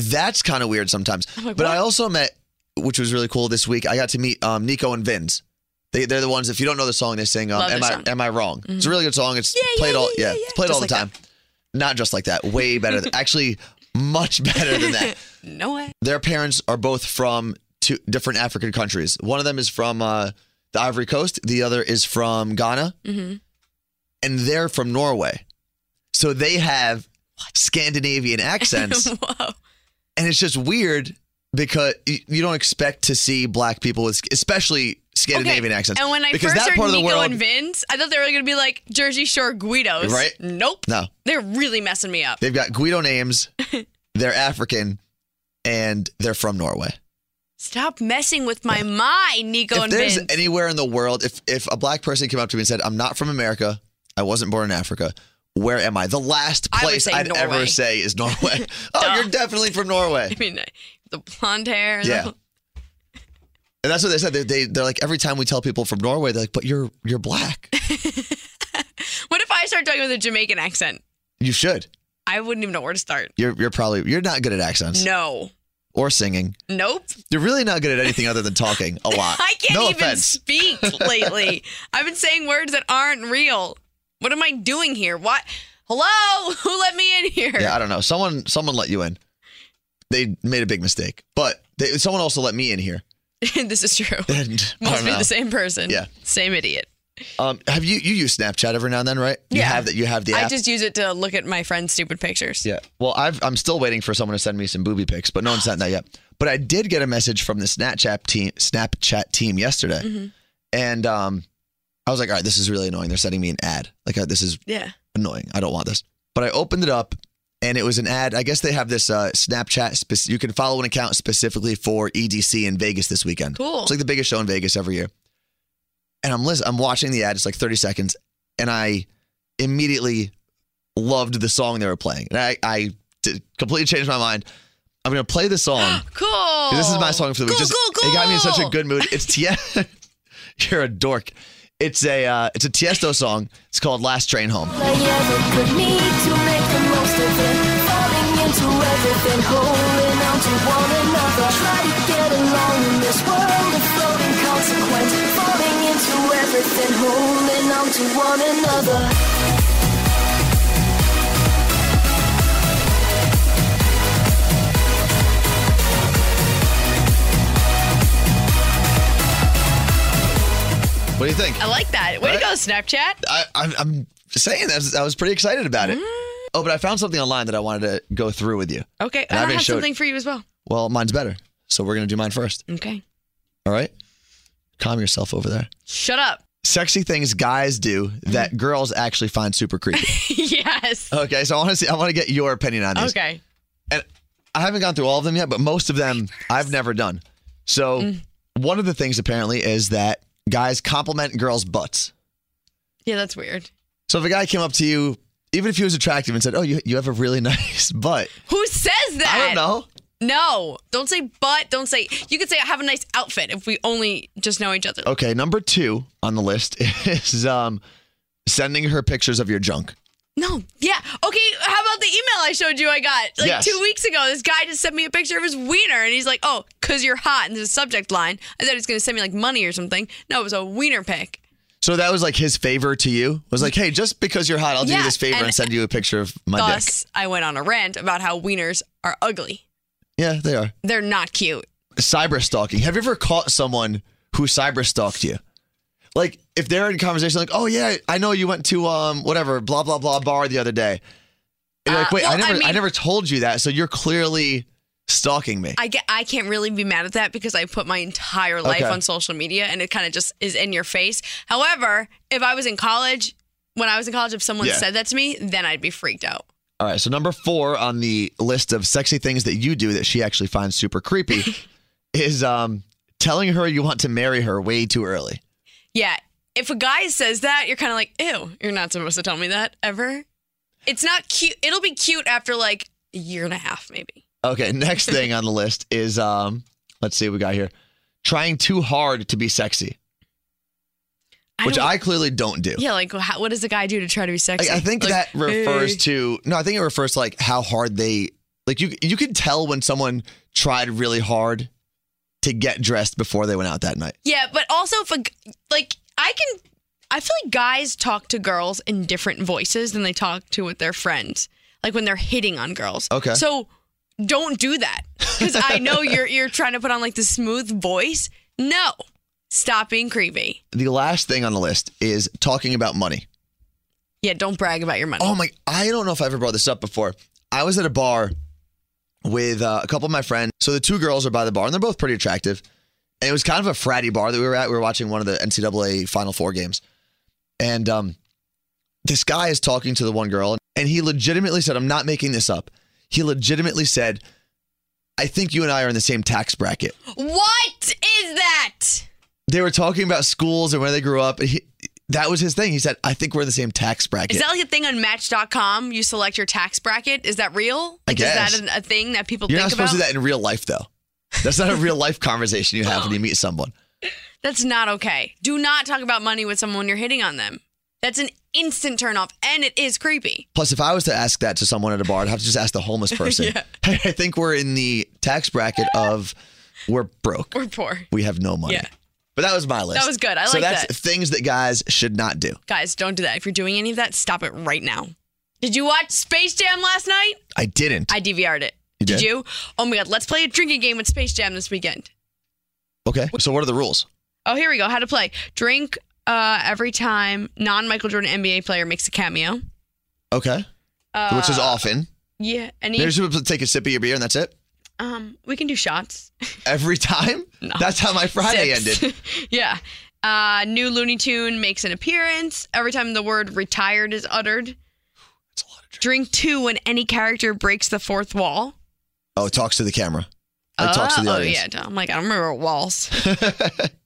Speaker 2: that's kind of weird sometimes.
Speaker 5: like,
Speaker 2: but
Speaker 5: what?
Speaker 2: I also met, which was really cool this week. I got to meet um, Nico and Vince. They, they're the ones. If you don't know the song, they sing. Um,
Speaker 5: Love their
Speaker 2: am I
Speaker 5: song.
Speaker 2: am I wrong? It's a really good song. It's played all yeah, it's played
Speaker 5: Just
Speaker 2: all the
Speaker 5: like
Speaker 2: time. Not just like that. Way better. Than, actually, much better than that.
Speaker 5: No way.
Speaker 2: Their parents are both from two different African countries. One of them is from uh, the Ivory Coast. The other is from Ghana,
Speaker 5: Mm-hmm.
Speaker 2: and they're from Norway. So they have Scandinavian accents.
Speaker 5: Whoa.
Speaker 2: and it's just weird because y- you don't expect to see black people with, especially Scandinavian accents.
Speaker 5: And when I
Speaker 2: because
Speaker 5: first
Speaker 2: that
Speaker 5: heard
Speaker 2: part of the
Speaker 5: Nico
Speaker 2: world,
Speaker 5: and Vince, I thought they were going to be like Jersey Shore Guidos.
Speaker 2: Right.
Speaker 5: Nope.
Speaker 2: no,
Speaker 5: They're really messing me up.
Speaker 2: they've got Guido names. they're African, and they're from Norway.
Speaker 5: Stop messing with my mind, Nico
Speaker 2: if
Speaker 5: and
Speaker 2: there's
Speaker 5: Vince.
Speaker 2: anywhere in the world, if if a black person came up to me and said, "I'm not from America, I wasn't born in Africa," where am I? The last
Speaker 5: I would
Speaker 2: place
Speaker 5: say
Speaker 2: I'd ever
Speaker 5: Norway.
Speaker 2: say is Norway. oh,
Speaker 5: Duh.
Speaker 2: you're definitely from Norway.
Speaker 5: I mean, uh, the blonde hair. the-
Speaker 2: Yeah. And that's what they said. They, they they're like every time we tell people from Norway, they're like, "But you're you're black.
Speaker 5: What if I start talking with a Jamaican accent?
Speaker 2: You should."
Speaker 5: I wouldn't even know where to start.
Speaker 2: You're you're probably you're not good at accents
Speaker 5: No.
Speaker 2: or singing.
Speaker 5: Nope.
Speaker 2: You're really not good at anything other than talking a lot.
Speaker 5: I can't
Speaker 2: Uh, no
Speaker 5: even
Speaker 2: offense.
Speaker 5: speak lately. I've been saying words that aren't real. What am I doing here? What? Hello? Who let me in here?
Speaker 2: Yeah, I don't know. Someone someone let you in. They made a big mistake, but they, someone also let me in here.
Speaker 5: this is true.
Speaker 2: And I
Speaker 5: Must
Speaker 2: don't
Speaker 5: be
Speaker 2: know.
Speaker 5: the same person.
Speaker 2: Yeah.
Speaker 5: Same idiot.
Speaker 2: Um, have you you use Snapchat every now and then, right? You
Speaker 5: Yeah.
Speaker 2: have that. You have the
Speaker 5: I
Speaker 2: app.
Speaker 5: just use it to look at my friend's stupid pictures.
Speaker 2: yeah. Well, I've, I'm still waiting for someone to send me some booby pics, but no one sent that yet. But I did get a message from the Snapchat team, Snapchat team yesterday,
Speaker 5: Mm-hmm.
Speaker 2: and um, I was like, all right, this is really annoying. They're sending me an ad. Like uh, this is
Speaker 5: Yeah.
Speaker 2: annoying. I don't want this. But I opened it up and it was an ad. I guess they have this uh, Snapchat. Spec- you can follow an account specifically for EDC in Vegas this weekend.
Speaker 5: Cool.
Speaker 2: It's like the biggest show in Vegas every year. And I'm listening. I'm watching the ad. It's like 30 seconds, and I immediately loved the song they were playing. And I, I did, completely changed my mind. I'm gonna play the song.
Speaker 5: Cool.
Speaker 2: 'Cause This is my song for the week.
Speaker 5: Oh. Cool,
Speaker 2: Just-
Speaker 5: cool, cool.
Speaker 2: It got me in such a good mood. It's Tiesto. You're a dork. It's a uh, it's a Tiesto song. It's called Last Train Home. What do you think?
Speaker 5: I like that. Way
Speaker 2: Right?
Speaker 5: to go, Snapchat.
Speaker 2: I, I'm, I'm saying that I was pretty excited about it. Oh, but I found something online that I wanted to go through with you.
Speaker 5: Okay.
Speaker 2: And
Speaker 5: I
Speaker 2: I've
Speaker 5: don't
Speaker 2: been
Speaker 5: have
Speaker 2: showed-
Speaker 5: something for you as well.
Speaker 2: Well, mine's better, so we're gonna do mine first.
Speaker 5: Okay.
Speaker 2: All right, calm yourself over there.
Speaker 5: Shut up.
Speaker 2: Sexy things guys do that girls actually find super creepy.
Speaker 5: yes.
Speaker 2: okay, so I want to see. I want to get your opinion on these.
Speaker 5: Okay.
Speaker 2: And I haven't gone through all of them yet, but most of them I've never done. So
Speaker 5: Mm.
Speaker 2: one of the things apparently is that guys compliment girls' butts.
Speaker 5: Yeah, that's weird.
Speaker 2: So if a guy came up to you, even if he was attractive, and said, "Oh, you you have a really nice butt,"
Speaker 5: Who says that?
Speaker 2: I don't know.
Speaker 5: No. Don't say but. Don't say. You could say I have a nice outfit if we only just know each
Speaker 2: Oh.
Speaker 5: other.
Speaker 2: Okay, number two on the list is um, sending her pictures of your junk.
Speaker 5: No. Yeah. Okay. How about the email I showed you? I got like
Speaker 6: Yes.
Speaker 5: two weeks ago. This guy just sent me a picture of his wiener, and he's like, "Oh, cause you're hot." And there's a subject line. I thought he was gonna send me like money or something. No, it was a wiener pic.
Speaker 2: So that was like his favor to you. Was like, hey, just because you're hot, I'll do
Speaker 5: Yeah,
Speaker 2: you this favor and,
Speaker 5: and-
Speaker 2: send you a picture of my dick.
Speaker 5: Thus, I went on a rant about how wieners are ugly.
Speaker 2: Yeah, they are.
Speaker 5: They're not cute.
Speaker 2: Cyber stalking. Have you ever caught someone who cyber stalked you? Like if they're in conversation, like, oh yeah, I know you went to um whatever blah blah blah bar the other day. And you're like,
Speaker 5: Uh,
Speaker 2: wait,
Speaker 5: well,
Speaker 2: I
Speaker 5: I
Speaker 2: never, I,
Speaker 5: mean-
Speaker 2: never told you that. So you're clearly stalking me.
Speaker 5: I get. I can't really be mad at that because I put my entire life
Speaker 2: Okay.
Speaker 5: on social media, and it kind of just is in your face. However, if I was in college, when I was in college, if someone
Speaker 2: Yeah.
Speaker 5: said that to me, then I'd be freaked out.
Speaker 2: All right, so number four on the list of sexy things that you do that she actually finds super creepy is um telling her you want to marry her way too early.
Speaker 5: Yeah. If a guy says that, you're kind of like, ew, you're not supposed to tell me that ever. It's not cute. It'll be cute after like a year and a half, maybe.
Speaker 2: Okay, next thing on the list is um let's see what we got here. Trying too hard to be sexy. which
Speaker 5: don't-
Speaker 2: I clearly don't do.
Speaker 5: Yeah, like how, what does a guy do to try to be sexy?
Speaker 2: I, I think
Speaker 5: Like,
Speaker 2: that refers
Speaker 5: "Hey."
Speaker 2: to no, I think it refers to like how hard they like you you could tell when someone tried really hard to get dressed before they went out that night.
Speaker 5: Yeah, but also if a g- like I can, I feel like guys talk to girls in different voices than they talk to with their friends. Like when they're hitting on girls.
Speaker 6: Okay.
Speaker 5: So don't do that because I know you're you're trying to put on like the smooth voice. No, stop being creepy.
Speaker 2: The last thing on the list is talking about money.
Speaker 5: Yeah, don't brag about your money.
Speaker 2: Oh my! I don't know if I ever brought this up before. I was at a bar with uh, a couple of my friends. So the two girls are by the bar, and they're both pretty attractive. And it was kind of a fratty bar that we were at. We were watching one of the NCAA Final Four games, and um, this guy is talking to the one girl, and he legitimately said, "I'm not making this up." He legitimately said, "I think you and I are in the same tax bracket."
Speaker 5: What is that?
Speaker 2: They were talking about schools and where they grew up. and He, that was his thing. He said, "I think we're in the same tax bracket."
Speaker 5: Is that like a thing on Match.com? You select your tax bracket. Is that real?
Speaker 2: I
Speaker 5: Like,
Speaker 2: guess.
Speaker 5: Is that an- a thing that people
Speaker 2: You're
Speaker 5: think
Speaker 2: not supposed
Speaker 5: about?
Speaker 2: to do that in real life, though. That's not a real life conversation you have when you meet someone.
Speaker 5: That's not okay. Do not talk about money with someone when you're hitting on them. That's an instant turnoff, and it is creepy.
Speaker 2: Plus, if I was to ask that to someone at a bar, I'd have to just ask the homeless person.
Speaker 5: Yeah.
Speaker 2: Hey, I think we're in the tax bracket of we're broke.
Speaker 5: We're poor.
Speaker 2: We have no money.
Speaker 5: Yeah.
Speaker 2: But that was my list.
Speaker 5: was good. I
Speaker 2: so
Speaker 5: like
Speaker 2: that's
Speaker 5: that.
Speaker 2: things that guys should not do.
Speaker 5: Guys, don't do that. If you're doing any of that, stop it right now. Did you watch Space Jam last night?
Speaker 2: I didn't.
Speaker 5: I DVR'd it.
Speaker 2: You did?
Speaker 5: you? Oh my God, let's play a drinking game with Space Jam this weekend.
Speaker 2: okay. So what are the rules?
Speaker 5: Oh, here we go. How to play. Drink uh, every time non Michael Jordan NBA player makes a cameo.
Speaker 2: Okay.
Speaker 5: Uh,
Speaker 2: Which is often.
Speaker 5: Yeah. And
Speaker 2: They're
Speaker 5: he,
Speaker 2: just supposed to take a sip of your beer and that's it.
Speaker 5: um, we can do shots.
Speaker 2: Every time. That's how my Friday
Speaker 5: Sips.
Speaker 2: ended.
Speaker 5: yeah. Uh, new Looney Tune makes an appearance every time the word retired is uttered. Drink two when any character breaks the fourth wall.
Speaker 2: Oh, it talks to the camera. It talks to the
Speaker 5: Uh,
Speaker 2: audience.
Speaker 5: Oh yeah, I'm like I don't remember walls.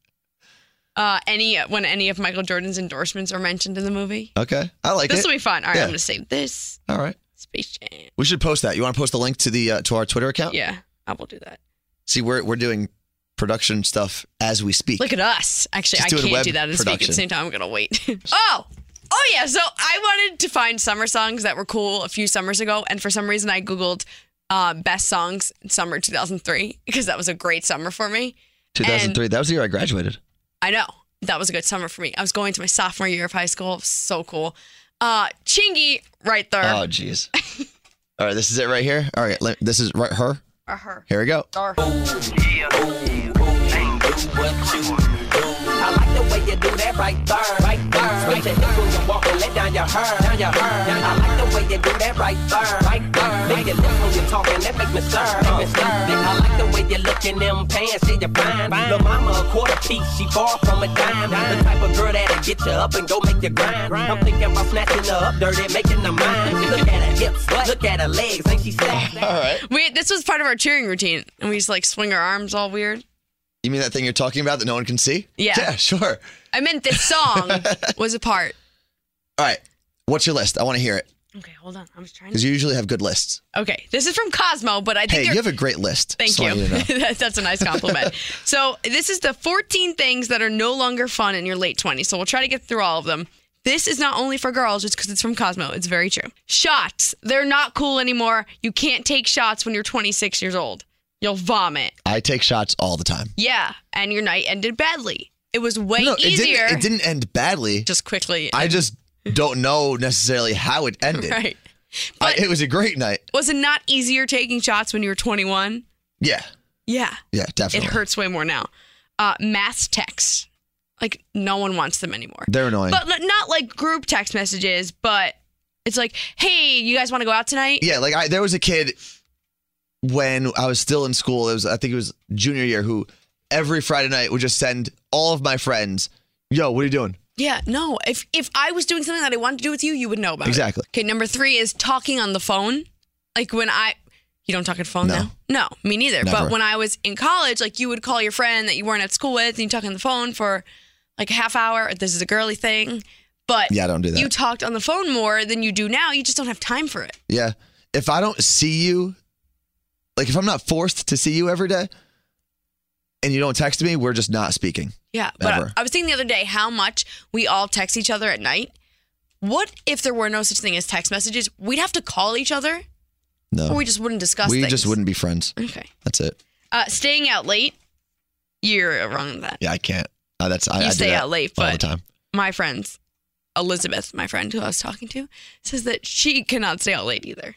Speaker 5: uh, any when any of Michael Jordan's endorsements are mentioned in the movie.
Speaker 2: Okay. I like
Speaker 5: this
Speaker 2: it.
Speaker 5: will be fun. All right,
Speaker 2: Yeah.
Speaker 5: I'm gonna save this
Speaker 2: All right.
Speaker 5: Space Jam.
Speaker 2: We should post that. You want to post the link to the uh, to our Twitter account?
Speaker 5: Yeah, I will do that.
Speaker 2: See, we're we're doing production stuff as we speak.
Speaker 5: Look at us. Actually,
Speaker 2: Just
Speaker 5: I
Speaker 2: doing
Speaker 5: can't
Speaker 2: web
Speaker 5: do that and speak at
Speaker 2: production.
Speaker 5: the same time. I'm gonna wait. oh, oh yeah. So I wanted to find summer songs that were cool a few summers ago, and for some reason I googled uh, best songs summer 2003 because that was a great summer for me.
Speaker 2: 2003. That was the year I graduated.
Speaker 5: I know that was a good summer for me. I was going to my sophomore year of high school. So cool. Uh, Chingy, right there.
Speaker 2: Oh, jeez. All right, this is it right here. All right, let, this is right her.
Speaker 5: Or Uh, her.
Speaker 2: Here we go.
Speaker 8: I like the way you do that right there, right there. Switch your hips and walk and let down your hair, down your hair. I like the way you do that right there, right there. Make your lips when you talk and that make me stir, make me stir. I like the way you look in them pants, see you fine. Lil' mama a quarter piece, she far from a dime. The type of girl that'll get you up and go make you grind. I'm thinking about snatching her up dirty, making her mine. Look at her hips, look at her legs, ain't she sexy?
Speaker 2: All right.
Speaker 5: We this was part of our cheering routine, and we just like swing our arms all weird.
Speaker 2: You mean that thing you're talking about that no one can see?
Speaker 5: Yeah.
Speaker 2: Yeah, sure.
Speaker 5: I meant this song was a part.
Speaker 2: All right. What's your list? I want to hear it
Speaker 5: Okay, hold on. I was trying to.
Speaker 2: because you usually have good lists.
Speaker 5: Okay, this is from Cosmo, but I think
Speaker 2: Hey,
Speaker 5: they're-
Speaker 2: you have a great list.
Speaker 5: Thank
Speaker 2: so I
Speaker 5: you.
Speaker 2: need to know.
Speaker 5: That- That's a nice compliment. so this is the 14 things that are no longer fun in your late 20s. So we'll try to get through all of them. This is not only for girls, just because it's from Cosmo. It's very true. Shots. They're not cool anymore. You can't take shots when you're 26 years old. You'll vomit.
Speaker 2: I take shots all the time.
Speaker 5: Yeah. And your night ended badly. It was way
Speaker 2: no,
Speaker 5: easier.
Speaker 2: It didn't, it didn't end badly.
Speaker 5: Just quickly.
Speaker 2: I just don't know necessarily how it ended.
Speaker 5: Right.
Speaker 2: I- it was a great night.
Speaker 5: Was it not easier taking shots when you were 21?
Speaker 2: Yeah.
Speaker 5: Yeah.
Speaker 2: Yeah, definitely.
Speaker 5: It hurts way more now. Uh, mass texts. Like, no one wants them anymore.
Speaker 2: They're annoying.
Speaker 5: But li- not like group text messages, but it's like, hey, you guys want to go out tonight?
Speaker 2: Yeah, like I there was a kid when I was still in school. It was I think it was junior year who every Friday night would just send all of my friends, "Yo, what are you doing?"
Speaker 5: Yeah, no. If if I was doing something that I wanted to do with you, you would know about
Speaker 2: Exactly.
Speaker 5: it. Okay, number three is talking on the phone. Like when I, you don't talk on the phone now? No, me neither.
Speaker 2: Never.
Speaker 5: But when I was in college, like you would call your friend that you weren't at school with and you talk on the phone for like a half hour. This is a girly thing. But
Speaker 2: Yeah, I don't do that.
Speaker 5: you talked on the phone more than you do now. You just don't have time for it.
Speaker 2: Yeah. If I don't see you, like if I'm not forced to see you every day and you don't text me, we're just not speaking.
Speaker 5: Yeah. But I-
Speaker 2: Ever.
Speaker 5: I was thinking the other day how much we all text each other at night. What if there were no such thing as text messages? We'd have to call each other
Speaker 2: No.
Speaker 5: or we just wouldn't discuss
Speaker 2: We
Speaker 5: things.
Speaker 2: just wouldn't be friends.
Speaker 5: Okay.
Speaker 2: That's it.
Speaker 5: Uh, staying out late, you're wrong with that.
Speaker 2: Yeah, I can't. Uh, that's I,
Speaker 5: You
Speaker 2: I do
Speaker 5: stay
Speaker 2: that
Speaker 5: out late,
Speaker 2: all the
Speaker 5: but-
Speaker 2: time.
Speaker 5: My friends, Elizabeth, my friend who I was talking to, says that she cannot stay out late either.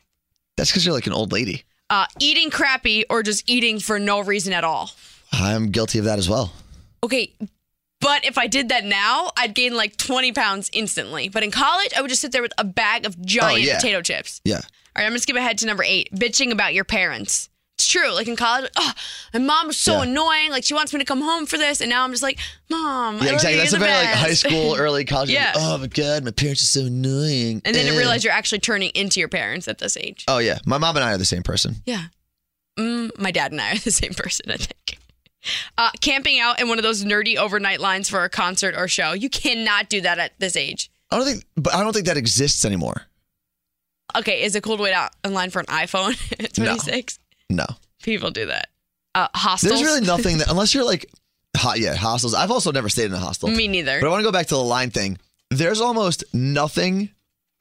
Speaker 2: That's because you're like an old lady.
Speaker 5: Uh, eating crappy or just eating for no reason at all.
Speaker 2: I'm guilty of that as well.
Speaker 5: Okay, but if I did that now, I'd gain like 20 pounds instantly. But in college, I would just sit there with a bag of giant
Speaker 2: Oh, yeah.
Speaker 5: potato chips.
Speaker 2: Yeah.
Speaker 5: All right, I'm gonna skip ahead to number eight. Bitching about your parents. It's true. Like in college, oh, my mom was so
Speaker 2: Yeah.
Speaker 5: annoying. Like she wants me to come home for this, and now I'm just like, mom. I
Speaker 2: Yeah,
Speaker 5: love
Speaker 2: exactly.
Speaker 5: you,
Speaker 2: That's a
Speaker 5: you're the
Speaker 2: very like high
Speaker 5: best."
Speaker 2: school, early college.
Speaker 5: Yeah.
Speaker 2: Oh my god, my parents are so annoying.
Speaker 5: And then to
Speaker 2: Eh.
Speaker 5: realize you're actually turning into your parents at this age.
Speaker 2: Oh yeah, my mom and I are the same person.
Speaker 5: Yeah. Mm, my dad and I are the same person, I think. Uh, camping out in one of those nerdy overnight lines for a concert or show. You cannot do that at this age.
Speaker 2: I don't think, but I don't think that exists anymore.
Speaker 5: Okay, is it cool to wait out in line for an iPhone at
Speaker 2: No.
Speaker 5: 26?
Speaker 2: No,
Speaker 5: People do that. Uh, hostels.
Speaker 2: there's really nothing that unless you're like, hot. Yeah, hostels. I've also never stayed in a hostel.
Speaker 5: Me neither.
Speaker 2: But I want to go back to the line thing. There's almost nothing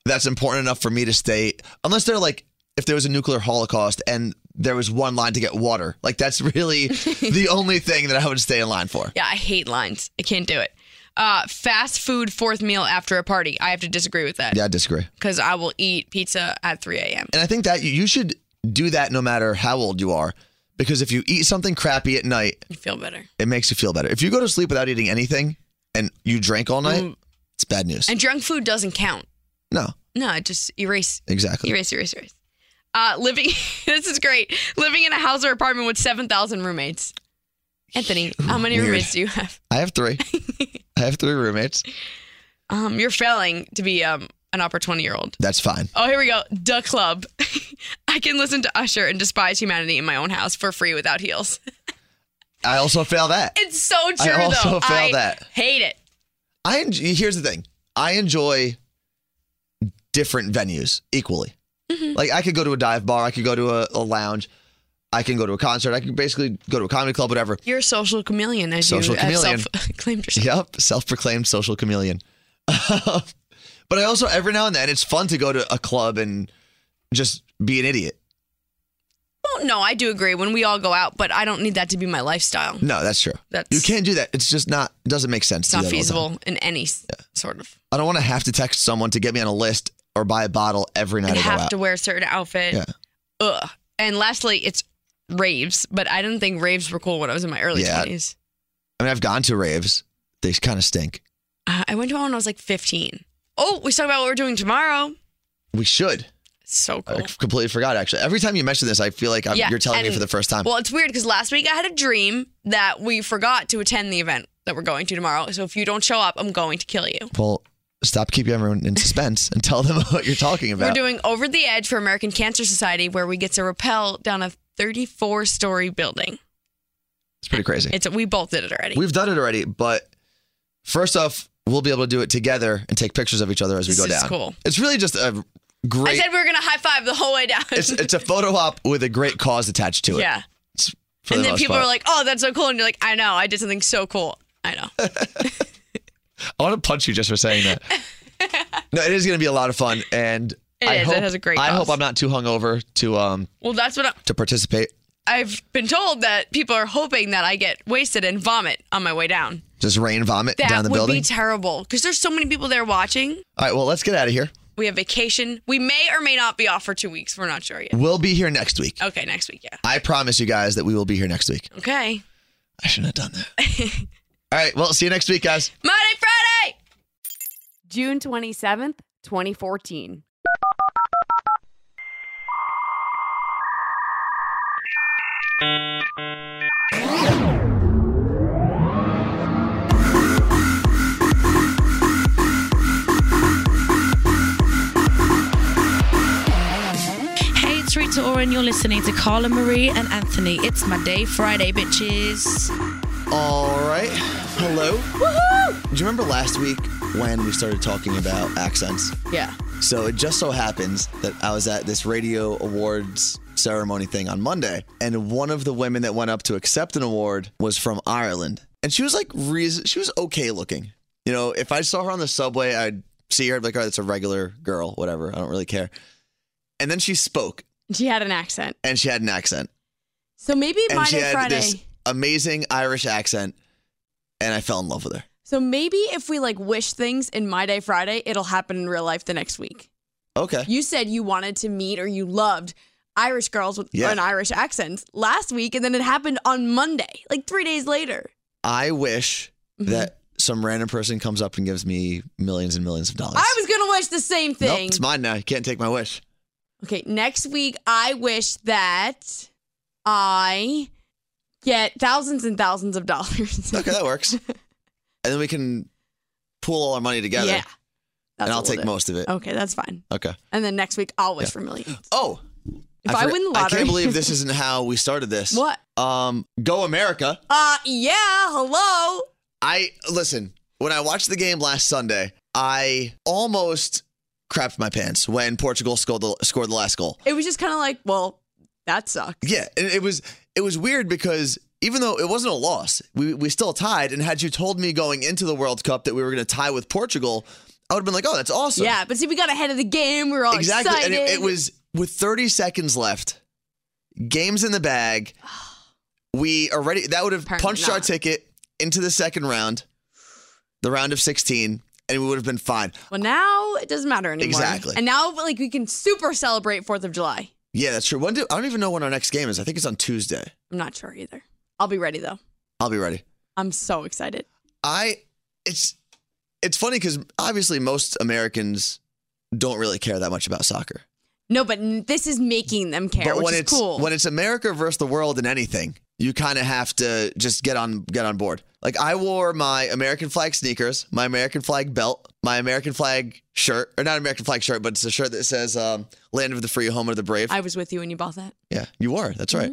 Speaker 2: that's important enough for me to stay, unless they're like, if there was a nuclear holocaust and there was one line to get water. Like that's really the only thing that I would stay in line for.
Speaker 5: Yeah, I hate lines. I can't do it. Uh, fast food fourth meal after a party. I have to disagree with that
Speaker 2: Yeah, I disagree.
Speaker 5: because I will eat pizza at 3 a.m.
Speaker 2: And I think that you should do that no matter how old you are, because if you eat something crappy at night,
Speaker 5: I feel better.
Speaker 2: it makes you feel better. If you go to sleep without eating anything and you drink all night,
Speaker 5: Mm.
Speaker 2: it's bad news.
Speaker 5: And junk food doesn't count.
Speaker 2: no,
Speaker 5: No, it just erase,
Speaker 2: exactly.
Speaker 5: erase, erase, erase. Uh, living, this is great. Living in a house or apartment with 7,000 roommates. Anthony, how many
Speaker 2: Weird.
Speaker 5: roommates do you have?
Speaker 2: I have three. I have three roommates.
Speaker 5: Um, you're failing to be um, an upper 20 year old.
Speaker 2: That's fine.
Speaker 5: Oh, here we go. Duh Club. I can listen to Usher and despise humanity in my own house for free without heels.
Speaker 2: I also fail that.
Speaker 5: It's so true,
Speaker 2: I also
Speaker 5: though.
Speaker 2: feel
Speaker 5: I
Speaker 2: that.
Speaker 5: hate it.
Speaker 2: I en- here's the thing. I enjoy different venues equally.
Speaker 5: Mm-hmm.
Speaker 2: Like I could go to a dive bar, I could go to a, a lounge, I can go to a concert, I can basically go to a comedy club, whatever.
Speaker 5: You're a social chameleon, as
Speaker 2: Social
Speaker 5: you
Speaker 2: chameleon.
Speaker 5: claimed yourself.
Speaker 2: Yep, self-proclaimed social chameleon. but I also every now and then it's fun to go to a club and just be an idiot.
Speaker 5: Well, no, I do agree when we all go out, but I don't need that to be my lifestyle.
Speaker 2: No, that's true.
Speaker 5: That's-
Speaker 2: you can't do that. It's just not. It doesn't make sense.
Speaker 5: It's
Speaker 2: to do
Speaker 5: not
Speaker 2: that all the time.
Speaker 5: feasible in any s sort of.
Speaker 2: I don't want to have to text someone to get me on a list or buy a bottle every night.
Speaker 5: And
Speaker 2: I go
Speaker 5: have
Speaker 2: out.
Speaker 5: to wear a certain outfit.
Speaker 2: Yeah.
Speaker 5: Ugh. And lastly, it's raves, but I didn't think raves were cool when I was in my early
Speaker 2: Yeah.
Speaker 5: 20s.
Speaker 2: I mean, I've gone to raves. They kind of stink.
Speaker 5: Uh, I went to one when I was like 15. Oh, we should talk about what we're doing tomorrow.
Speaker 2: We should.
Speaker 5: So cool.
Speaker 2: I completely forgot. Actually, every time you mention this, I feel like I'm, you're telling me
Speaker 5: and-
Speaker 2: for the first time.
Speaker 5: Well, it's weird because last week I had a dream that we forgot to attend the event that we're going to tomorrow. So if you don't show up, I'm going to kill you.
Speaker 2: Well, stop keeping everyone in suspense and tell them what you're talking about.
Speaker 5: We're doing Over the Edge for American Cancer Society, where we get to rappel down a 34 story building.
Speaker 2: it's pretty crazy.
Speaker 5: It's we both did it already.
Speaker 2: We've done it already, but first off, we'll be able to do it together and take pictures of each other as we
Speaker 5: This
Speaker 2: go
Speaker 5: is
Speaker 2: down.
Speaker 5: cool.
Speaker 2: It's really just a
Speaker 5: I
Speaker 2: great.
Speaker 5: said we were gonna high five the whole way down.
Speaker 2: it's it's a photo op with a great cause attached to it.
Speaker 5: yeah,
Speaker 2: It's- for
Speaker 5: and
Speaker 2: the
Speaker 5: then
Speaker 2: most
Speaker 5: people
Speaker 2: part.
Speaker 5: are like, "Oh, that's so cool," and you're like, "I know, I did something so cool." I know.
Speaker 2: "I want to punch you just for saying that." No, it is going to be a lot of fun, and
Speaker 11: It
Speaker 2: I
Speaker 11: is. It
Speaker 2: hope
Speaker 11: has a great
Speaker 2: I
Speaker 11: cause.
Speaker 2: hope I'm not too hungover to um
Speaker 11: Well, that's what I,
Speaker 2: to participate.
Speaker 11: I've been told that people are hoping that I get wasted and vomit on my way down.
Speaker 2: Just rain vomit
Speaker 11: That
Speaker 2: down the
Speaker 11: would
Speaker 2: building.
Speaker 11: be terrible because there's so many people there watching.
Speaker 2: All right, well, let's get out of here.
Speaker 11: We have vacation. We may or may not be off for two weeks. We're not sure yet.
Speaker 2: We'll be here next week.
Speaker 11: Okay, next week. Yeah.
Speaker 2: I promise you guys that we will be here next week.
Speaker 11: Okay.
Speaker 2: I shouldn't have done that. All right, well, see you next week, guys.
Speaker 11: Monday, Friday,
Speaker 5: June 27th, 2014.
Speaker 10: Hey, it's Rita Ora, and you're listening to Carla Marie and Anthony. It's my day, Friday, bitches.
Speaker 2: All right, hello. Woohoo! Do you remember last week when we started talking about accents?
Speaker 5: Yeah.
Speaker 2: So it just so happens that I was at this radio awards ceremony thing on Monday, and one of the women that went up to accept an award was from Ireland, and she was like, reas- she was okay looking. You know, if I saw her on the subway, I'd see her, I'd be like, all right, that's a regular girl, whatever. I don't really care. And then she spoke,
Speaker 5: She had an accent.
Speaker 2: and she had an accent,
Speaker 5: So maybe
Speaker 2: and she
Speaker 5: Monday,
Speaker 2: had
Speaker 5: Friday.
Speaker 2: this amazing Irish accent, and I fell in love with her.
Speaker 5: So maybe if we like wish things in My Day Friday, it'll happen in real life the next week.
Speaker 2: Okay.
Speaker 5: You said you wanted to meet or you loved Irish girls with
Speaker 2: Yeah.
Speaker 5: an Irish accent last week, and then it happened on Monday, like three days later.
Speaker 2: I wish
Speaker 5: Mm-hmm.
Speaker 2: that some random person comes up and gives me millions and millions of dollars.
Speaker 5: I was gonna wish the same
Speaker 2: Nope,
Speaker 5: thing.
Speaker 2: it's mine now. You can't take my wish.
Speaker 5: okay, next week I wish that I get thousands and thousands of dollars.
Speaker 2: Okay, that works. and then we can pool all our money together.
Speaker 5: Yeah. That's
Speaker 2: and I'll
Speaker 5: what we'll do.
Speaker 2: take most of it.
Speaker 5: Okay, that's fine.
Speaker 2: Okay.
Speaker 5: And then next week I'll wish for millions.
Speaker 2: Oh.
Speaker 5: If I
Speaker 2: forgot-
Speaker 5: win the
Speaker 2: I
Speaker 5: lottery-
Speaker 2: can't believe this isn't how we started this.
Speaker 5: What?
Speaker 2: Um, go America.
Speaker 5: Uh yeah, hello.
Speaker 2: I listen, when I watched the game last Sunday, I almost crapped my pants when Portugal scored the, scored the last goal.
Speaker 5: It was just kind of like, well, that sucked.
Speaker 2: Yeah, and it was it was weird because even though it wasn't a loss, we we still tied. And had you told me going into the World Cup that we were going to tie with Portugal, I would have been like, "Oh, that's awesome!"
Speaker 5: Yeah, but see, we got ahead of the game. We were all
Speaker 2: exactly.
Speaker 5: excited.
Speaker 2: And it, it was with 30 seconds left, games in the bag. We already that would have
Speaker 5: Apparently
Speaker 2: punched our
Speaker 5: not.
Speaker 2: ticket into the second round, the round of 16, and we would have been fine.
Speaker 5: well, now it doesn't matter anymore.
Speaker 2: Exactly.
Speaker 5: And now, like, we can super celebrate Fourth of July.
Speaker 2: Yeah, that's true. When do, I don't even know when our next game is. I think it's on Tuesday.
Speaker 5: I'm not sure either. I'll be ready though.
Speaker 2: I'll be ready.
Speaker 5: I'm so excited.
Speaker 2: I it's it's funny because obviously most Americans don't really care that much about soccer.
Speaker 5: No, but n- this is making them care,
Speaker 2: but
Speaker 5: which
Speaker 2: when
Speaker 5: is
Speaker 2: it's
Speaker 5: cool.
Speaker 2: when it's America versus the world in anything, you kind of have to just get on get on board. Like I wore my American flag sneakers, my American flag belt, my American flag shirt, or not American flag shirt, but it's a shirt that says um, "Land of the Free, Home of the Brave."
Speaker 5: I was with you when you bought that.
Speaker 2: yeah, you were. That's right.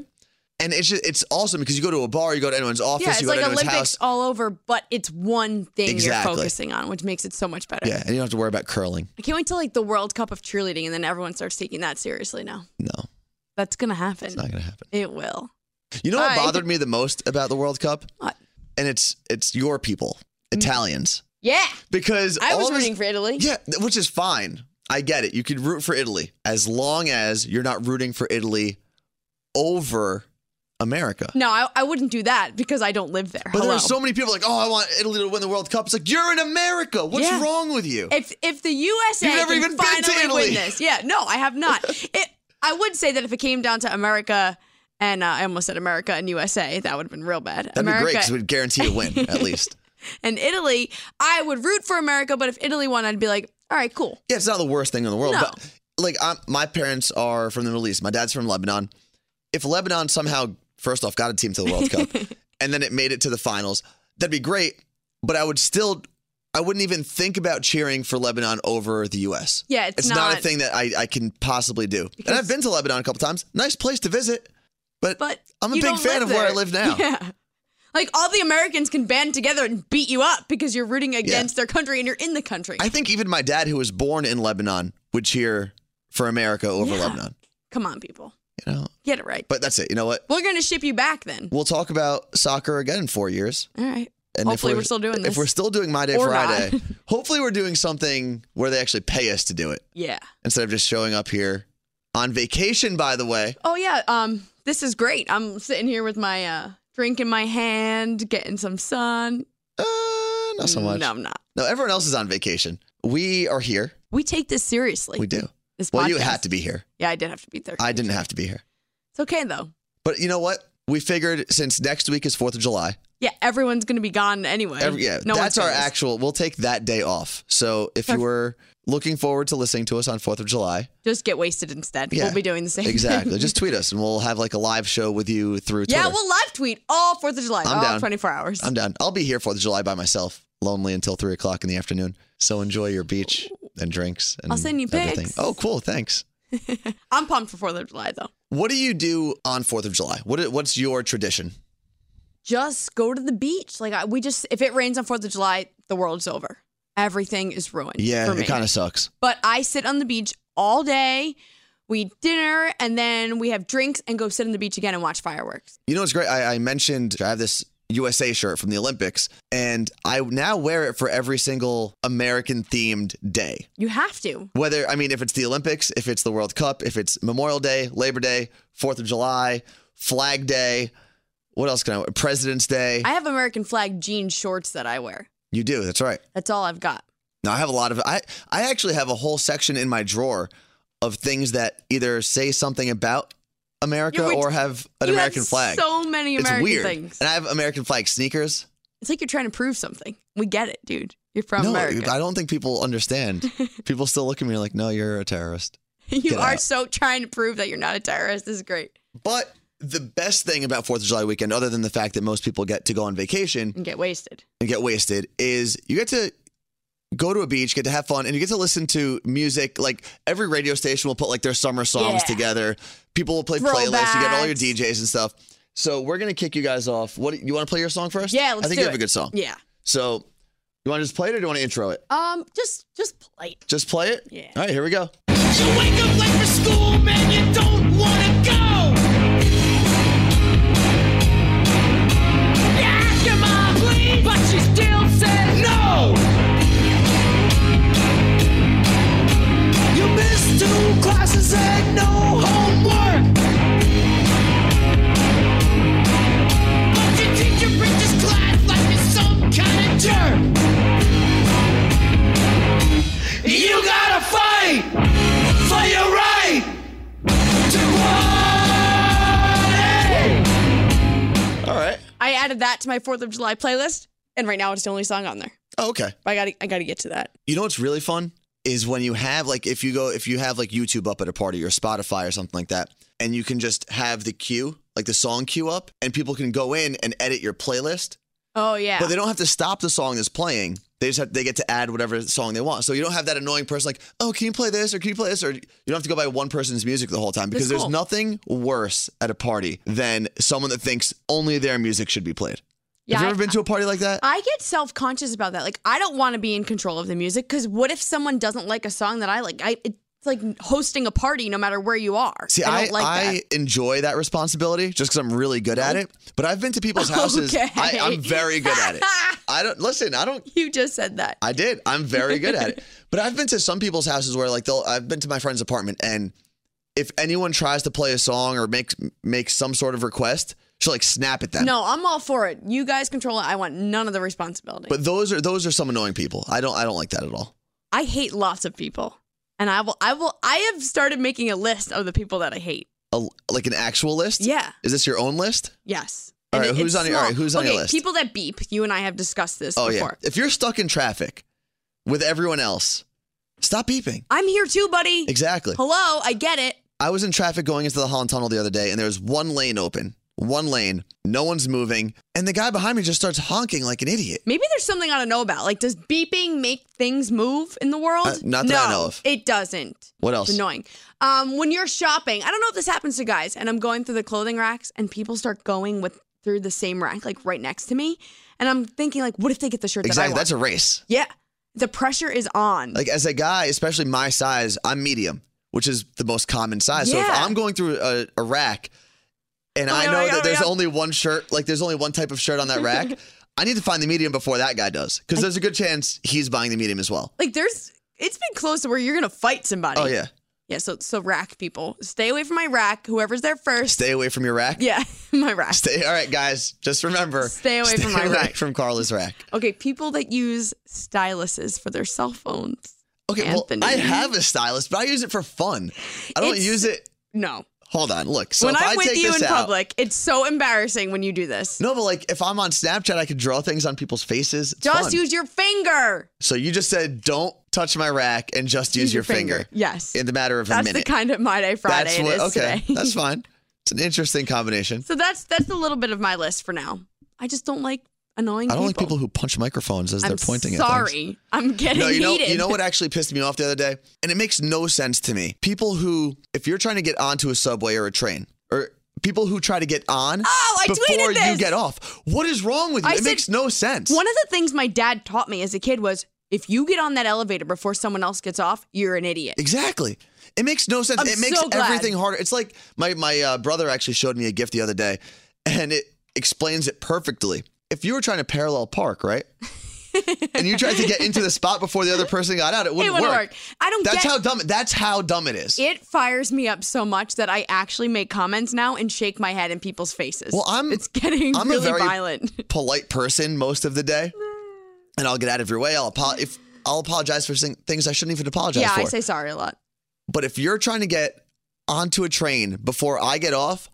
Speaker 2: And it's just, it's awesome because you go to a bar, you go to anyone's office,
Speaker 5: yeah, it's
Speaker 2: you go
Speaker 5: like
Speaker 2: to anyone's
Speaker 5: Olympics
Speaker 2: house.
Speaker 5: all over, but it's one thing
Speaker 2: Exactly.
Speaker 5: you're focusing on, which makes it so much better.
Speaker 2: Yeah, and you don't have to worry about curling.
Speaker 5: I can't wait till like the World Cup of cheerleading, and then everyone starts taking that seriously now.
Speaker 2: No,
Speaker 5: That's gonna happen.
Speaker 2: it's not gonna happen.
Speaker 5: It will. Uh,
Speaker 2: You know what
Speaker 5: Hi.
Speaker 2: bothered me the most about the World Cup?
Speaker 5: What?
Speaker 2: And it's it's your people, Italians,
Speaker 5: Yeah,
Speaker 2: because
Speaker 5: Mm-hmm. I was
Speaker 2: all of us-
Speaker 5: rooting for Italy.
Speaker 2: yeah, th- which is fine. I get it. You could root for Italy as long as you're not rooting for Italy over America.
Speaker 5: No, I, I wouldn't do that because I don't live there.
Speaker 2: But there
Speaker 5: Hello.
Speaker 2: are so many people like, oh, I want Italy to win the World Cup. It's like you're in America. What's
Speaker 5: Yeah.
Speaker 2: wrong with you?
Speaker 5: If if the USA
Speaker 2: You've never
Speaker 5: can
Speaker 2: even been to
Speaker 5: finally win
Speaker 2: Italy.
Speaker 5: this, yeah, no, I have not. It, I would say that if it came down to America and uh, I almost said America and USA, that would have been real bad.
Speaker 2: That'd
Speaker 5: America
Speaker 2: be great because we'd guarantee a win at least.
Speaker 5: and Italy, I would root for America, but if Italy won, I'd be like, all right, cool.
Speaker 2: Yeah, it's not the worst thing in the world,
Speaker 5: No.
Speaker 2: but like I'm, my parents are from the Middle East. My dad's from Lebanon. If Lebanon somehow, first off, got a team to the World Cup, and then it made it to the finals, that'd be great. But I would still, I wouldn't even think about cheering for Lebanon over the U.S.
Speaker 5: Yeah, it's
Speaker 2: not, a
Speaker 5: not-
Speaker 2: thing that I, I can possibly do. and
Speaker 5: Because-
Speaker 2: I've been to Lebanon a couple times. Nice place to visit, but,
Speaker 5: But
Speaker 2: I'm a
Speaker 5: you
Speaker 2: big
Speaker 5: don't
Speaker 2: fan
Speaker 5: live
Speaker 2: of where I
Speaker 5: there.
Speaker 2: live now.
Speaker 5: Yeah. Like all the Americans can band together and beat you up because you're rooting against their country and you're in the country.
Speaker 2: I think even my dad, who was born in Lebanon, would cheer for America over
Speaker 5: Yeah.
Speaker 2: Lebanon.
Speaker 5: Come on, people,
Speaker 2: You know,
Speaker 5: get it right.
Speaker 2: but that's it. You know what?
Speaker 5: We're gonna ship you back then.
Speaker 2: We'll talk about soccer again in four years.
Speaker 5: All right.
Speaker 2: And if
Speaker 12: Hopefully we're still doing
Speaker 2: If
Speaker 12: this.
Speaker 2: we're still doing My Day
Speaker 12: Or
Speaker 2: Friday, hopefully we're doing something where they actually pay us to do it
Speaker 5: Yeah.
Speaker 2: instead of just showing up here on vacation. By the way,
Speaker 5: Oh yeah. Um, this is great. I'm sitting here with my uh, drink in my hand, getting some sun.
Speaker 2: Uh, not so much.
Speaker 5: No, I'm not.
Speaker 2: No, everyone else is on vacation. We are here.
Speaker 5: We take this seriously.
Speaker 2: We do.
Speaker 5: This
Speaker 2: well, you
Speaker 5: podcast.
Speaker 2: had to be here.
Speaker 5: Yeah, I did have to be there.
Speaker 2: I didn't have to be here.
Speaker 5: It's okay though.
Speaker 2: But you know what? We figured since next week is Fourth of July,
Speaker 5: Yeah, everyone's gonna be gone anyway.
Speaker 2: every, yeah,
Speaker 5: no
Speaker 2: that's
Speaker 5: one's
Speaker 2: our
Speaker 5: gonna-
Speaker 2: actual. We'll take that day off. So if you were looking forward to listening to us on Fourth of July,
Speaker 5: Just get wasted instead.
Speaker 2: yeah,
Speaker 5: We'll be doing the same. thing.
Speaker 2: Exactly. Just tweet us, and we'll have like a live show with you through.
Speaker 5: yeah,
Speaker 2: Twitter.
Speaker 5: we'll live tweet all Fourth of July,
Speaker 2: I'm
Speaker 5: all
Speaker 2: down.
Speaker 5: 24 hours.
Speaker 2: I'm done. I'll be here Fourth of July by myself, lonely until three o'clock in the afternoon. So enjoy your beach and drinks. And
Speaker 5: I'll send you
Speaker 2: everything.
Speaker 5: pics.
Speaker 2: Oh, cool. Thanks.
Speaker 5: I'm pumped for Fourth of July though.
Speaker 2: What do you do on Fourth of July? What i- What's your tradition?
Speaker 5: Just go to the beach. Like I, we just, if it rains on Fourth of July, the world's over. Everything is ruined.
Speaker 2: Yeah,
Speaker 5: for me.
Speaker 2: it kind of sucks.
Speaker 5: But I sit on the beach all day. We eat dinner and then we have drinks and go sit on the beach again and watch fireworks.
Speaker 2: You know what's great? I, I mentioned I have this USA shirt from the Olympics, and I now wear it for every single American themed day.
Speaker 5: You have to.
Speaker 2: Whether, I mean, if it's the Olympics, if it's the World Cup, if it's Memorial Day, Labor Day, Fourth of July, Flag Day, what else can I wear? President's Day.
Speaker 5: I have American flag jean shorts that I wear.
Speaker 2: you do, that's right.
Speaker 5: That's all I've got.
Speaker 2: Now I have a lot of I I actually have a whole section in my drawer of things that either say something about America
Speaker 5: Yeah, we-
Speaker 2: or have an
Speaker 5: you have
Speaker 2: American flag.
Speaker 5: so many
Speaker 2: it's
Speaker 5: American
Speaker 2: weird.
Speaker 5: things.
Speaker 2: And I have American flag sneakers.
Speaker 5: It's like you're trying to prove something. We get it, dude. You're from
Speaker 2: no,
Speaker 5: America.
Speaker 2: I don't think people understand. people still look at me like, "No, you're a terrorist."
Speaker 5: you
Speaker 2: Get
Speaker 5: are
Speaker 2: out.
Speaker 5: so trying to prove that you're not a terrorist. This is great.
Speaker 2: But the best thing about 4th of July weekend other than the fact that most people get to go on vacation
Speaker 5: And get wasted.
Speaker 2: and get wasted is you get to go to a beach, get to have fun, and you get to listen to music. Like every radio station will put like their summer songs
Speaker 5: Yeah.
Speaker 2: together. People will play playlists. You get all your
Speaker 5: Throwbacks.
Speaker 2: DJs and stuff. So we're gonna kick you guys off. What you want to play your song first?
Speaker 5: Yeah, let's
Speaker 2: I think
Speaker 5: do
Speaker 2: you have
Speaker 5: it.
Speaker 2: a good song.
Speaker 5: Yeah.
Speaker 2: So you want to just play it, or do you want to intro it?
Speaker 5: Um, just just polite.
Speaker 2: Just play it. Yeah. All right, here we go.
Speaker 10: You wake up late for school, man, you don't wanna go. You ask your mom, please, but she still says no. You missed two classes and no homework. But your teacher preaches class like you're some kind of jerk. You gotta fight for your right to party.
Speaker 2: All right.
Speaker 5: I added that to my Fourth of July playlist, and right now it's the only song on there.
Speaker 2: Oh, okay.
Speaker 5: But I gotta I gotta get to that.
Speaker 2: You know what's really fun is when you have like if you go if you have like YouTube up at a party or Spotify or something like that, and you can just have the cue like the song cue up, and people can go in and edit your playlist,
Speaker 5: Oh yeah.
Speaker 2: but they don't have to stop the song that's playing. They just have, they get to add whatever song they want. So you don't have that annoying person like, oh, can you play this or can you play this or you don't have to go by one person's music the whole time because
Speaker 5: cool.
Speaker 2: there's nothing worse at a party than someone that thinks only their music should be played.
Speaker 5: Yeah,
Speaker 2: have you
Speaker 5: I-
Speaker 2: ever been to a party like that?
Speaker 5: I get self conscious about that. Like, I don't want to be in control of the music because what if someone doesn't like a song that I like? I it's like hosting a party no matter where you are.
Speaker 2: See, I,
Speaker 5: I don't like
Speaker 2: I
Speaker 5: that.
Speaker 2: enjoy that responsibility just because I'm really good at it. But I've been to people's houses.
Speaker 5: Okay.
Speaker 2: I, I'm very good at it. I don't listen. I don't.
Speaker 5: You just said that.
Speaker 2: I did. I'm very good at it. But I've been to some people's houses where, like, they'll. I've been to my friend's apartment, and if anyone tries to play a song or make make some sort of request, she'll like snap at them.
Speaker 5: No, I'm all for it. You guys control it. I want none of the responsibility.
Speaker 2: But those are those are some annoying people. I don't. I don't like that at all.
Speaker 5: I hate lots of people, and I will. I will. I have started making a list of the people that I hate.
Speaker 2: A, like an actual list.
Speaker 5: Yeah.
Speaker 2: Is this your own list?
Speaker 5: Yes.
Speaker 2: All
Speaker 5: And
Speaker 2: right,
Speaker 5: it-
Speaker 2: who's
Speaker 5: it's
Speaker 2: on your- all right,
Speaker 5: small.
Speaker 2: who's on your
Speaker 5: Okay,
Speaker 2: list?
Speaker 5: People that beep. You and I have discussed this
Speaker 2: Oh
Speaker 5: before.
Speaker 2: yeah. If you're stuck in traffic with everyone else, stop beeping.
Speaker 5: I'm here too, buddy.
Speaker 2: Exactly.
Speaker 5: Hello, I get it.
Speaker 2: I was in traffic going into the Holland Tunnel the other day, and there was one lane open, one lane, no one's moving, and the guy behind me just starts honking like an idiot.
Speaker 5: Maybe there's something I don't know about. Like, does beeping make things move in the world?
Speaker 2: Uh, not
Speaker 5: no,
Speaker 2: that I know of.
Speaker 5: It doesn't.
Speaker 2: What else?
Speaker 5: It's annoying. Um, when you're shopping, I don't know if this happens to guys, and I'm going through the clothing racks, and people start going with through the same rack, like right next to me, and I'm thinking, like, what if they get the shirt
Speaker 2: Exactly.
Speaker 5: that
Speaker 2: That's
Speaker 5: I
Speaker 2: a
Speaker 5: want?
Speaker 2: race.
Speaker 5: yeah. The pressure is on.
Speaker 2: Like as a guy, especially my size, I'm medium, which is the most common size. So if
Speaker 5: Yeah.
Speaker 2: I'm going through a, a rack, and
Speaker 5: Oh,
Speaker 2: I
Speaker 5: yeah,
Speaker 2: know
Speaker 5: yeah,
Speaker 2: that there's
Speaker 5: yeah.
Speaker 2: only one shirt, like there's only one type of shirt on that rack. I need to find the medium before that guy does because there's a good chance he's buying the medium as well.
Speaker 5: Like there's, it's been close to where you're gonna fight somebody.
Speaker 2: Oh yeah,
Speaker 5: yeah. So so rack people, stay away from my rack. Whoever's there first.
Speaker 2: stay away from your rack.
Speaker 5: Yeah, my rack.
Speaker 2: Stay. All right, guys, just remember.
Speaker 5: Stay away from my
Speaker 2: away
Speaker 5: rack.
Speaker 2: From Carla's rack.
Speaker 5: Okay, people that use styluses for their cell phones.
Speaker 2: Okay,
Speaker 5: Anthony.
Speaker 2: well, I have a stylus, but I use it for fun. I don't
Speaker 5: It's-
Speaker 2: use it.
Speaker 5: No.
Speaker 2: Hold on, look. So
Speaker 5: when
Speaker 2: if
Speaker 5: I'm
Speaker 2: I
Speaker 5: with
Speaker 2: take
Speaker 5: you
Speaker 2: this
Speaker 5: in
Speaker 2: out,
Speaker 5: public, it's so embarrassing when you do this.
Speaker 2: No, but like if I'm on Snapchat, I could draw things on people's faces. It's
Speaker 5: Just
Speaker 2: fun.
Speaker 5: use your finger.
Speaker 2: So you just said, don't touch my rack and just use, your, finger.
Speaker 5: Yes.
Speaker 2: In the matter of a
Speaker 5: That's the
Speaker 2: minute.
Speaker 5: kind of my day Friday
Speaker 2: that's
Speaker 5: it
Speaker 2: what,
Speaker 5: is
Speaker 2: okay.
Speaker 5: today.
Speaker 2: that's fine. It's an interesting combination.
Speaker 5: so that's that's a little bit of my list for now. I just don't like annoying
Speaker 2: I don't like people who punch microphones as
Speaker 5: I'm
Speaker 2: they're pointing at things.
Speaker 5: sorry. I'm getting
Speaker 2: No, you know,
Speaker 5: heated.
Speaker 2: you know what actually pissed me off the other day? And it makes no sense to me. People who, if you're trying to get onto a subway or a train, or people who try to get on
Speaker 5: Oh, I tweeted
Speaker 2: before you
Speaker 5: this.
Speaker 2: get off, what is wrong with you?
Speaker 5: I
Speaker 2: it
Speaker 5: said-
Speaker 2: makes no sense.
Speaker 5: One of the things my dad taught me as a kid was if you get on that elevator before someone else gets off, you're an idiot.
Speaker 2: Exactly. It makes no sense.
Speaker 5: I'm
Speaker 2: it makes
Speaker 5: so glad.
Speaker 2: everything harder. It's like my my uh, brother actually showed me a gift the other day, and it explains it perfectly. If you were trying to parallel park, right, and you tried to get into the spot before the other person got out, it wouldn't,
Speaker 5: it wouldn't work. I don't
Speaker 2: That's
Speaker 5: get
Speaker 2: how dumb. That's how dumb it is.
Speaker 5: It fires me up so much that I actually make comments now and shake my head in people's faces.
Speaker 2: well, I'm.
Speaker 5: it's getting
Speaker 2: I'm a
Speaker 5: really
Speaker 2: very
Speaker 5: violent.
Speaker 2: polite person most of the day, and I'll get out of your way. I'll apo- if I'll apologize for sing- things I shouldn't even apologize
Speaker 5: Yeah,
Speaker 2: for.
Speaker 5: I say sorry a lot.
Speaker 2: But if you're trying to get onto a train before I get off,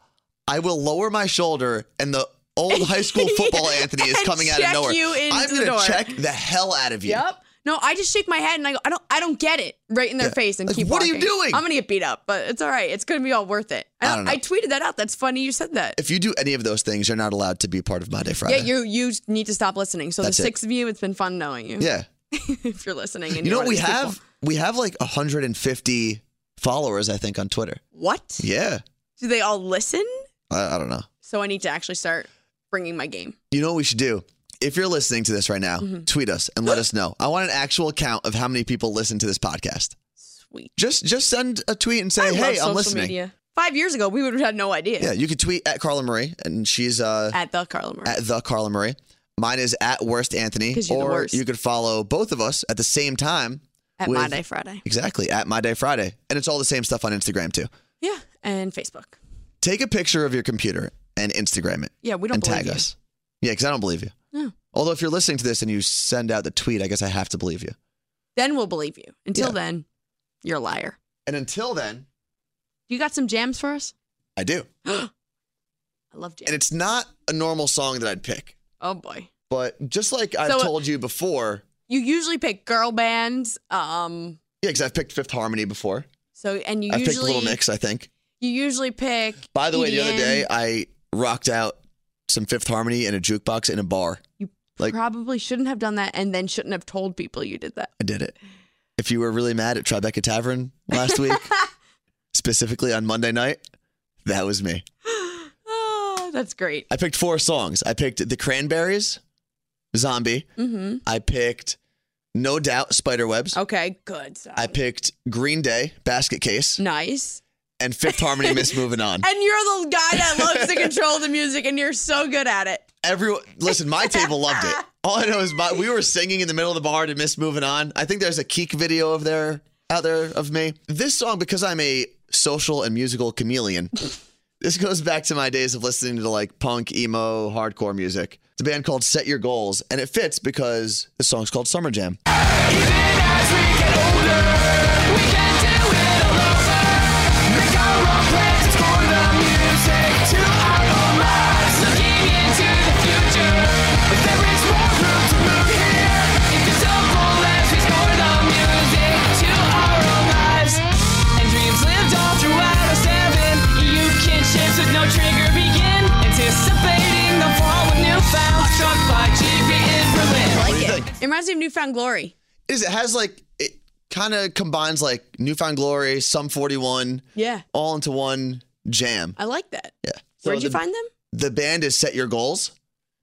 Speaker 2: I will lower my shoulder and the old high school football Anthony is
Speaker 5: And
Speaker 2: coming out of
Speaker 5: check
Speaker 2: nowhere.
Speaker 5: you into
Speaker 2: I'm
Speaker 5: the
Speaker 2: gonna
Speaker 5: door.
Speaker 2: check the hell out of you.
Speaker 5: Yep. No, I just shake my head and I go, I don't, I don't get it right in their
Speaker 2: Yeah.
Speaker 5: face and
Speaker 2: Like,
Speaker 5: keep
Speaker 2: what are you
Speaker 5: walking.
Speaker 2: doing?
Speaker 5: I'm gonna get beat up, but it's all right. It's gonna be all worth it.
Speaker 2: I don't know.
Speaker 5: I tweeted that out. That's funny you said that.
Speaker 2: If you do any of those things, you're not allowed to be part of my day Friday.
Speaker 5: Yeah, you you need to stop listening. So
Speaker 2: That's it.
Speaker 5: the six of you, it's been fun knowing you.
Speaker 2: Yeah.
Speaker 5: if you're listening, and
Speaker 2: You
Speaker 5: you're
Speaker 2: know what
Speaker 5: one
Speaker 2: we
Speaker 5: of these
Speaker 2: have?
Speaker 5: people.
Speaker 2: We have like 150 followers, I think, on Twitter.
Speaker 5: What?
Speaker 2: Yeah.
Speaker 5: Do they all listen?
Speaker 2: I, I don't know.
Speaker 5: So I need to actually start bringing my game.
Speaker 2: You know what we should do? If you're listening to this right now,
Speaker 5: Mm-hmm.
Speaker 2: tweet us and let us know. I want an actual count of how many people listen to this podcast.
Speaker 5: Sweet.
Speaker 2: Just just send a tweet and say,
Speaker 5: I love
Speaker 2: "Hey, I'm
Speaker 5: social
Speaker 2: listening."
Speaker 5: media. Five years ago, we would have had no idea.
Speaker 2: Yeah, you could tweet at Carla Marie, and she's uh,
Speaker 5: At
Speaker 2: at,
Speaker 5: the Carla Murray.
Speaker 2: the Carla Marie. Mine is at worst Anthony,
Speaker 5: 'Cause you're the
Speaker 2: or
Speaker 5: worst.
Speaker 2: you could follow both of us at the same time.
Speaker 5: At
Speaker 2: with-
Speaker 5: My Day Friday.
Speaker 2: Exactly at My Day Friday, and it's all the same stuff on Instagram too.
Speaker 5: Yeah, and Facebook.
Speaker 2: Take a picture of your computer and Instagram it.
Speaker 5: Yeah, we don't
Speaker 2: and
Speaker 5: believe
Speaker 2: tag
Speaker 5: you.
Speaker 2: us. Yeah, because I don't believe you.
Speaker 5: No.
Speaker 2: Although if you're listening to this and you send out the tweet, I guess I have to believe you.
Speaker 5: Then we'll believe you. Until
Speaker 2: Yeah.
Speaker 5: then, you're a liar.
Speaker 2: And until then,
Speaker 5: You got some jams for us?
Speaker 2: I do.
Speaker 5: I love jams.
Speaker 2: And it's not a normal song that I'd pick,
Speaker 5: oh boy.
Speaker 2: but just like I've
Speaker 5: So-
Speaker 2: told you before,
Speaker 5: You usually pick girl bands. Um.
Speaker 2: yeah, because I've picked Fifth Harmony before.
Speaker 5: So and you
Speaker 2: I've picked
Speaker 5: usually
Speaker 2: Little Mix, I think.
Speaker 5: you usually pick. E
Speaker 2: By the way, the other
Speaker 5: EDM.
Speaker 2: day I rocked out some Fifth Harmony in a jukebox in a bar. like-
Speaker 5: probably shouldn't have done that, and then shouldn't have told people you did that.
Speaker 2: I did it. If you were really mad at Tribeca Tavern last week, specifically on Monday night, that was me.
Speaker 5: Oh, that's great.
Speaker 2: I picked four songs. I picked The Cranberries, Zombie.
Speaker 5: Mm-hmm.
Speaker 2: I picked No Doubt, Spiderwebs.
Speaker 5: Okay, good. song.
Speaker 2: I picked Green Day, Basket Case,
Speaker 5: nice.
Speaker 2: and Fifth Harmony, Miss Moving On.
Speaker 5: And you're the guy that loves to control the music, and you're so good at it.
Speaker 2: Everyone, listen, my table loved it. All I know is my, we were singing in the middle of the bar to Miss Moving On. I think there's a Keek video of there out there of me. This song, because I'm a social and musical chameleon, this goes back to my days of listening to like punk, emo, hardcore music. It's a band called Set Your Goals, and it fits because the song's called Summer Jam.
Speaker 8: Trigger begin, anticipating the fall with newfound struck by GB in Berlin.
Speaker 2: What do you think?
Speaker 5: It reminds me of Newfound Glory.
Speaker 2: It Is it has like it kind of combines like Newfound Glory, Sum 41,
Speaker 5: Yeah,
Speaker 2: all into one jam.
Speaker 5: I like that.
Speaker 2: Yeah.
Speaker 5: Where'd
Speaker 2: So
Speaker 5: you
Speaker 2: the-
Speaker 5: find them?
Speaker 2: the band is Set Your Goals.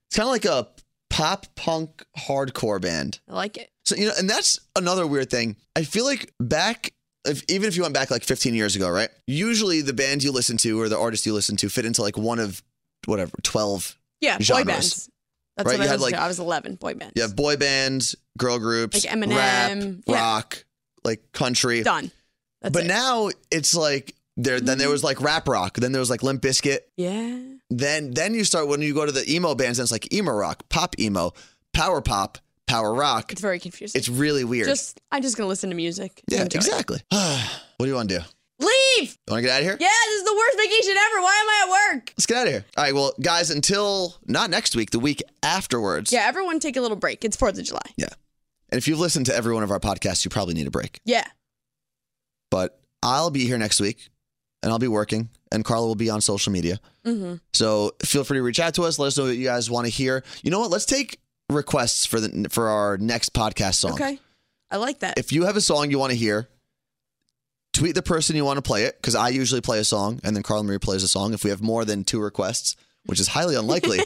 Speaker 2: It's kind of like a pop punk hardcore band.
Speaker 5: I like it.
Speaker 2: So, you know, and that's another weird thing. I feel like back, if, even if you went back like 15 years ago, right? Usually the band you listen to or the artist you listen to fit into like one of whatever, 12.
Speaker 5: Yeah, boy
Speaker 2: Genres.
Speaker 5: bands. That's
Speaker 2: right?
Speaker 5: what
Speaker 2: you
Speaker 5: I
Speaker 2: had
Speaker 5: was
Speaker 2: like
Speaker 5: I was 11, boy band.
Speaker 2: you have boy bands, girl groups,
Speaker 5: Like Eminem,
Speaker 2: rap,
Speaker 5: yeah.
Speaker 2: rock, like country.
Speaker 5: Done. That's
Speaker 2: but
Speaker 5: it. Mm-hmm.
Speaker 2: now it's like there. Then there was like rap rock. Then there was like Limp Bizkit.
Speaker 5: Yeah.
Speaker 2: Then then you start when you go to the emo bands. And it's like emo rock, pop emo, power pop, power rock.
Speaker 5: It's very confusing.
Speaker 2: It's really weird.
Speaker 5: Just I'm just gonna listen to music. and
Speaker 2: yeah,
Speaker 5: enjoy it.
Speaker 2: exactly. what do you want to do?
Speaker 5: Leave!
Speaker 2: You want to get out of here?
Speaker 5: Yeah, this is the worst vacation ever. Why am I at work?
Speaker 2: Let's get out of here. All right, well, guys, until not next week, the week afterwards.
Speaker 5: Yeah, everyone take a little break. It's Fourth of July.
Speaker 2: Yeah. And if you've listened to every one of our podcasts, you probably need a break.
Speaker 5: Yeah.
Speaker 2: But I'll be here next week and I'll be working and Carla will be on social media.
Speaker 5: Mm-hmm.
Speaker 2: So feel free to reach out to us. Let us know what you guys want to hear. You know what? Let's take requests for the for our next podcast song.
Speaker 5: Okay. I like that.
Speaker 2: If you have a song you want to hear, tweet the person you want to play it because I usually play a song and then Carla Marie plays a song. If we have more than two requests, which is highly unlikely,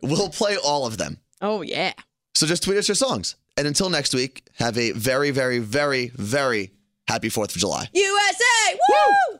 Speaker 2: we'll play all of them.
Speaker 5: oh yeah.
Speaker 2: So just tweet us your songs. And until next week, have a very, very, very, very happy 4th of July.
Speaker 5: USA! Woo!